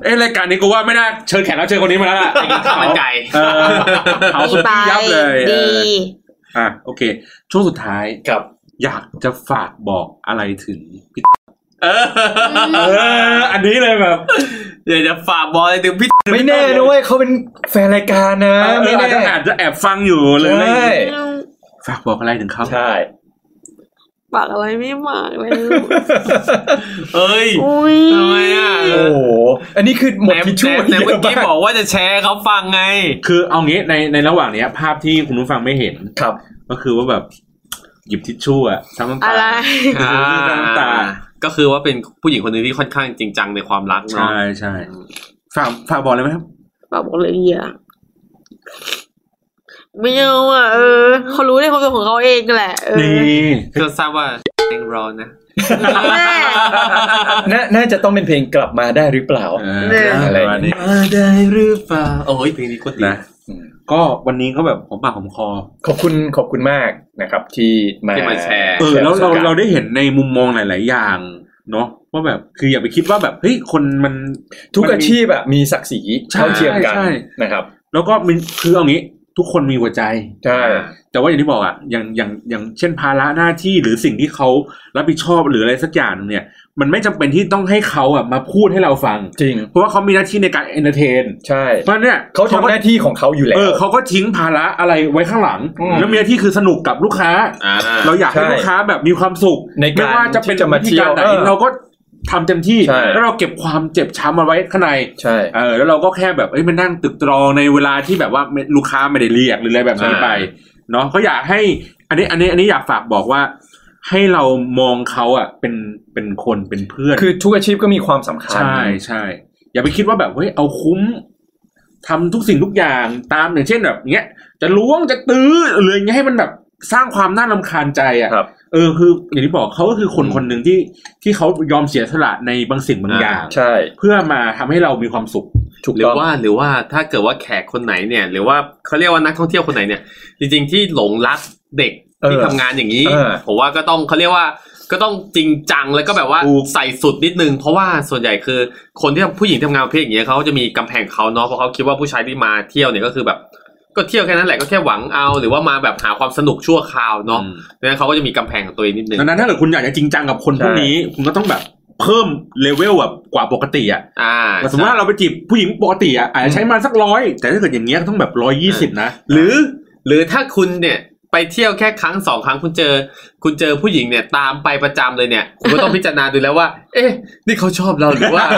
Speaker 5: เอ้ยรายการนี้กูว่าไม่น่าเชิญแขกรับเชิญคนนี้มาแล้วล่ะ
Speaker 3: ไปกินข้าวมันไก่
Speaker 5: เออเผาสุ
Speaker 4: พี่
Speaker 5: ด
Speaker 4: ไป
Speaker 5: ยับเลยเอ
Speaker 4: ดี
Speaker 5: ออ่ะโอเค ช่วงสุดท้าย
Speaker 2: ครับ
Speaker 5: อยากจะฝากบอกอะไรถึงพี่
Speaker 3: เออ
Speaker 5: เออ อันนี้เลยแบบ
Speaker 3: เดี๋ยวจะฝากบอลอะไรถึงพี่
Speaker 2: ไม่แน่นะเว้ยเขาเป็นแฟนรายการนะ
Speaker 5: เออ
Speaker 2: ไม่
Speaker 5: อาจ
Speaker 2: แน่
Speaker 5: จะอาจจะแอบฟังอยู่เลยอะไรอย่าง
Speaker 2: ใช่
Speaker 5: งี้ฝากบอกอะไรถึงเขา
Speaker 2: ใช่
Speaker 4: ปากอะไรไม่มากเลย
Speaker 3: เอ้ย
Speaker 4: อุ้ย
Speaker 3: ทำไมอ่ะ
Speaker 2: โอ้โห อันนี้คือหมด
Speaker 3: แต่
Speaker 2: ทิชชู่
Speaker 3: แต่แต่
Speaker 2: เย
Speaker 3: เมื่อ
Speaker 2: อะ
Speaker 3: กี้
Speaker 2: มาก
Speaker 3: บอกว่าจะแชร์ให้เขาฟังไง
Speaker 5: คือเอางี้ในในระหว่างเนี้ย ภาพที่คุณผู้ฟังไม่เห็น
Speaker 2: ครับ
Speaker 5: ก็คือว่าแบบ หยิบทิชชู่อะทั้งน้ำ
Speaker 4: อะ
Speaker 5: ตา
Speaker 4: ไร
Speaker 3: อ่าก็คือว่าเป็นผู้หญิงคนหนึ่งที่ค่อนข้างจริงจังในความรักเนาะ
Speaker 5: ใช่ใช่ฝากฝากบอกเลยไหมครับ
Speaker 4: ปากบอกเลยดีอะไม่เอาอ่ะเออเขารู้ในความเป็นของเขาเองแหละเออ
Speaker 5: นี่
Speaker 3: ก็ทราบว่าแองรอนะ
Speaker 4: แม่
Speaker 2: น่าน่าจะต้องเป็นเพลงกลับมาได้หรือเปล่า
Speaker 4: เนี่ย
Speaker 5: อะไรนี่
Speaker 3: มาได้หรือเปล่าโอ้ยเพลงนี้โคตรดี
Speaker 5: นะก็วันนี้ก็แบบหอมปากหอมคอ
Speaker 2: ขอบคุณขอบคุณมากนะครับ ที่มา
Speaker 3: ที่มาแชร์
Speaker 5: เออแล้วเรา
Speaker 2: แชปะสบก
Speaker 5: เรา
Speaker 2: ณ์
Speaker 5: ได้เห็นในมุมมองหลาย ๆ อย่าง เนาะว่าแบบคืออย่าไปคิดว่าแบบเฮ้ยคนมัน
Speaker 2: ทุกอาชีพอะมีศักดิ์ศรีเท่าเทียมกัน
Speaker 5: ใช่ใช่
Speaker 2: นะครับ
Speaker 5: แล้วก็มันคือเอางี้ ทุกคนมีหัวใจ
Speaker 2: ใช่
Speaker 5: แต่ว่าอย่างที่บอกอะอย่างอย่างอย่างเช่นภาระหน้าที่หรือสิ่งที่เขารับผิดชอบหรืออะไรสักอย่างหนึ่งเนี่ย มันไม่จำเป็นที่ต้องให้เขาอะมาพูดให้เราฟัง
Speaker 2: จริง
Speaker 5: เพราะว่าเขามีหน้าที่ในการเอนเตอร์เทน
Speaker 2: ใช่
Speaker 5: เพราะเนี่ย
Speaker 2: เขาทำ
Speaker 5: ก็
Speaker 2: หน้าที่ของเขาอยู่แล้ว
Speaker 5: เออเขาก็ทิ้งภาระอะไรไว้ข้างหลัง
Speaker 2: อืม
Speaker 5: แล้วมีหน้าที่คือสนุกกับลูกค้า
Speaker 3: อ่า
Speaker 5: เราอยากให้
Speaker 2: ใช่
Speaker 5: ลูกค้าแบบมีความสุข
Speaker 2: ในการ
Speaker 5: ไม่ว่าจะเป็น
Speaker 2: ที่จะมา
Speaker 5: วิธีการไหน
Speaker 2: เที่ยวเออ
Speaker 5: เราก็ทำเต็มที่
Speaker 2: ใช่
Speaker 5: แล้วเราเก็บความเจ็บช้ำมาไว้ข้างใน
Speaker 2: ใช่
Speaker 5: เออแล้วเราก็แค่แบบเอ้ยมันนั่งตึกตรองในเวลาที่แบบว่าไม่ลูกค้าไม่ได้เรียกหรืออะไรแบบนี้ไปเนาะก็อยากให้ อันนี้อันนี้อันนี้อยากฝากบอกว่า ให้เรามองเขาอ่ะเป็นเป็นคนเป็นเพื่อน
Speaker 2: คือทุกอาชีพก็มีความสำคัญ
Speaker 5: ใช่ใช่อย่าไปคิดว่าแบบเฮ้ยเอาคุ้มทำทุกสิ่งทุกอย่างตามอย่างเช่นแบบเงี้ยจะล้วงจะตื้อหรืออย่างเงี้ยให้มันแบบสร้างความน่ารำคาญใจอ่ะ
Speaker 2: ครับ
Speaker 5: เออคือ อย่างที่บอกเขาก็คือคนคนหนึ่งที่ที่เขายอมเสียสละในบางสิ่งบางอย่าง
Speaker 2: ใช่
Speaker 5: เพื่อมาทำให้เรามีความสุข
Speaker 2: ถูก
Speaker 3: หรือ
Speaker 2: ต้อง
Speaker 3: ว่าหรือว่าถ้าเกิดว่าแขกคนไหนเนี่ย หรือว่าเขาเรียกว่านักท่องเที่ยวคนไหนเนี่ย จริงๆที่หลงรักเด็กที่
Speaker 2: เออ
Speaker 3: ทำงานอย่างนี้
Speaker 2: เออ
Speaker 3: ผมว่าก็ต้องเขาเรียกว่าก็ต้องจริงจังแล้วก็แบบว่า
Speaker 5: ถูก
Speaker 3: ใส่สุดนิดนึง เพราะว่าส่วนใหญ่คือคนที่ทำผู้หญิงทำงานประเภทอย่างเงี้ยเขาจะมีกำแพงเขาเนาะเพราะเขาคิดว่าผู้ชายที่มาเที่ยวเนี่ยก็คือแบบ ก็เที่ยวแค่นั้นแหละก็แค่หวังเอาหรือว่ามาแบบหาความสนุกชั่วคราวเนาะดังนั้นเขาก็จะมีกำแพงของตัวเองนิดนึง
Speaker 5: ดังนั้นถ้าเกิดคุณอยากจะจริงจังกับคนพวกนี้ คุณก็ต้องแบบเพิ่มเลเวลแบบกว่าปกติอ่ะ
Speaker 3: อ่า
Speaker 5: แต่สมมติว่าเราไปจีบผู้หญิงปกติอ่ะอาจจะใช้มันสักร้อยแต่ถ้าเกิดอย่างเงี้ยก็ต้องแบบร้อยยี่สิบนะ
Speaker 3: หรือหรือถ้าคุณเนี่ยไปเที่ยวแค่ครั้งสองครั้งคุณเจอ คุณเจอผู้หญิงเนี่ยตามไปประจำเลยเนี่ย คุณก็ต้องพิจารณาดูแล้วว่า เอ๊ะ นี่เขาชอบเราหรือว่า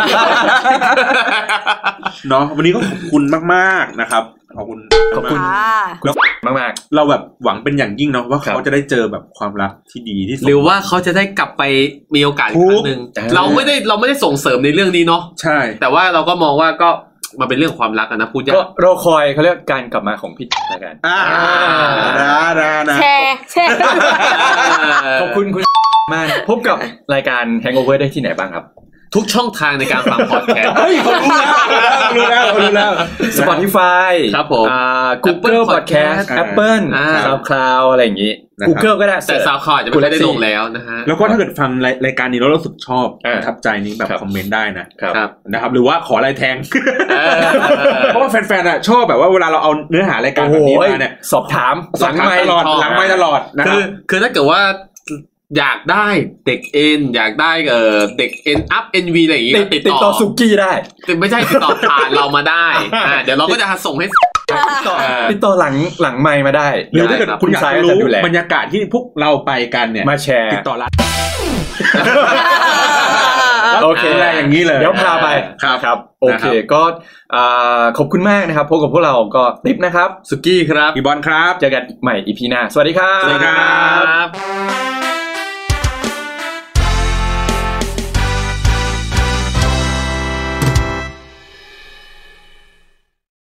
Speaker 5: เนาะวันนี้ก็ขอบคุณมาก ๆ นะครับ ขอบคุณ
Speaker 2: ขอบคุณ
Speaker 5: มาก
Speaker 4: ค่ะ
Speaker 2: มาก
Speaker 5: เราแบบหวังเป็นอย่างยิ่งเนาะว่า
Speaker 2: ครับ
Speaker 5: เขาจะได้เจอแบบความรักที่ดีที่สุด
Speaker 3: หรือว่าเขาจะได้กลับไปมีโอกาสอีกครั้งหนึ่ง
Speaker 2: ถูก
Speaker 3: เราไม่ได้เราไม่ได้ส่งเสริมในเรื่องนี้เนาะ
Speaker 5: ใช่
Speaker 3: แต่ว่าเราก็มองว่าก็มันเป็นเรื่องความรักอะนะพูด
Speaker 2: ๆ
Speaker 3: ยา
Speaker 2: ก็
Speaker 3: ก
Speaker 2: รอคอยเขาเรียกการกลับมาของพี่ละกัน
Speaker 5: อ่า
Speaker 3: อ่า
Speaker 5: นะนะนะ
Speaker 4: แชร์แชร์
Speaker 2: ขอบคุณคุณ มาก พบกับรายการ Hangover ได้ที่ไหนบ้างครับ
Speaker 3: ทุกช่องทางในการฟังพอดแคสต์
Speaker 5: เฮ้ยเขารู้แล้วเขารู้แล้วเขารู้แล้ว
Speaker 2: Spotify
Speaker 3: ครับผม
Speaker 2: อ่า Google
Speaker 3: Apple
Speaker 2: Podcast
Speaker 3: Podcast
Speaker 2: Apple
Speaker 3: อ่า
Speaker 2: SoundCloud อะไรอย่างนี้
Speaker 5: นะครับ
Speaker 2: Google ก็ได้
Speaker 3: แต่
Speaker 2: Search
Speaker 3: ซาวคลาวจะไม่ค่อยได้ลงแล้วนะฮะ
Speaker 5: แล้วก็ถ้าเกิดฟังรายรายการนี้แล้วรู้สึกชอบ
Speaker 2: อ่า
Speaker 5: ประทับใจนี้แบบ
Speaker 2: ครับ
Speaker 5: คอมเมนต์ได้นะครับ
Speaker 3: ครับ
Speaker 5: นะครับ หรือว่าขอลายแทง
Speaker 3: เออ
Speaker 5: เพราะว่าแฟนๆอ่ะชอบแบบว่าเวลาเราเอาเนื้อหารายการ
Speaker 2: โอ้
Speaker 5: แบบ
Speaker 2: โห
Speaker 5: นี้มาเนี่ย
Speaker 2: สอบถาม
Speaker 5: สอนไม่ตลอดหลังไม่ตลอดนะค
Speaker 3: คื
Speaker 5: รับ
Speaker 3: อคือถ้าเกิดว่าอยากได้เด็กเอ็นอยากได้เอ่อเด็กเอ็นอัพเอ็นวีอะไรอย่างงี้
Speaker 2: ติด
Speaker 3: ก็ติด
Speaker 2: ติด
Speaker 3: ต่
Speaker 2: ต่
Speaker 3: อ
Speaker 2: อสุกี้ได้
Speaker 3: ติดไม่ใช่ติดต่อผ่านเรามาได้อ่าเดี๋ยวเราก็จะส่งให้
Speaker 2: ติดต่อ
Speaker 3: เออ
Speaker 2: ติดต่อหลังหลังไมค์มาได้
Speaker 5: หรือถ้าเกิด
Speaker 3: ได้ครับ
Speaker 5: คุณอยากจะ
Speaker 2: คุณ
Speaker 5: รู้
Speaker 2: สายก็จะดูแล
Speaker 5: บรรยากาศที่พวกเราไปกันเนี่ย
Speaker 2: มาแชร์
Speaker 5: ติดต่อร้าน
Speaker 2: โอเค
Speaker 5: ดูแลอย่างนี้เลย
Speaker 2: เดี๋ยวพาไป
Speaker 5: ครับ
Speaker 2: ครับ โอเค ก็อ่าขอบคุณมากนะครับพบกับพวกเราก็ติ๊บนะครับ
Speaker 3: สุกี้ครับ
Speaker 5: พี่บอลครับ
Speaker 2: เจอกันใหม่อีพีหน้า สวัสดีครับ
Speaker 5: สวัสดีครับ